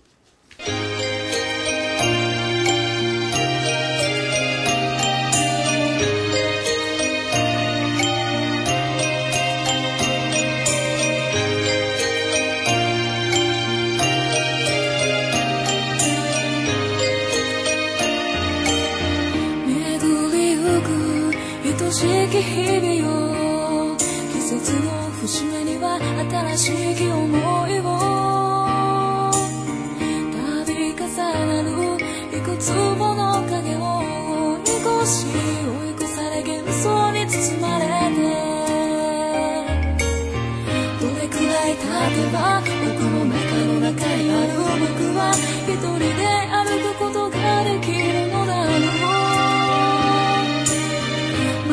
Speaker 16: 巡りゆく愛しき日々よ季節の節目には新しき思いを度重なるいくつもの影を追い越し追い越され幻想に包まれてどれくらい経てば僕の中の中にある僕は一人で歩くことができるのだろ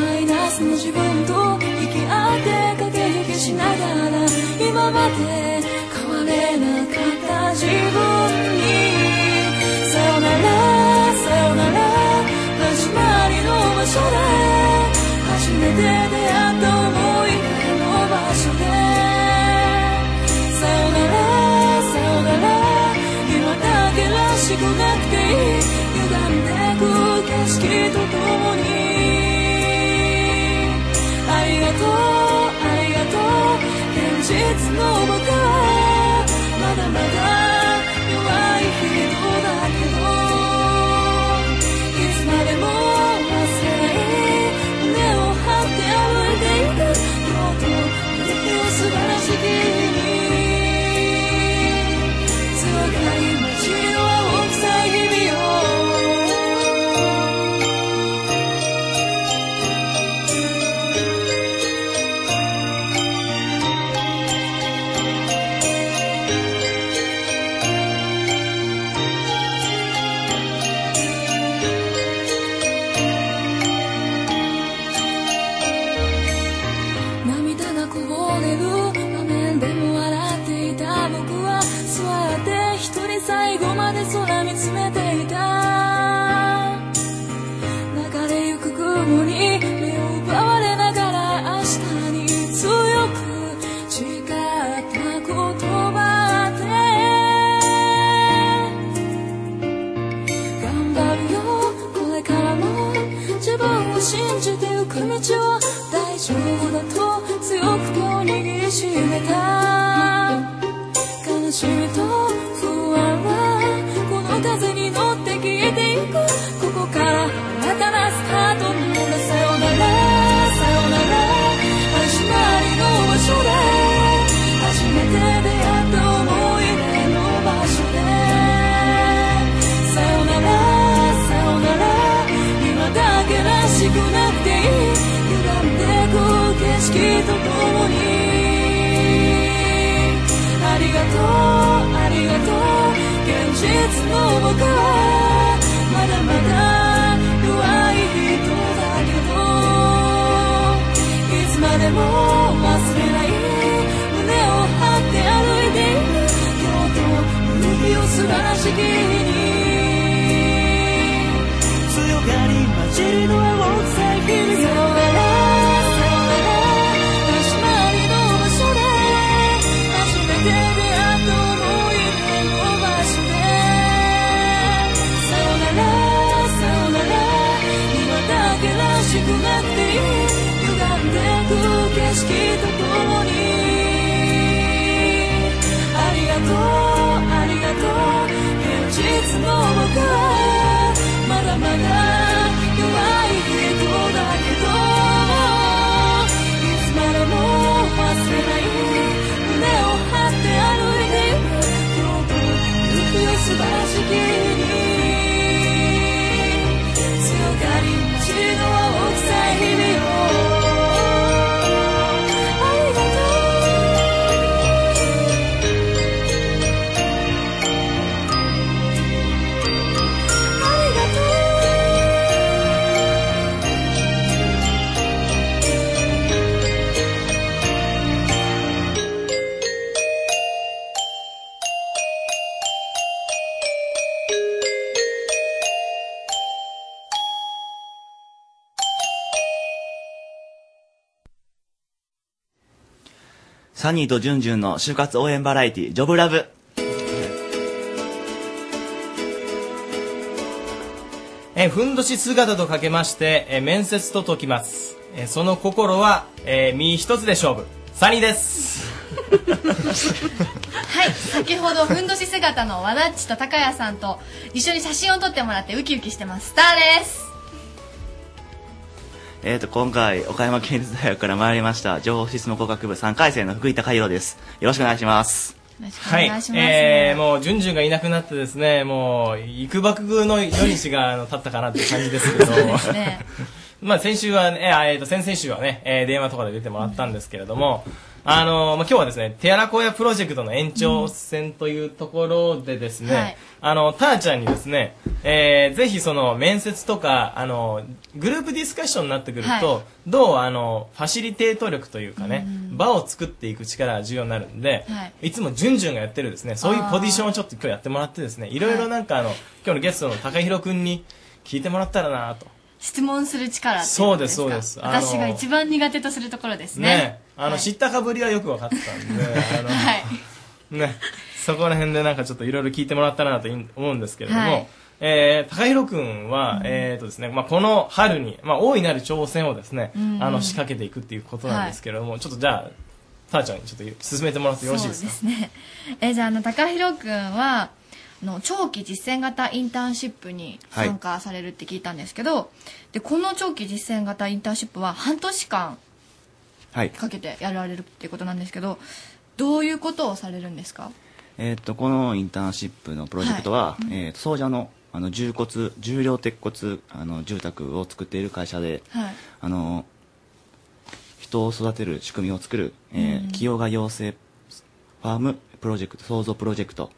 Speaker 16: うマイナスの自分と生き合って駆け引きしながら今まで変われなかった自分にさよならさよなら始まりの場所で初めて出会った思い出の場所で「さよならさよなら」「今だけらしくなくていい」「歪んでく景色とともに」「ありがとうありがとう」「現実の僕はまだまだ弱い人だけど」信じてゆく道を大丈夫だと強くと握りしめた悲しみと不安はこの風に乗って消えてゆくここから新たなスタートなんださよならさよなら始まりの場所で初めて出会った思い出の場所でさよならさよなら今だけらしくなくていい歪んでく景色とともにありがとうありがとう現実の僕はまだまだ弱い人だけどいつまでも忘れない胸を張って歩いている今日と夕日をすばらしき日に強がり混じりの青臭い君がさよならさよなら始まりの場所で初めて出会った思い出の場所でさよならさよなら今だけらしくなくていい歪んでく景色とともにありがとうありがとう現実の僕はまだまだ弱い人だけどいつまでも忘れない胸を張って歩いてゆく今日と夕日を素晴らしきに強がり街の青臭い日々をありがとうありがと
Speaker 31: サニーとジュンジュンの就活応援バラエティ、ジョブラブ。
Speaker 32: えーふんどし姿とかけまして、えー面接と解きます。えーその心は、えー身一つで勝負。サニーです。
Speaker 15: はい先ほどふんどし姿の和田っちと高谷さんと一緒に写真を撮ってもらってウキウキしてますスターです
Speaker 31: えっ、と、今回、岡山県立大学から参りました、情報システム工学部3回生の福井隆洋です。よろしくお願いします。
Speaker 15: よろしくお
Speaker 32: はい
Speaker 15: 願いします、。
Speaker 32: えー、もう、ジュンジュンがいなくなってですね、もう、幾ばくぐの夜西があの立ったかなっていう感じですけど、 [laughs] まあ、先週はね、あえーと、先々週はね、えー電話とかで出てもらったんですけれども、あのーまあ、今日はですね、テアラコヤプロジェクトの延長戦というところでですね、はいあの、ターちゃんにですね、えーぜひその面接とか、あの、グループディスカッションになってくると、
Speaker 28: はい
Speaker 32: どう、あの、ファシリテート力というかね、場を作っていく力が重要になるんで、、
Speaker 28: はい
Speaker 32: つもジュンジュンがやってるですね、そういうポジションをちょっと今日やってもらってですね、いろいろなんかあの、今日のゲストの高弘くんに聞いてもらったらなと。
Speaker 15: 質問する力ってい
Speaker 32: そうです、そうです。あの
Speaker 15: 私が一番苦手とするところですね
Speaker 32: ね、あの、知ったかぶりはよく分かったんで、あの、
Speaker 15: はい
Speaker 32: ね、そこら辺でなんかちょっといろいろ聞いてもらったらなと思うんですけれども、
Speaker 28: はい
Speaker 32: えー、高弘くんは、えーとですね、まあ、この春に、まあ、大いなる挑戦をですね、
Speaker 28: うん
Speaker 32: あの、仕掛けていくっていうことなんですけれども、ちょっとじゃあ、たーちゃんにちょっと進めてもらってよろしいですか
Speaker 15: そうですね。えじゃあ、あの、高弘くんは、あの、長期実践型インターンシップに
Speaker 32: はい
Speaker 15: 参加されるって聞いたんですけど、で、この長期実践型インターンシップは半年間
Speaker 31: はい。
Speaker 15: かけてやられるっていうことなんですけど、どういうことをされるんですか
Speaker 31: えっ、と、このインターンシップのプロジェクトは、
Speaker 15: はいうん
Speaker 31: えーと、総社の、あの、重骨、重量鉄骨、あの、住宅を作っている会社で、
Speaker 15: はい。
Speaker 31: あの、人を育てる仕組みを作る、えー
Speaker 15: うん
Speaker 31: 企業が養成ファームプロジェクト、創造プロジェクト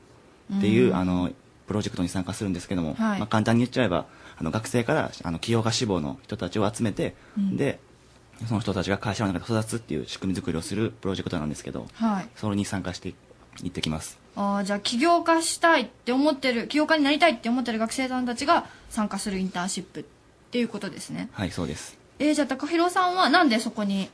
Speaker 31: っていう、
Speaker 15: うん
Speaker 31: あの、プロジェクトに参加するんですけども、
Speaker 15: はい
Speaker 31: まあ、簡単に言っちゃえば、あの、学生から、あの、企業家志望の人たちを集めて、
Speaker 15: うん
Speaker 31: で、その人たちが会社の中で育つっていう仕組み作りをするプロジェクトなんですけど、
Speaker 15: はい。
Speaker 31: それに参加して行ってきます。
Speaker 15: あーじゃあ、起業家したいって思ってる、起業家になりたいって思ってる学生さんたちが参加するインターンシップっていうことですね。
Speaker 31: はい、そうです。
Speaker 15: えー、じゃあ、高弘さんはなんでそこに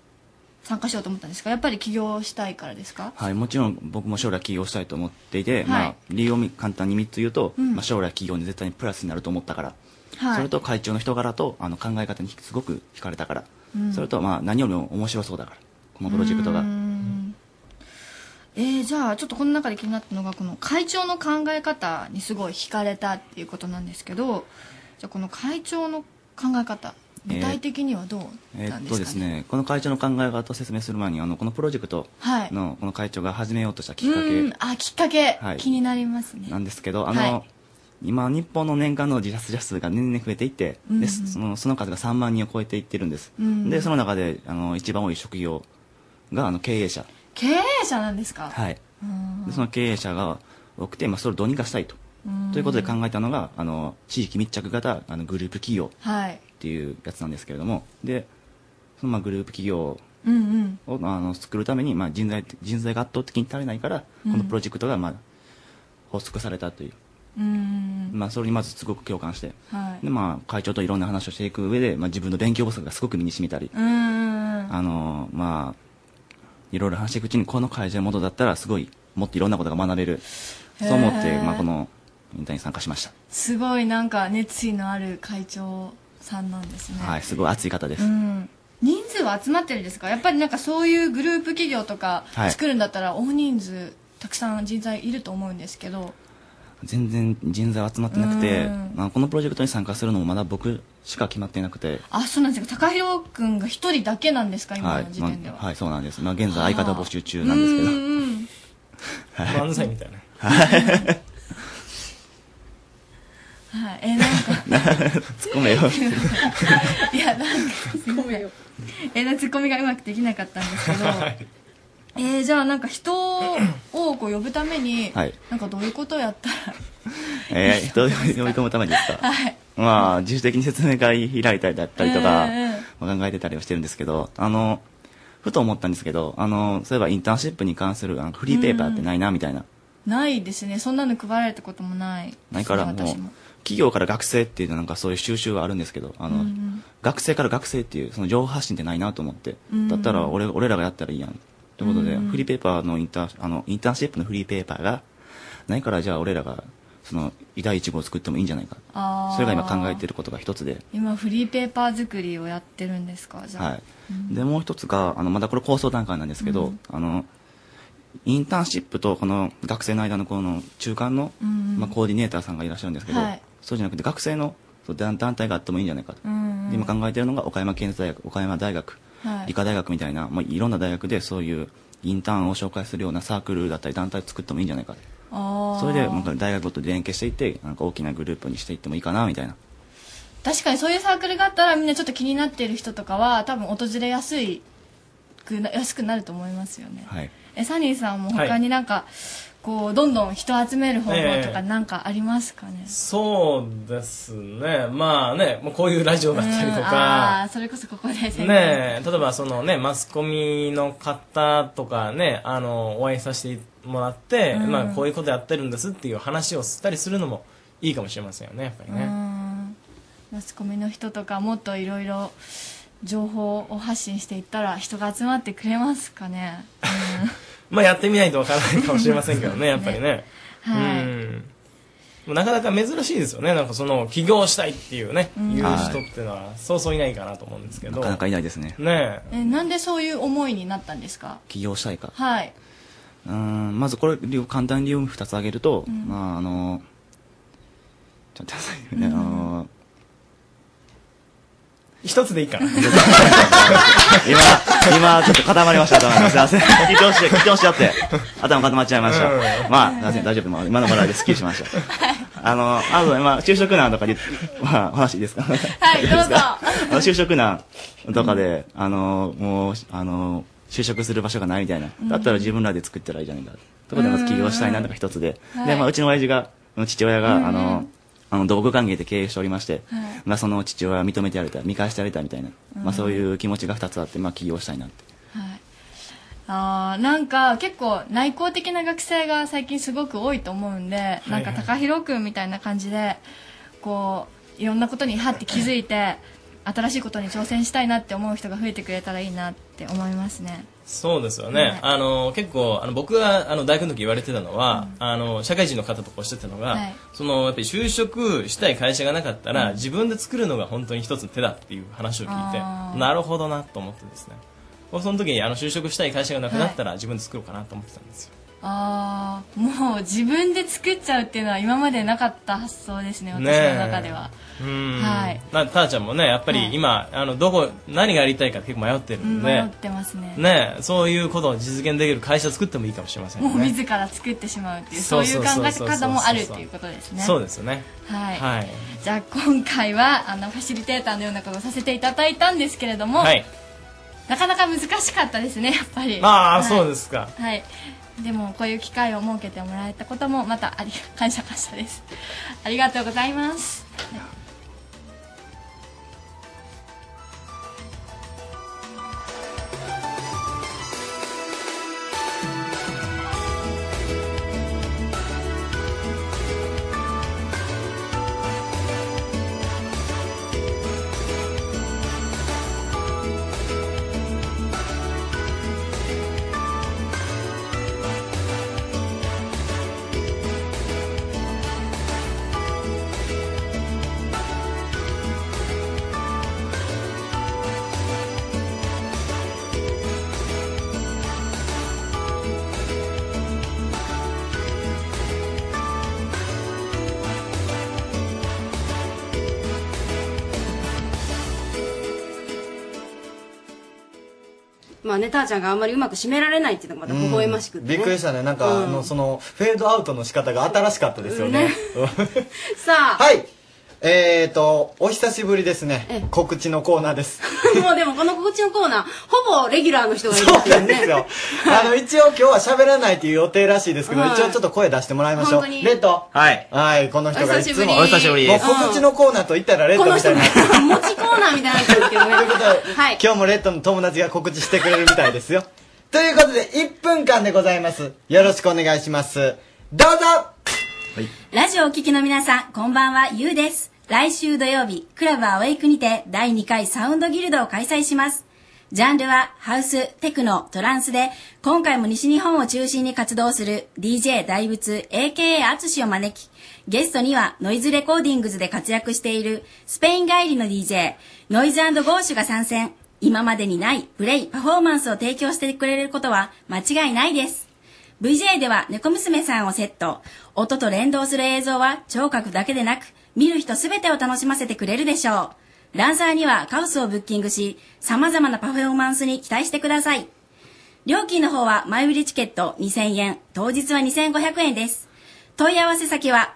Speaker 15: 参加しようと思ったんですかやっぱり起業したいからですか
Speaker 31: はい、もちろん僕も将来起業したいと思っていて、
Speaker 15: はい
Speaker 31: まあ、理由をみ簡単に3つ言うと、
Speaker 15: うん
Speaker 31: まあ、将来起業に絶対にプラスになると思ったからっ
Speaker 15: はい
Speaker 31: それと会長の人柄とあの考え方にすごく惹かれたから、
Speaker 15: うん
Speaker 31: それとまあ何よりも面白そうだからこのプロジェクトが
Speaker 15: えー、じゃあちょっとこの中で気になったのがこの会長の考え方にすごい惹かれたっていうことなんですけどじゃあこの会長の考え方具体的にはどう、
Speaker 31: えっとですね、この会長の考え方を説明する前にあのこのプロジェクト
Speaker 15: はい
Speaker 31: のこの会長が始めようとしたきっか
Speaker 15: うん
Speaker 31: け
Speaker 15: あきっかけ、
Speaker 31: はい
Speaker 15: 気になりますね
Speaker 31: なんですけど、あの、
Speaker 15: はい
Speaker 31: 今日本の年間の自殺者数が年々増えていって、
Speaker 15: うんう
Speaker 31: で
Speaker 15: ん
Speaker 31: そのその数が3万人を超えていってるんです、
Speaker 15: うん
Speaker 31: でその中であの一番多い職業があの経営者
Speaker 15: 経営者なんですか
Speaker 31: はい
Speaker 15: うん
Speaker 31: でその経営者が多くて、まあ、それをどうにかしたいと、
Speaker 15: うん
Speaker 31: ということで考えたのがあの地域密着型あのグループ企業
Speaker 15: はい
Speaker 31: っていうやつなんですけれどもでそのまあグループ企業
Speaker 15: うんうん
Speaker 31: をあの作るために、まあ、人材人材が圧倒的に足りないから、
Speaker 15: うん
Speaker 31: このプロジェクトが、まあ、発足されたという、
Speaker 15: うん
Speaker 31: まあ、それにまずすごく共感して、
Speaker 15: はい
Speaker 31: でまあ、会長といろんな話をしていく上で、まあ、自分の勉強不足がすごく身に染みたり、
Speaker 15: うん
Speaker 31: あのまあ、いろいろ話していくうちにこの会社のもとだったらすごいもっといろんなことが学べる
Speaker 15: へー
Speaker 31: そう思って、まあ、このインターに参加しました、
Speaker 15: すごいなんか熱意のある会長さんなんですね
Speaker 31: はい、すごい熱い方です、
Speaker 15: うん、人数は集まってるんですかやっぱりなんかそういうグループ企業とか
Speaker 31: はい
Speaker 15: 作るんだったら大人数たくさん人材いると思うんですけど
Speaker 31: 全然人材は集まってなく
Speaker 15: う
Speaker 31: て
Speaker 15: ん、
Speaker 31: まあ、このプロジェクトに参加するのもまだ僕しか決まっていなくて
Speaker 15: あそうなんですか高弘君が一人だけなんですか今
Speaker 31: はい
Speaker 15: の時点では、
Speaker 31: まあはい、そうなんです、まあ、現在相方募集中なんですけど
Speaker 15: うんうん
Speaker 31: [laughs] はい
Speaker 32: 漫才みたいな
Speaker 31: はい
Speaker 15: はいえ
Speaker 31: [laughs]
Speaker 15: なんか
Speaker 31: ツッコめよ
Speaker 15: [laughs] いやなんかすごめよえなツッコミがうまくできなかったんです
Speaker 31: [laughs]
Speaker 15: けど [laughs] えー、じゃあなんか人をこう呼ぶために、
Speaker 31: はい
Speaker 15: なんかどういうことをやった
Speaker 31: えー、人を呼び込むためにです
Speaker 15: ら
Speaker 31: か
Speaker 15: [laughs] はい
Speaker 31: まあ自主的に説明会開いたりだったりとか、
Speaker 15: うんうん
Speaker 31: まあ考えてたりはしてるんですけどあのふと思ったんですけどあのそういえばインターンシップに関するあのフリーペーパーってないなみたいな、
Speaker 15: ないですねそんなの配られたこともない
Speaker 31: ないからもう
Speaker 15: 私も
Speaker 31: 企業から学生っていうなんかそういう収集はあるんですけどあの、
Speaker 15: うんうん
Speaker 31: 学生から学生っていうその情報発信ってないなと思って、
Speaker 15: うん
Speaker 31: だったら俺俺らがやったらいいやんってことで、
Speaker 15: うん
Speaker 31: フリーペーパーのインターンあのインターンシップのフリーペーパーがないからじゃあ俺らがその第1号を作ってもいいんじゃないか
Speaker 15: あー
Speaker 31: それが今考えてることが一つで、
Speaker 15: 今フリーペーパー作りをやってるんですかじゃあ、
Speaker 31: はい
Speaker 15: うん
Speaker 31: でもう一つがあのまだこれ構想段階なんですけど、
Speaker 15: うん
Speaker 31: あのインターンシップとこの学生の間のこの中間の、
Speaker 15: うんうん
Speaker 31: まあ、コーディネーターさんがいらっしゃるんですけど、
Speaker 15: はい
Speaker 31: そうじゃなくて学生のそう団団体があってもいいんじゃないかと、
Speaker 15: うんうん
Speaker 31: で今考えてるのが岡山県立大学岡山大学、
Speaker 15: はい
Speaker 31: 理科大学みたいな、まあ、いろんな大学でそういうインターンを紹介するようなサークルだったり団体を作ってもいいんじゃないかと
Speaker 15: あー
Speaker 31: それでなんか大学ごと連携していってなんか大きなグループにしていってもいいかなみたいな
Speaker 15: 確かにそういうサークルがあったらみんなちょっと気になっている人とかは多分訪れやすいくな安くなると思いますよね
Speaker 31: はい
Speaker 15: えサニーさんも
Speaker 32: はい
Speaker 15: 他になんか、こうどんどん人集める方法と
Speaker 32: え
Speaker 15: か
Speaker 32: え
Speaker 15: なんかありますかね、
Speaker 32: そうですねまあねもうこういうラジオだったりと
Speaker 15: あ
Speaker 32: か
Speaker 15: あそれこそここで宣言
Speaker 32: ねえ例えばそのねマスコミの方とかねあのお会いさせてもらって、
Speaker 15: うん
Speaker 32: まあ、こういうことやってるんですっていう話をしたりするのもいいかもしれませんよねやっぱり
Speaker 15: う
Speaker 32: ね、
Speaker 15: んマスコミの人とかもっといろいろ情報を発信していったら人が集まってくれますかね
Speaker 32: まあやってみないとわからないかもしれませんけ
Speaker 15: [laughs]
Speaker 32: どねやっぱりね
Speaker 15: はい
Speaker 32: うんなかなか珍しいですよねなんかその起業したいっていうね、
Speaker 15: うん
Speaker 32: いう人っていうのはそうそういないかなと思うんですけど
Speaker 31: なかなかいないですね
Speaker 32: ねえ
Speaker 15: えなんでそういう思いになったんですか
Speaker 31: 起業したいか
Speaker 15: はい、
Speaker 31: うーんまずこれ理由簡単に理由2つ挙げると、
Speaker 15: うん
Speaker 31: まああのちょっと待ってくださいね、あの
Speaker 32: 一つでいい
Speaker 11: [laughs]
Speaker 32: から
Speaker 31: 今今ちょっと固まりました頭がすいません緊張して緊張しちゃって頭固まっちゃいました、
Speaker 32: うん
Speaker 31: まあすいません大丈夫まあ今の笑いですっきりしましたあのあと今就職難とかで、まあ、お話いいですかはい
Speaker 15: [laughs] どうぞ
Speaker 31: 就職難とかで、あのもうあの就職する場所がないみたいな
Speaker 15: うん
Speaker 31: だったら自分らで作ったらいいじゃないかとかでまず起業したいなとか一つで、
Speaker 15: はい
Speaker 31: でまあ、うちの親父が父親が、
Speaker 15: うん
Speaker 31: あのあの道具関係で経営しておりまして、
Speaker 15: はい
Speaker 31: まあ、その父親を認めてやれたい見返してやれたいみたいな、
Speaker 15: うん
Speaker 31: まあ、そういう気持ちが2つあって、まあ、起業したいなって
Speaker 15: はい、あーなんか結構内向的な学生が最近すごく多いと思うんで、
Speaker 14: い
Speaker 15: なんか高弘君みたいな感じでこういろんなことにハッて気づいて新しいことに挑戦したいなって思う人が増えてくれたらいいなって思いますね
Speaker 32: そうですよね、
Speaker 15: はい
Speaker 32: あの結構あの僕があの大学の時言われてたのは、あの社会人の方とかおっしゃってたのが、
Speaker 15: はい
Speaker 32: そのやっぱり就職したい会社がなかったら、
Speaker 15: うん
Speaker 32: 自分で作るのが本当に一つの手だっていう話を聞い
Speaker 15: あ
Speaker 32: て
Speaker 15: ー
Speaker 32: なるほどなと思ってですね僕その時にあの就職したい会社がなくなったら、自分で作ろうかなと思ってたんですよ
Speaker 15: ああもう自分で作っちゃうっていうのは今までなかった発想ですね私の中では、
Speaker 32: うん、
Speaker 15: はい
Speaker 32: なターちゃんもねやっぱり今、あのどこ何がやりたいか結構迷ってる
Speaker 15: うんん
Speaker 32: で、
Speaker 15: 迷ってますね
Speaker 32: ねそういうことを実現できる会社作ってもいいかもしれませんね
Speaker 15: もう自ら作ってしまうっていうそういう考え方もあるっていうことですね
Speaker 32: そうですよね
Speaker 15: はい、
Speaker 32: はい
Speaker 15: じゃあ今回はあのファシリテーターのようなことをさせていただいたんですけれども、
Speaker 32: はい
Speaker 15: なかなか難しかったですねやっぱり
Speaker 32: ああ、
Speaker 15: はい
Speaker 32: そうですか
Speaker 15: はいでもこういう機会を設けてもらえたこともまたあり感謝感謝です [laughs] ありがとうございます
Speaker 3: まあね、ターちゃんがあんまりうまく締められないっていうのがまた微笑ましくって、ね
Speaker 2: びっくりしたねなんか、あのそのフェードアウトの仕方が新しかったですよね、
Speaker 3: さあ、
Speaker 2: はいえーとお久しぶりですね告知のコーナーです
Speaker 3: [laughs] もうでもこの告知のコーナー、ほぼレギュラーの人がいるっていうね。
Speaker 2: です
Speaker 3: [laughs]
Speaker 2: よあの一応今日は喋らないという予定らしいですけど、
Speaker 3: はい
Speaker 2: 一応ちょっと声出してもらいましょ
Speaker 3: 本
Speaker 2: う
Speaker 3: 当に
Speaker 2: レッド
Speaker 33: はい
Speaker 2: はいこの人がいつも
Speaker 33: お久しぶり
Speaker 2: もう告知のコーナーと言ったらレッドみたいな [laughs]
Speaker 3: 持ちコーナーみたいになってるけどね。はい。
Speaker 2: 今日もレッドの友達が告知してくれるみたいですよということで1分間でございますよろしくお願いしますどうぞ
Speaker 27: ラジオをお聞きの皆さん、こんばんは、ゆうです。来週土曜日、クラブアウェイクにて第2回サウンドギルドを開催します。ジャンルはハウス、テクノ、トランスで、今回も西日本を中心に活動する DJ 大仏 AKA アツシを招き、ゲストにはノイズレコーディングズで活躍しているスペイン帰りの DJ、ノイズゴーシュが参戦。今までにないプレイ、パフォーマンスを提供してくれることは間違いないです。VJ では猫娘さんをセット。音と連動する映像は聴覚だけでなく、見る人すべてを楽しませてくれるでしょう。ランサーにはカオスをブッキングし、様々なパフォーマンスに期待してください。料金の方は前売りチケット2000円、当日は2500円です。問い合わせ先は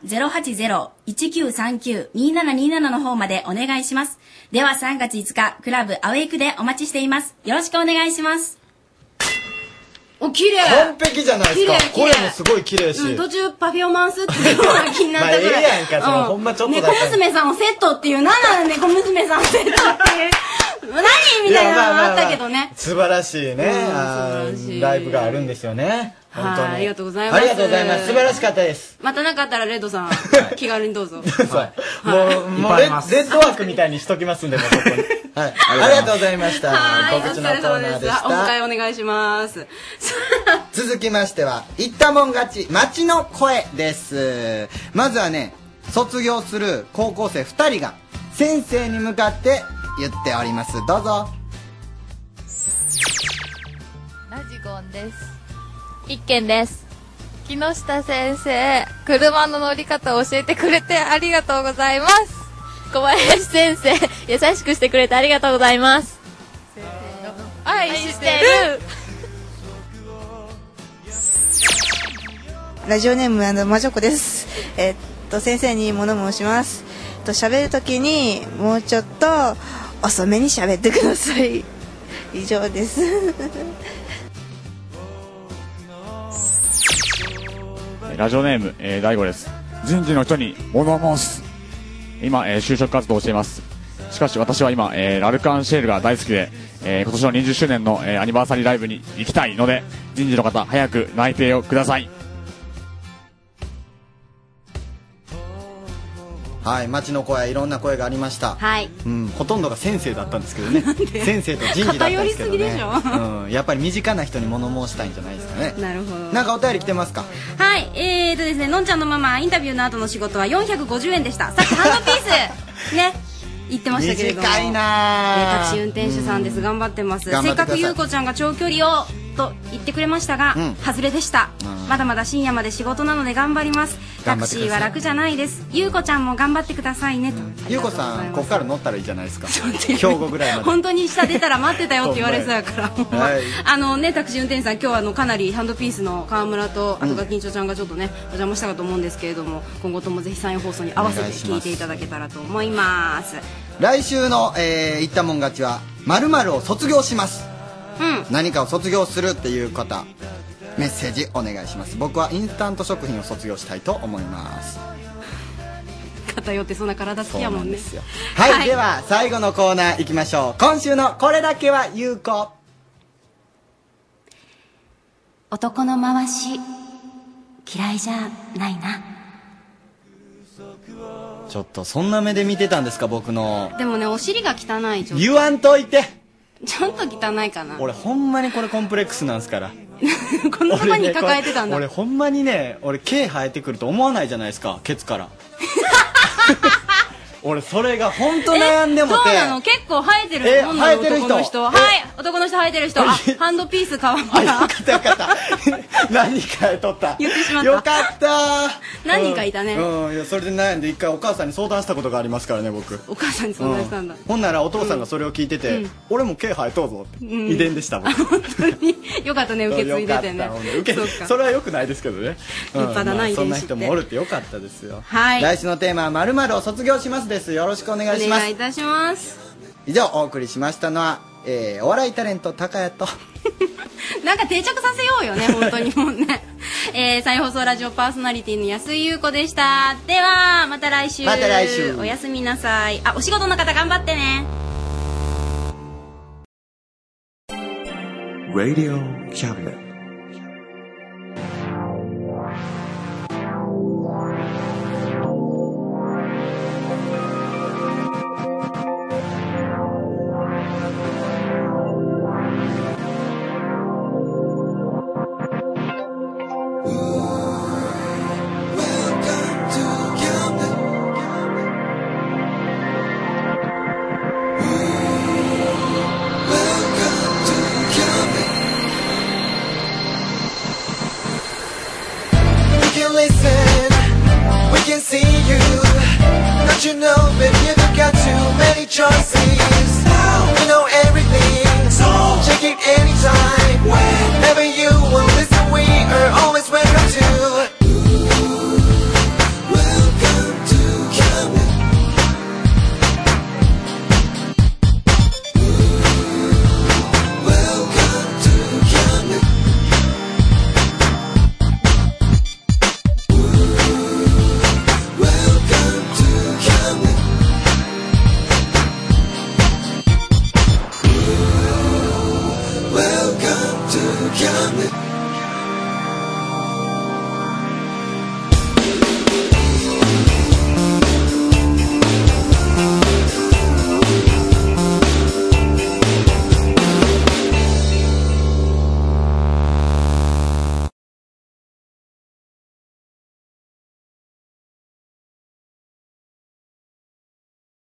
Speaker 27: 080-1939-2727の方までお願いします。では3月5日、クラブアウェイクでお待ちしています。よろしくお願いします。
Speaker 3: お、綺麗
Speaker 2: 完璧じゃないです
Speaker 3: 綺
Speaker 2: か
Speaker 3: 麗綺麗
Speaker 2: 声もすごい綺麗し、
Speaker 3: うん、途中パフォーマンスっていうのが気になったぐらい。
Speaker 2: まあええやんかそのほんまちょっとだから
Speaker 3: 猫娘さんをセットっていう、なんなの猫娘さんをセットっていう。何みたいなのがあったけどね。
Speaker 2: 素晴らしい
Speaker 3: うん
Speaker 2: ね、あーライブがあるんですよね本当に
Speaker 3: はいありがとうございます
Speaker 2: ありがとうございます素晴らしかったです、
Speaker 3: またなかったらレッドさん、気軽にどう
Speaker 2: [laughs]
Speaker 3: ぞ。
Speaker 2: もうもうレッレッドワークみたいにしときますんでもうここに、はい、ありがとうございました
Speaker 3: はい、お
Speaker 2: 告知
Speaker 3: 疲
Speaker 2: のコ
Speaker 3: れ様
Speaker 2: ーナ
Speaker 3: で
Speaker 2: ーで
Speaker 3: し。
Speaker 2: した
Speaker 3: お
Speaker 2: た
Speaker 3: 迎えお願いします。
Speaker 5: 続きましては言ったもん勝ち街の声ですまずはね卒業する高校生2人が先生に向かって言っておりますどうぞ
Speaker 16: ラジゴンです。一軒です。木下先生、車の乗り方を教えてくれてありがとうございます。小林先生、優しくしてくれてありがとうございます。愛してる
Speaker 34: ラジオネームあの魔女子です。 [laughs] えっと先生に物申します。えっと喋るときにもうちょっと遅めに喋ってください。以上です。
Speaker 8: ラジオネーム、えー、大悟です。人事の人に物申す。今、えー就職活動をしています。しかし私は今、えーラルカンシェールが大好きで、えー今年の20周年の、えーアニバーサリーライブに行きたいので、人事の方、早く内定をください。
Speaker 5: はい街の声いろんな声がありました、
Speaker 3: はい
Speaker 5: うん、ほとんどが先生だったんですけどね先生と人事だったんですけど
Speaker 3: 偏りすぎ
Speaker 5: ね
Speaker 3: でしょ
Speaker 5: うん、やっぱり身近な人に物申したいんじゃないですかね
Speaker 3: なるほど
Speaker 5: なんかお便り来てますか
Speaker 3: はいえーとですねのんちゃんのママインタビューの後の仕事は450円でしたさっきハンドピ
Speaker 5: [laughs]
Speaker 3: ースね言ってましたけれども
Speaker 5: 短いな
Speaker 3: ねタクシー運転手さんです頑張ってます
Speaker 5: 頑張
Speaker 3: せ
Speaker 5: っ
Speaker 3: って
Speaker 5: くだ
Speaker 3: か
Speaker 5: さい
Speaker 3: くゆうこちゃんが長距離をと言ってくれましたが、
Speaker 5: うん
Speaker 3: 外れでした
Speaker 5: うん
Speaker 3: まだまだ深夜まで仕事なので頑張りますタ
Speaker 5: 頑張
Speaker 3: ク
Speaker 5: って
Speaker 3: シ
Speaker 5: ください
Speaker 3: ーは楽じゃないですゆうこちゃんも頑張ってくださいねと、
Speaker 5: ゆうこさんここから乗ったらいいじゃないですか兵庫ぐらいまで
Speaker 3: 本当に下出たら待ってたよって言われそうやから
Speaker 5: はい
Speaker 3: あのねタクシー運転手さん、今日はあのかなりハンドピースの川村と、あとガキンチョちゃんがちょっとね、お邪魔したかと思うんですけれども、今後ともぜひ山陽放送に合わせ
Speaker 5: お
Speaker 3: て
Speaker 5: 願いし
Speaker 3: 聞
Speaker 5: ます
Speaker 3: いていただけたらと思います。
Speaker 5: 来週の「えー、言ったもん勝ち」は「まるを卒業します」何かを卒業するっていう方メッセージお願いします僕はインスタント食品を卒業したいと思います
Speaker 3: 偏ってそんな体好きやもんね。
Speaker 5: はい、では最後のコーナー行きましょう今週の「これだけは有効
Speaker 3: 男の回し、嫌いじゃないな。」
Speaker 5: ちょっとそんな目で見てたんですか僕の
Speaker 3: でもね、お尻が汚い、ちょっ
Speaker 5: 言わんといて
Speaker 3: と。ちょっと汚いかな。
Speaker 5: 俺ほんまにこれコンプレックスなんですから
Speaker 3: [laughs] こんなとこに抱えてたんだ。
Speaker 5: 俺ねこれ俺ほんまにね俺毛生えてくると思わないじゃないですかケツ
Speaker 3: [laughs]
Speaker 5: から俺それが本当悩んでもて
Speaker 3: えそうなの結構生えて
Speaker 5: え
Speaker 3: るもんなの
Speaker 5: 生えてる人
Speaker 3: 男の人は
Speaker 5: え
Speaker 3: はい男の人生えてる人あハンドピース川村
Speaker 5: 何かえとった
Speaker 3: 言ってしまった
Speaker 5: よかった
Speaker 3: 何人かいたね
Speaker 5: うん、うんいやそれで悩んで一回お母さんに相談したことがありますからね僕
Speaker 3: お母さんに相談したんだ
Speaker 5: うほんならお父さんがそれを聞いてて、
Speaker 3: うん
Speaker 5: 俺も毛生えとうぞって、
Speaker 3: うん
Speaker 5: 遺伝でした僕
Speaker 3: よかったね [laughs] 受け継いでて
Speaker 5: よ
Speaker 3: ね
Speaker 5: かったほんで受け
Speaker 3: そうか
Speaker 5: それはよくないですけどね
Speaker 3: 立派だな遺伝子って
Speaker 5: そんな人もおるってよかったですよ
Speaker 3: はい
Speaker 5: 来週のテーマは「まるを卒業します」ですよろしくお願いし
Speaker 3: お
Speaker 5: ま
Speaker 3: 願
Speaker 5: す
Speaker 3: いいたします
Speaker 5: 以上お送りしましたのは、えーお笑いタレント高谷と
Speaker 3: なんか定着させようよ
Speaker 5: [laughs]
Speaker 3: ね本当にもうねえー、再放送ラジオパーソナリティの安井優子でしたではまた来週
Speaker 5: また来週
Speaker 3: おやすみなさいあお仕事の方頑張ってね
Speaker 7: Radio Cabinet.
Speaker 9: We can listen, we can see you. Don't you know, baby, you don't got too many choices.